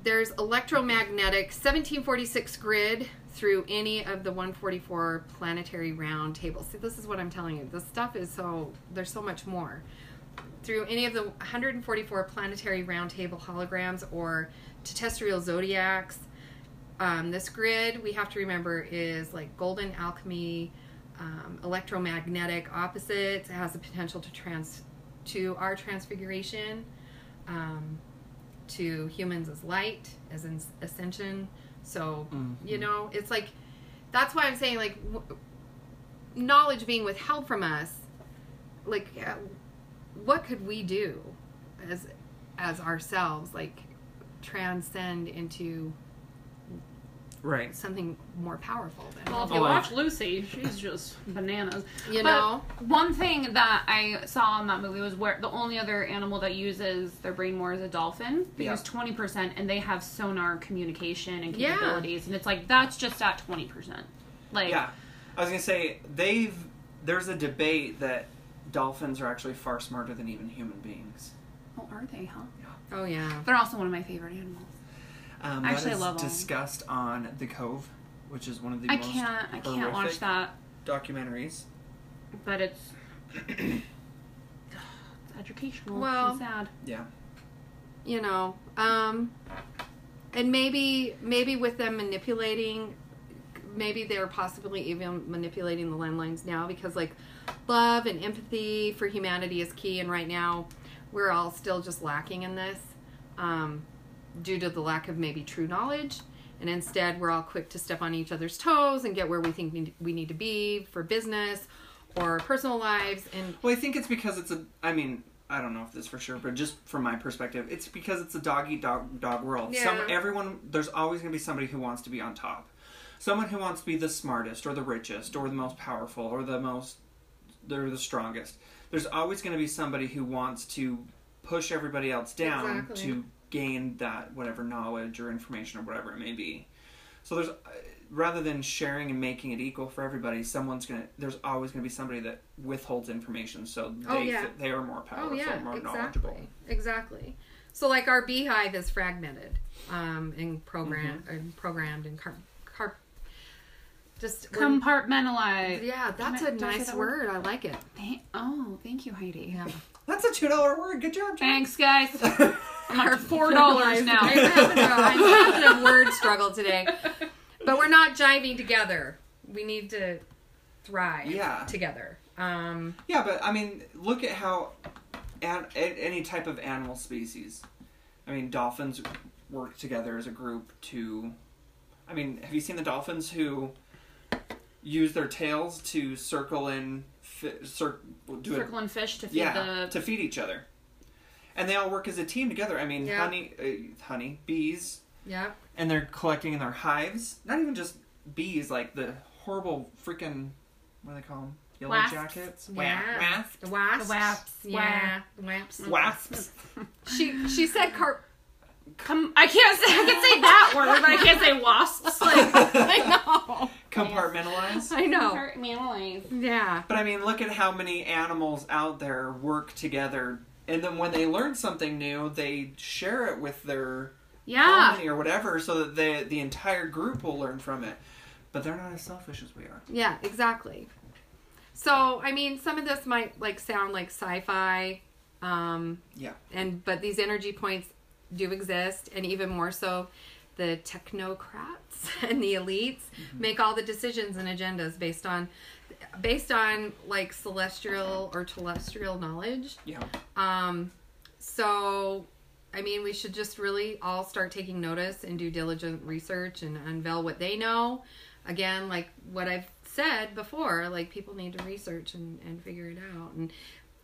[SPEAKER 4] there's electromagnetic 1746 grid through any of the 144 planetary round tables. See, this is what I'm telling you. This stuff is so, there's so much more. Through any of the 144 planetary round table holograms or terrestrial zodiacs, um, this grid we have to remember is like golden alchemy, um, electromagnetic opposites. It has the potential to trans to our transfiguration. Um, to humans as light, as in ascension. So, you know, it's like that's why I'm saying like w- knowledge being withheld from us. Like, uh, what could we do as as ourselves? Like, transcend into
[SPEAKER 2] Right.
[SPEAKER 4] something more powerful. Than
[SPEAKER 1] Well, if
[SPEAKER 2] Oh,
[SPEAKER 1] you
[SPEAKER 2] I-
[SPEAKER 1] watch Lucy, she's just bananas.
[SPEAKER 4] You
[SPEAKER 1] But
[SPEAKER 4] know?
[SPEAKER 1] one thing that I saw in that movie was where the only other animal that uses their brain more is a dolphin. They
[SPEAKER 2] Yeah.
[SPEAKER 1] use twenty percent, and they have sonar communication and
[SPEAKER 4] Yeah.
[SPEAKER 1] capabilities, and it's like that's just at twenty percent. Like,
[SPEAKER 2] Yeah. I was gonna say they've there's a debate that dolphins are actually far smarter than even human beings.
[SPEAKER 1] well, are they? Huh?
[SPEAKER 4] oh yeah,
[SPEAKER 1] They're also one of my favorite animals.
[SPEAKER 2] Um,
[SPEAKER 1] I actually
[SPEAKER 2] that is
[SPEAKER 1] love 'em.
[SPEAKER 2] discussed on The Cove, which is one of the
[SPEAKER 1] I
[SPEAKER 2] most
[SPEAKER 1] can't. I can't watch
[SPEAKER 2] horrific
[SPEAKER 1] that.
[SPEAKER 2] documentaries.
[SPEAKER 1] But it's, it's educational.
[SPEAKER 4] Well,
[SPEAKER 1] and sad.
[SPEAKER 2] Yeah.
[SPEAKER 4] you know. Um, and maybe maybe with them manipulating maybe they're possibly even manipulating the landlines now because like love and empathy for humanity is key and right now we're all still just lacking in this um, due to the lack of maybe true knowledge and instead we're all quick to step on each other's toes and get where we think need- we need to be for business or personal lives and
[SPEAKER 2] Well, I think it's because it's a. I mean, I don't know if this for sure, but just from my perspective, it's because it's a dog eat dog dog world. Some
[SPEAKER 4] Yeah.
[SPEAKER 2] everyone there's always going to be somebody who wants to be on top, someone who wants to be the smartest or the richest or the most powerful or the most they're the strongest. There's always going to be somebody who wants to push everybody else down
[SPEAKER 4] Exactly.
[SPEAKER 2] to gain that whatever knowledge or information or whatever it may be. So there's uh, rather than sharing and making it equal for everybody, someone's gonna there's always gonna be somebody that withholds information so they
[SPEAKER 4] Oh, yeah.
[SPEAKER 2] fe- they are more powerful,
[SPEAKER 4] Oh yeah,
[SPEAKER 2] more knowledgeable.
[SPEAKER 4] exactly, exactly. So like our beehive is fragmented, um, and programmed
[SPEAKER 2] Mm-hmm.
[SPEAKER 4] and programmed and carp, carp just we're-
[SPEAKER 1] Compartmentalize.
[SPEAKER 4] yeah, that's
[SPEAKER 1] Can I-
[SPEAKER 4] a
[SPEAKER 1] did I say
[SPEAKER 4] nice
[SPEAKER 1] that
[SPEAKER 4] word. I like it.
[SPEAKER 1] Thank- oh, thank you, Heidi.
[SPEAKER 4] Yeah,
[SPEAKER 2] That's a two dollar word. Good job, Jen.
[SPEAKER 1] Thanks, guys. I'm up to four dollars now.
[SPEAKER 4] I'm having a- I'm having a word struggle today, but we're not jiving together. We need to thrive
[SPEAKER 2] Yeah.
[SPEAKER 4] together. Um,
[SPEAKER 2] Yeah, but I mean, look at how an, a- any type of animal species. I mean, dolphins work together as a group to. I mean, have you seen the dolphins who use their tails to circle and fi- cir- do it?
[SPEAKER 1] Circle and fish to feed
[SPEAKER 2] yeah,
[SPEAKER 1] the.
[SPEAKER 2] to feed each other, and they all work as a team together. I mean,
[SPEAKER 4] Yeah.
[SPEAKER 2] honey, uh, honey, bees,
[SPEAKER 4] Yeah.
[SPEAKER 2] and they're collecting in their hives. Not even just bees, like the horrible freaking what do they call them? Yellow
[SPEAKER 1] Wasps.
[SPEAKER 2] jackets,
[SPEAKER 4] Yeah.
[SPEAKER 2] wasps,
[SPEAKER 4] The wasps.
[SPEAKER 1] The wasps.
[SPEAKER 4] Yeah. Wasps.
[SPEAKER 2] wasps.
[SPEAKER 4] She she said carp.
[SPEAKER 1] Come, I can't. Say, I can say that word, but I can't say wasps. Like,
[SPEAKER 4] I
[SPEAKER 2] Compartmentalize.
[SPEAKER 4] know. I know.
[SPEAKER 1] hurt my eyes.
[SPEAKER 4] Yeah.
[SPEAKER 2] But I mean, look at how many animals out there work together, and then when they learn something new, they share it with their
[SPEAKER 1] Yeah,
[SPEAKER 2] colony or whatever, so that the the entire group will learn from it. But they're not as selfish as we are.
[SPEAKER 4] Yeah, exactly. So, I mean, some of this might like sound like sci-fi um
[SPEAKER 2] Yeah.
[SPEAKER 4] and but these energy points do exist and even more so the technocrats and the elites make all the decisions and agendas based on based on like celestial or telestial knowledge.
[SPEAKER 2] Yeah.
[SPEAKER 4] Um, so, I mean, we should just really all start taking notice and do diligent research and unveil what they know. Again, like what I've said before, like people need to research and, and figure it out. And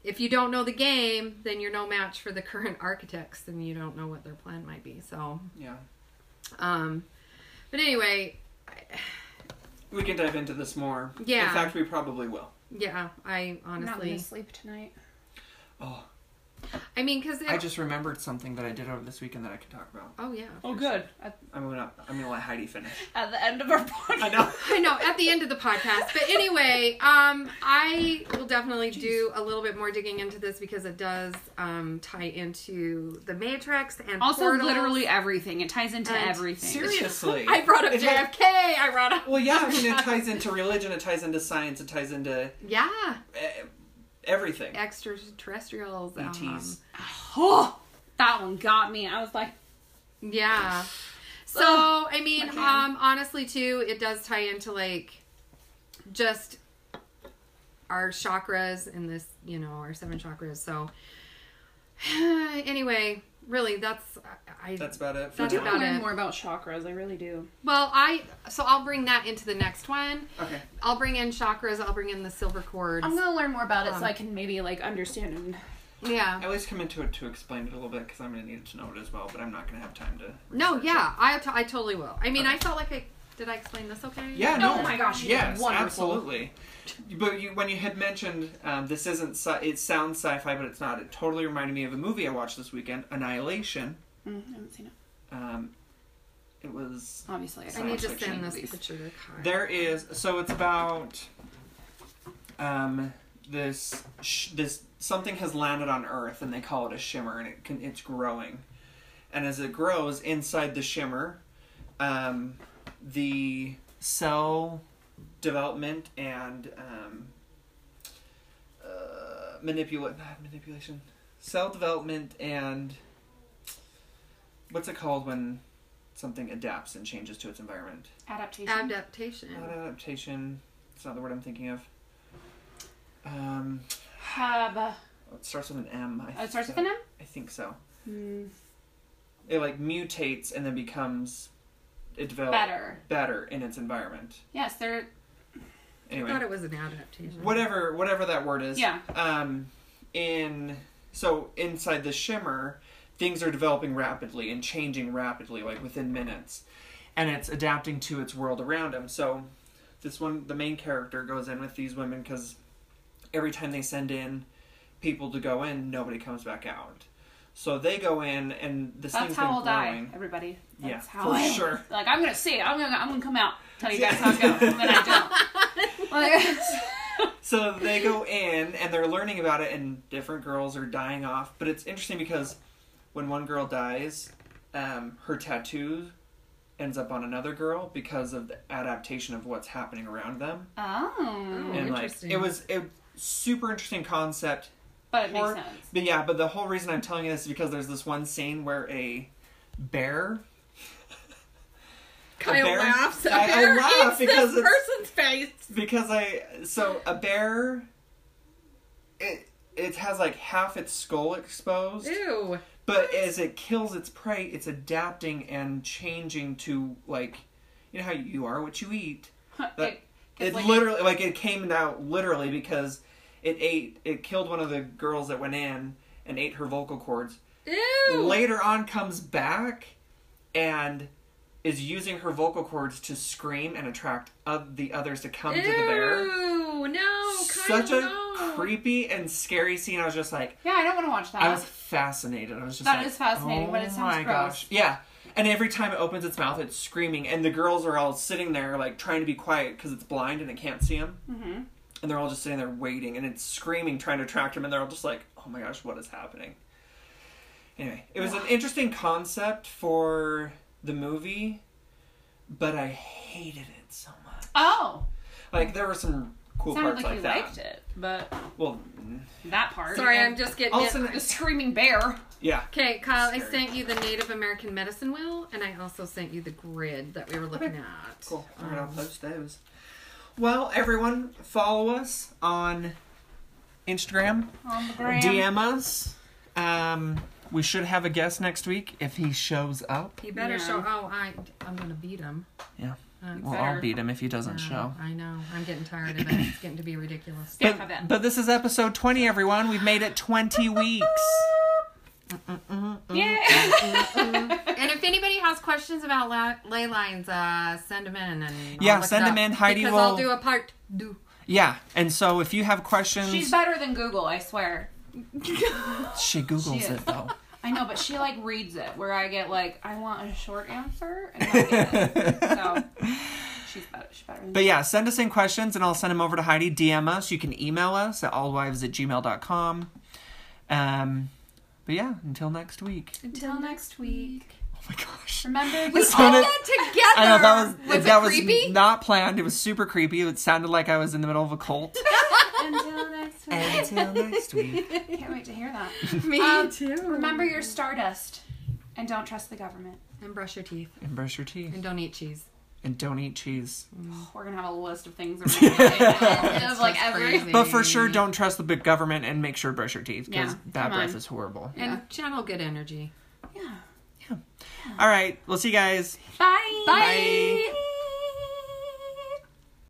[SPEAKER 4] if you don't know the game, then you're no match for the current architects and you don't know what their plan might be. So,
[SPEAKER 2] Yeah.
[SPEAKER 4] um, but anyway,
[SPEAKER 2] We can dive into this more.
[SPEAKER 4] Yeah.
[SPEAKER 2] In fact, we probably will.
[SPEAKER 4] yeah, I honestly,
[SPEAKER 1] sleep tonight.
[SPEAKER 2] Oh,
[SPEAKER 4] I mean, cause it,
[SPEAKER 2] I just remembered something that I did over this weekend that I can talk about.
[SPEAKER 4] oh yeah.
[SPEAKER 1] Oh, good. At,
[SPEAKER 2] I'm gonna I'm gonna let Heidi finish.
[SPEAKER 1] at the end of our podcast,
[SPEAKER 2] I know.
[SPEAKER 4] I know at the end of the podcast. But anyway, um, I will definitely do a little bit more digging into this because it does um, tie into the Matrix and
[SPEAKER 5] Also,
[SPEAKER 4] portals.
[SPEAKER 5] literally everything. It ties into
[SPEAKER 4] And
[SPEAKER 5] everything.
[SPEAKER 2] Seriously.
[SPEAKER 4] I brought up
[SPEAKER 2] It-
[SPEAKER 4] JFK. I brought up
[SPEAKER 2] Well, yeah. I mean, it ties into religion. It ties into science. It ties into
[SPEAKER 4] yeah,
[SPEAKER 2] eh, everything.
[SPEAKER 4] extraterrestrials. Um,
[SPEAKER 2] ETs.
[SPEAKER 5] Oh, that one got me. I was like,
[SPEAKER 4] yeah. So I mean,
[SPEAKER 5] Okay.
[SPEAKER 4] um, honestly, too, it does tie into like just our chakras and this, you know, our seven chakras. So anyway, really, that's I. I-
[SPEAKER 2] That's about it. For
[SPEAKER 4] That's
[SPEAKER 2] now.
[SPEAKER 5] I want to
[SPEAKER 4] about
[SPEAKER 5] learn
[SPEAKER 4] it.
[SPEAKER 5] more about chakras. I really do.
[SPEAKER 4] Well, I so I'll bring that into the next one.
[SPEAKER 2] Okay.
[SPEAKER 4] I'll bring in chakras. I'll bring in the silver cords.
[SPEAKER 5] I'm gonna learn more about it
[SPEAKER 4] Um,
[SPEAKER 5] so I can maybe like understand. And
[SPEAKER 4] yeah.
[SPEAKER 2] I always come into it to explain it a little bit because I'm gonna need to know it as well. But I'm not gonna have time to.
[SPEAKER 4] No.
[SPEAKER 2] research
[SPEAKER 4] Yeah. I t- I totally will. I mean,
[SPEAKER 2] Okay.
[SPEAKER 4] I felt like I did. I explain this okay?
[SPEAKER 2] it. Yeah.
[SPEAKER 5] Oh
[SPEAKER 2] No.
[SPEAKER 5] my gosh, you did
[SPEAKER 2] Yes.
[SPEAKER 5] wonderful.
[SPEAKER 2] Absolutely. But you, when you had mentioned um, this isn't sci- it sounds sci-fi, but it's not. It totally reminded me of a movie I watched this weekend, Annihilation.
[SPEAKER 5] Mm, I haven't seen it.
[SPEAKER 2] Um, it was
[SPEAKER 5] Obviously,
[SPEAKER 4] I
[SPEAKER 2] Science
[SPEAKER 4] need to
[SPEAKER 2] fiction
[SPEAKER 4] send this
[SPEAKER 5] movies.
[SPEAKER 4] picture to Kyle.
[SPEAKER 2] There is so it's about um this sh- this something has landed on Earth and they call it a shimmer and it can it's growing, and as it grows inside the shimmer, um, the cell development and um, uh, manipula- not manipulation cell development and what's it called when something adapts and changes to its environment
[SPEAKER 5] Adaptation.
[SPEAKER 4] Adaptation.
[SPEAKER 2] not adaptation. It's not the word I'm thinking of. Um,
[SPEAKER 5] Have. Uh,
[SPEAKER 2] it starts with an M. I
[SPEAKER 5] oh, it starts
[SPEAKER 2] think
[SPEAKER 5] with an M.
[SPEAKER 2] I think so.
[SPEAKER 5] Mm,
[SPEAKER 2] It like mutates and then becomes it develops
[SPEAKER 5] better.
[SPEAKER 2] better in its environment.
[SPEAKER 5] Yes, they're.
[SPEAKER 4] I thought
[SPEAKER 2] Anyway,
[SPEAKER 4] it was an adaptation.
[SPEAKER 2] whatever whatever that word is.
[SPEAKER 5] Yeah.
[SPEAKER 2] Um, in so inside the shimmer, things are developing rapidly and changing rapidly, like within minutes, and it's adapting to its world around him. So this one, the main character goes in with these women because every time they send in people to go in, nobody comes back out. So they go in, and this
[SPEAKER 5] That's
[SPEAKER 2] thing's
[SPEAKER 5] how
[SPEAKER 2] been
[SPEAKER 5] I'll die,
[SPEAKER 2] growing.
[SPEAKER 5] everybody. That's
[SPEAKER 2] Yeah,
[SPEAKER 5] how
[SPEAKER 2] for
[SPEAKER 5] I-
[SPEAKER 2] sure.
[SPEAKER 5] Like I'm gonna see. I'm gonna. I'm gonna come out. Tell you
[SPEAKER 2] Yeah.
[SPEAKER 5] guys how it goes, and then I don't. Like,
[SPEAKER 2] So they go in and they're learning about it, and different girls are dying off. But it's interesting because when one girl dies, um, her tattoo ends up on another girl because of the adaptation of what's happening around them.
[SPEAKER 5] oh,
[SPEAKER 4] Oh.
[SPEAKER 2] and like
[SPEAKER 4] interesting.
[SPEAKER 2] it was a super interesting concept.
[SPEAKER 5] but it makes
[SPEAKER 2] Or-
[SPEAKER 5] sense.
[SPEAKER 2] But yeah, but the whole reason I'm telling you this is because there's this one scene where a bear.
[SPEAKER 4] Kyle
[SPEAKER 2] bear?
[SPEAKER 4] laughs.
[SPEAKER 2] I- I
[SPEAKER 4] Bear
[SPEAKER 2] laugh
[SPEAKER 4] eats
[SPEAKER 2] because
[SPEAKER 4] this
[SPEAKER 2] it's-
[SPEAKER 4] person's face.
[SPEAKER 2] Because I so a bear. It, it has like half its skull exposed.
[SPEAKER 4] Ew.
[SPEAKER 2] But as it kills its prey, it's adapting and changing to like, you know how you are what you eat. That-
[SPEAKER 1] It- 'cause
[SPEAKER 2] it
[SPEAKER 1] like-
[SPEAKER 2] literally like it came out literally because it ate it killed one of the girls that went in and ate her vocal cords.
[SPEAKER 4] Ew.
[SPEAKER 2] Later on comes back and is using her vocal cords to scream and attract oth- the others to come to the bear.
[SPEAKER 4] Ew. No.
[SPEAKER 2] Such
[SPEAKER 4] Kyle,
[SPEAKER 2] a
[SPEAKER 4] no.
[SPEAKER 2] creepy and scary scene. I was just like,
[SPEAKER 1] Yeah, I don't want to watch that.
[SPEAKER 2] I was fascinated. I was just
[SPEAKER 1] That
[SPEAKER 2] like,
[SPEAKER 1] is fascinating,
[SPEAKER 2] Oh
[SPEAKER 1] but it sounds
[SPEAKER 2] my
[SPEAKER 1] gross."
[SPEAKER 2] gosh, yeah. And every time it opens its mouth, it's screaming, and the girls are all sitting there like trying to be quiet because it's blind and it can't see him.
[SPEAKER 1] hmm
[SPEAKER 2] And they're all just sitting there waiting, and it's screaming, trying to attract him, and they're all just like, "Oh my gosh, what is happening?" Anyway, it was an interesting concept for the movie, but I hated it so much.
[SPEAKER 1] Oh,
[SPEAKER 2] Like there were some cool
[SPEAKER 1] sounded
[SPEAKER 2] parts
[SPEAKER 1] like,
[SPEAKER 2] like,
[SPEAKER 1] you
[SPEAKER 2] that.
[SPEAKER 1] liked it, but
[SPEAKER 2] Well,
[SPEAKER 1] that part.
[SPEAKER 4] Sorry,
[SPEAKER 1] and
[SPEAKER 4] I'm just getting.
[SPEAKER 2] also
[SPEAKER 1] the screaming bear.
[SPEAKER 2] yeah,
[SPEAKER 4] Okay, Kyle, I
[SPEAKER 2] Scary.
[SPEAKER 4] sent you the Native American medicine wheel, and I also sent you the grid that we were looking at.
[SPEAKER 2] Cool. All right, I'll post those. Well, everyone, follow us on Instagram.
[SPEAKER 1] On the gram.
[SPEAKER 2] DM us. Um, we should have a guest next week if he shows up.
[SPEAKER 4] You better
[SPEAKER 1] Yeah.
[SPEAKER 4] show. Oh, I, I'm gonna beat him.
[SPEAKER 2] Yeah.
[SPEAKER 4] Um,
[SPEAKER 2] Well,
[SPEAKER 1] Fair.
[SPEAKER 2] I'll beat him if he doesn't show.
[SPEAKER 4] I know. I'm getting tired of it. It's getting to be ridiculous.
[SPEAKER 1] Yeah, I bet.
[SPEAKER 2] But, but this is episode 20, everyone. We've made it 20 weeks.
[SPEAKER 1] Yeah.
[SPEAKER 4] And if anybody has questions about la- ley lines, uh, send them in. And I'll
[SPEAKER 2] Yeah,
[SPEAKER 4] look it
[SPEAKER 2] send 'em
[SPEAKER 4] up.
[SPEAKER 2] in. Heidi
[SPEAKER 4] because
[SPEAKER 2] will-
[SPEAKER 4] I'll do a part. Do.
[SPEAKER 2] Yeah. And so if you have questions,
[SPEAKER 1] She's better than Google, I swear.
[SPEAKER 2] she Googles
[SPEAKER 1] she is.
[SPEAKER 2] it, though.
[SPEAKER 1] I know, but she like reads it where I get like, I want a short answer. And I get it. So she's better. She's better than
[SPEAKER 2] But yeah, send us in questions and I'll send them over to Heidi. DM us. You can email us at allwives at gmail.com. Um, but yeah, until next week.
[SPEAKER 1] Until next week.
[SPEAKER 2] Oh my gosh.
[SPEAKER 1] Remember,
[SPEAKER 2] We
[SPEAKER 1] this
[SPEAKER 2] said it-
[SPEAKER 4] together.
[SPEAKER 2] I know that was,
[SPEAKER 4] Was
[SPEAKER 2] that
[SPEAKER 4] it
[SPEAKER 2] was
[SPEAKER 4] creepy?
[SPEAKER 2] not planned. It was super creepy. It sounded like I was in the middle of a cult.
[SPEAKER 1] until next week.
[SPEAKER 2] until next week.
[SPEAKER 1] Can't wait to hear that.
[SPEAKER 4] Me
[SPEAKER 1] Um,
[SPEAKER 4] too.
[SPEAKER 1] Remember your stardust and don't trust the government.
[SPEAKER 4] And brush your teeth.
[SPEAKER 2] And brush your teeth.
[SPEAKER 4] And don't eat cheese.
[SPEAKER 2] And don't eat cheese.
[SPEAKER 1] We're gonna have a list of things around the of like
[SPEAKER 4] That's
[SPEAKER 1] every.
[SPEAKER 4] crazy.
[SPEAKER 2] But for sure, don't trust the big government and make sure to brush your teeth because
[SPEAKER 1] Yeah,
[SPEAKER 2] that
[SPEAKER 1] come
[SPEAKER 2] breath
[SPEAKER 1] on.
[SPEAKER 2] is horrible.
[SPEAKER 4] And channel good energy.
[SPEAKER 1] Yeah.
[SPEAKER 2] All right. We'll see you guys.
[SPEAKER 1] Bye.
[SPEAKER 2] Bye.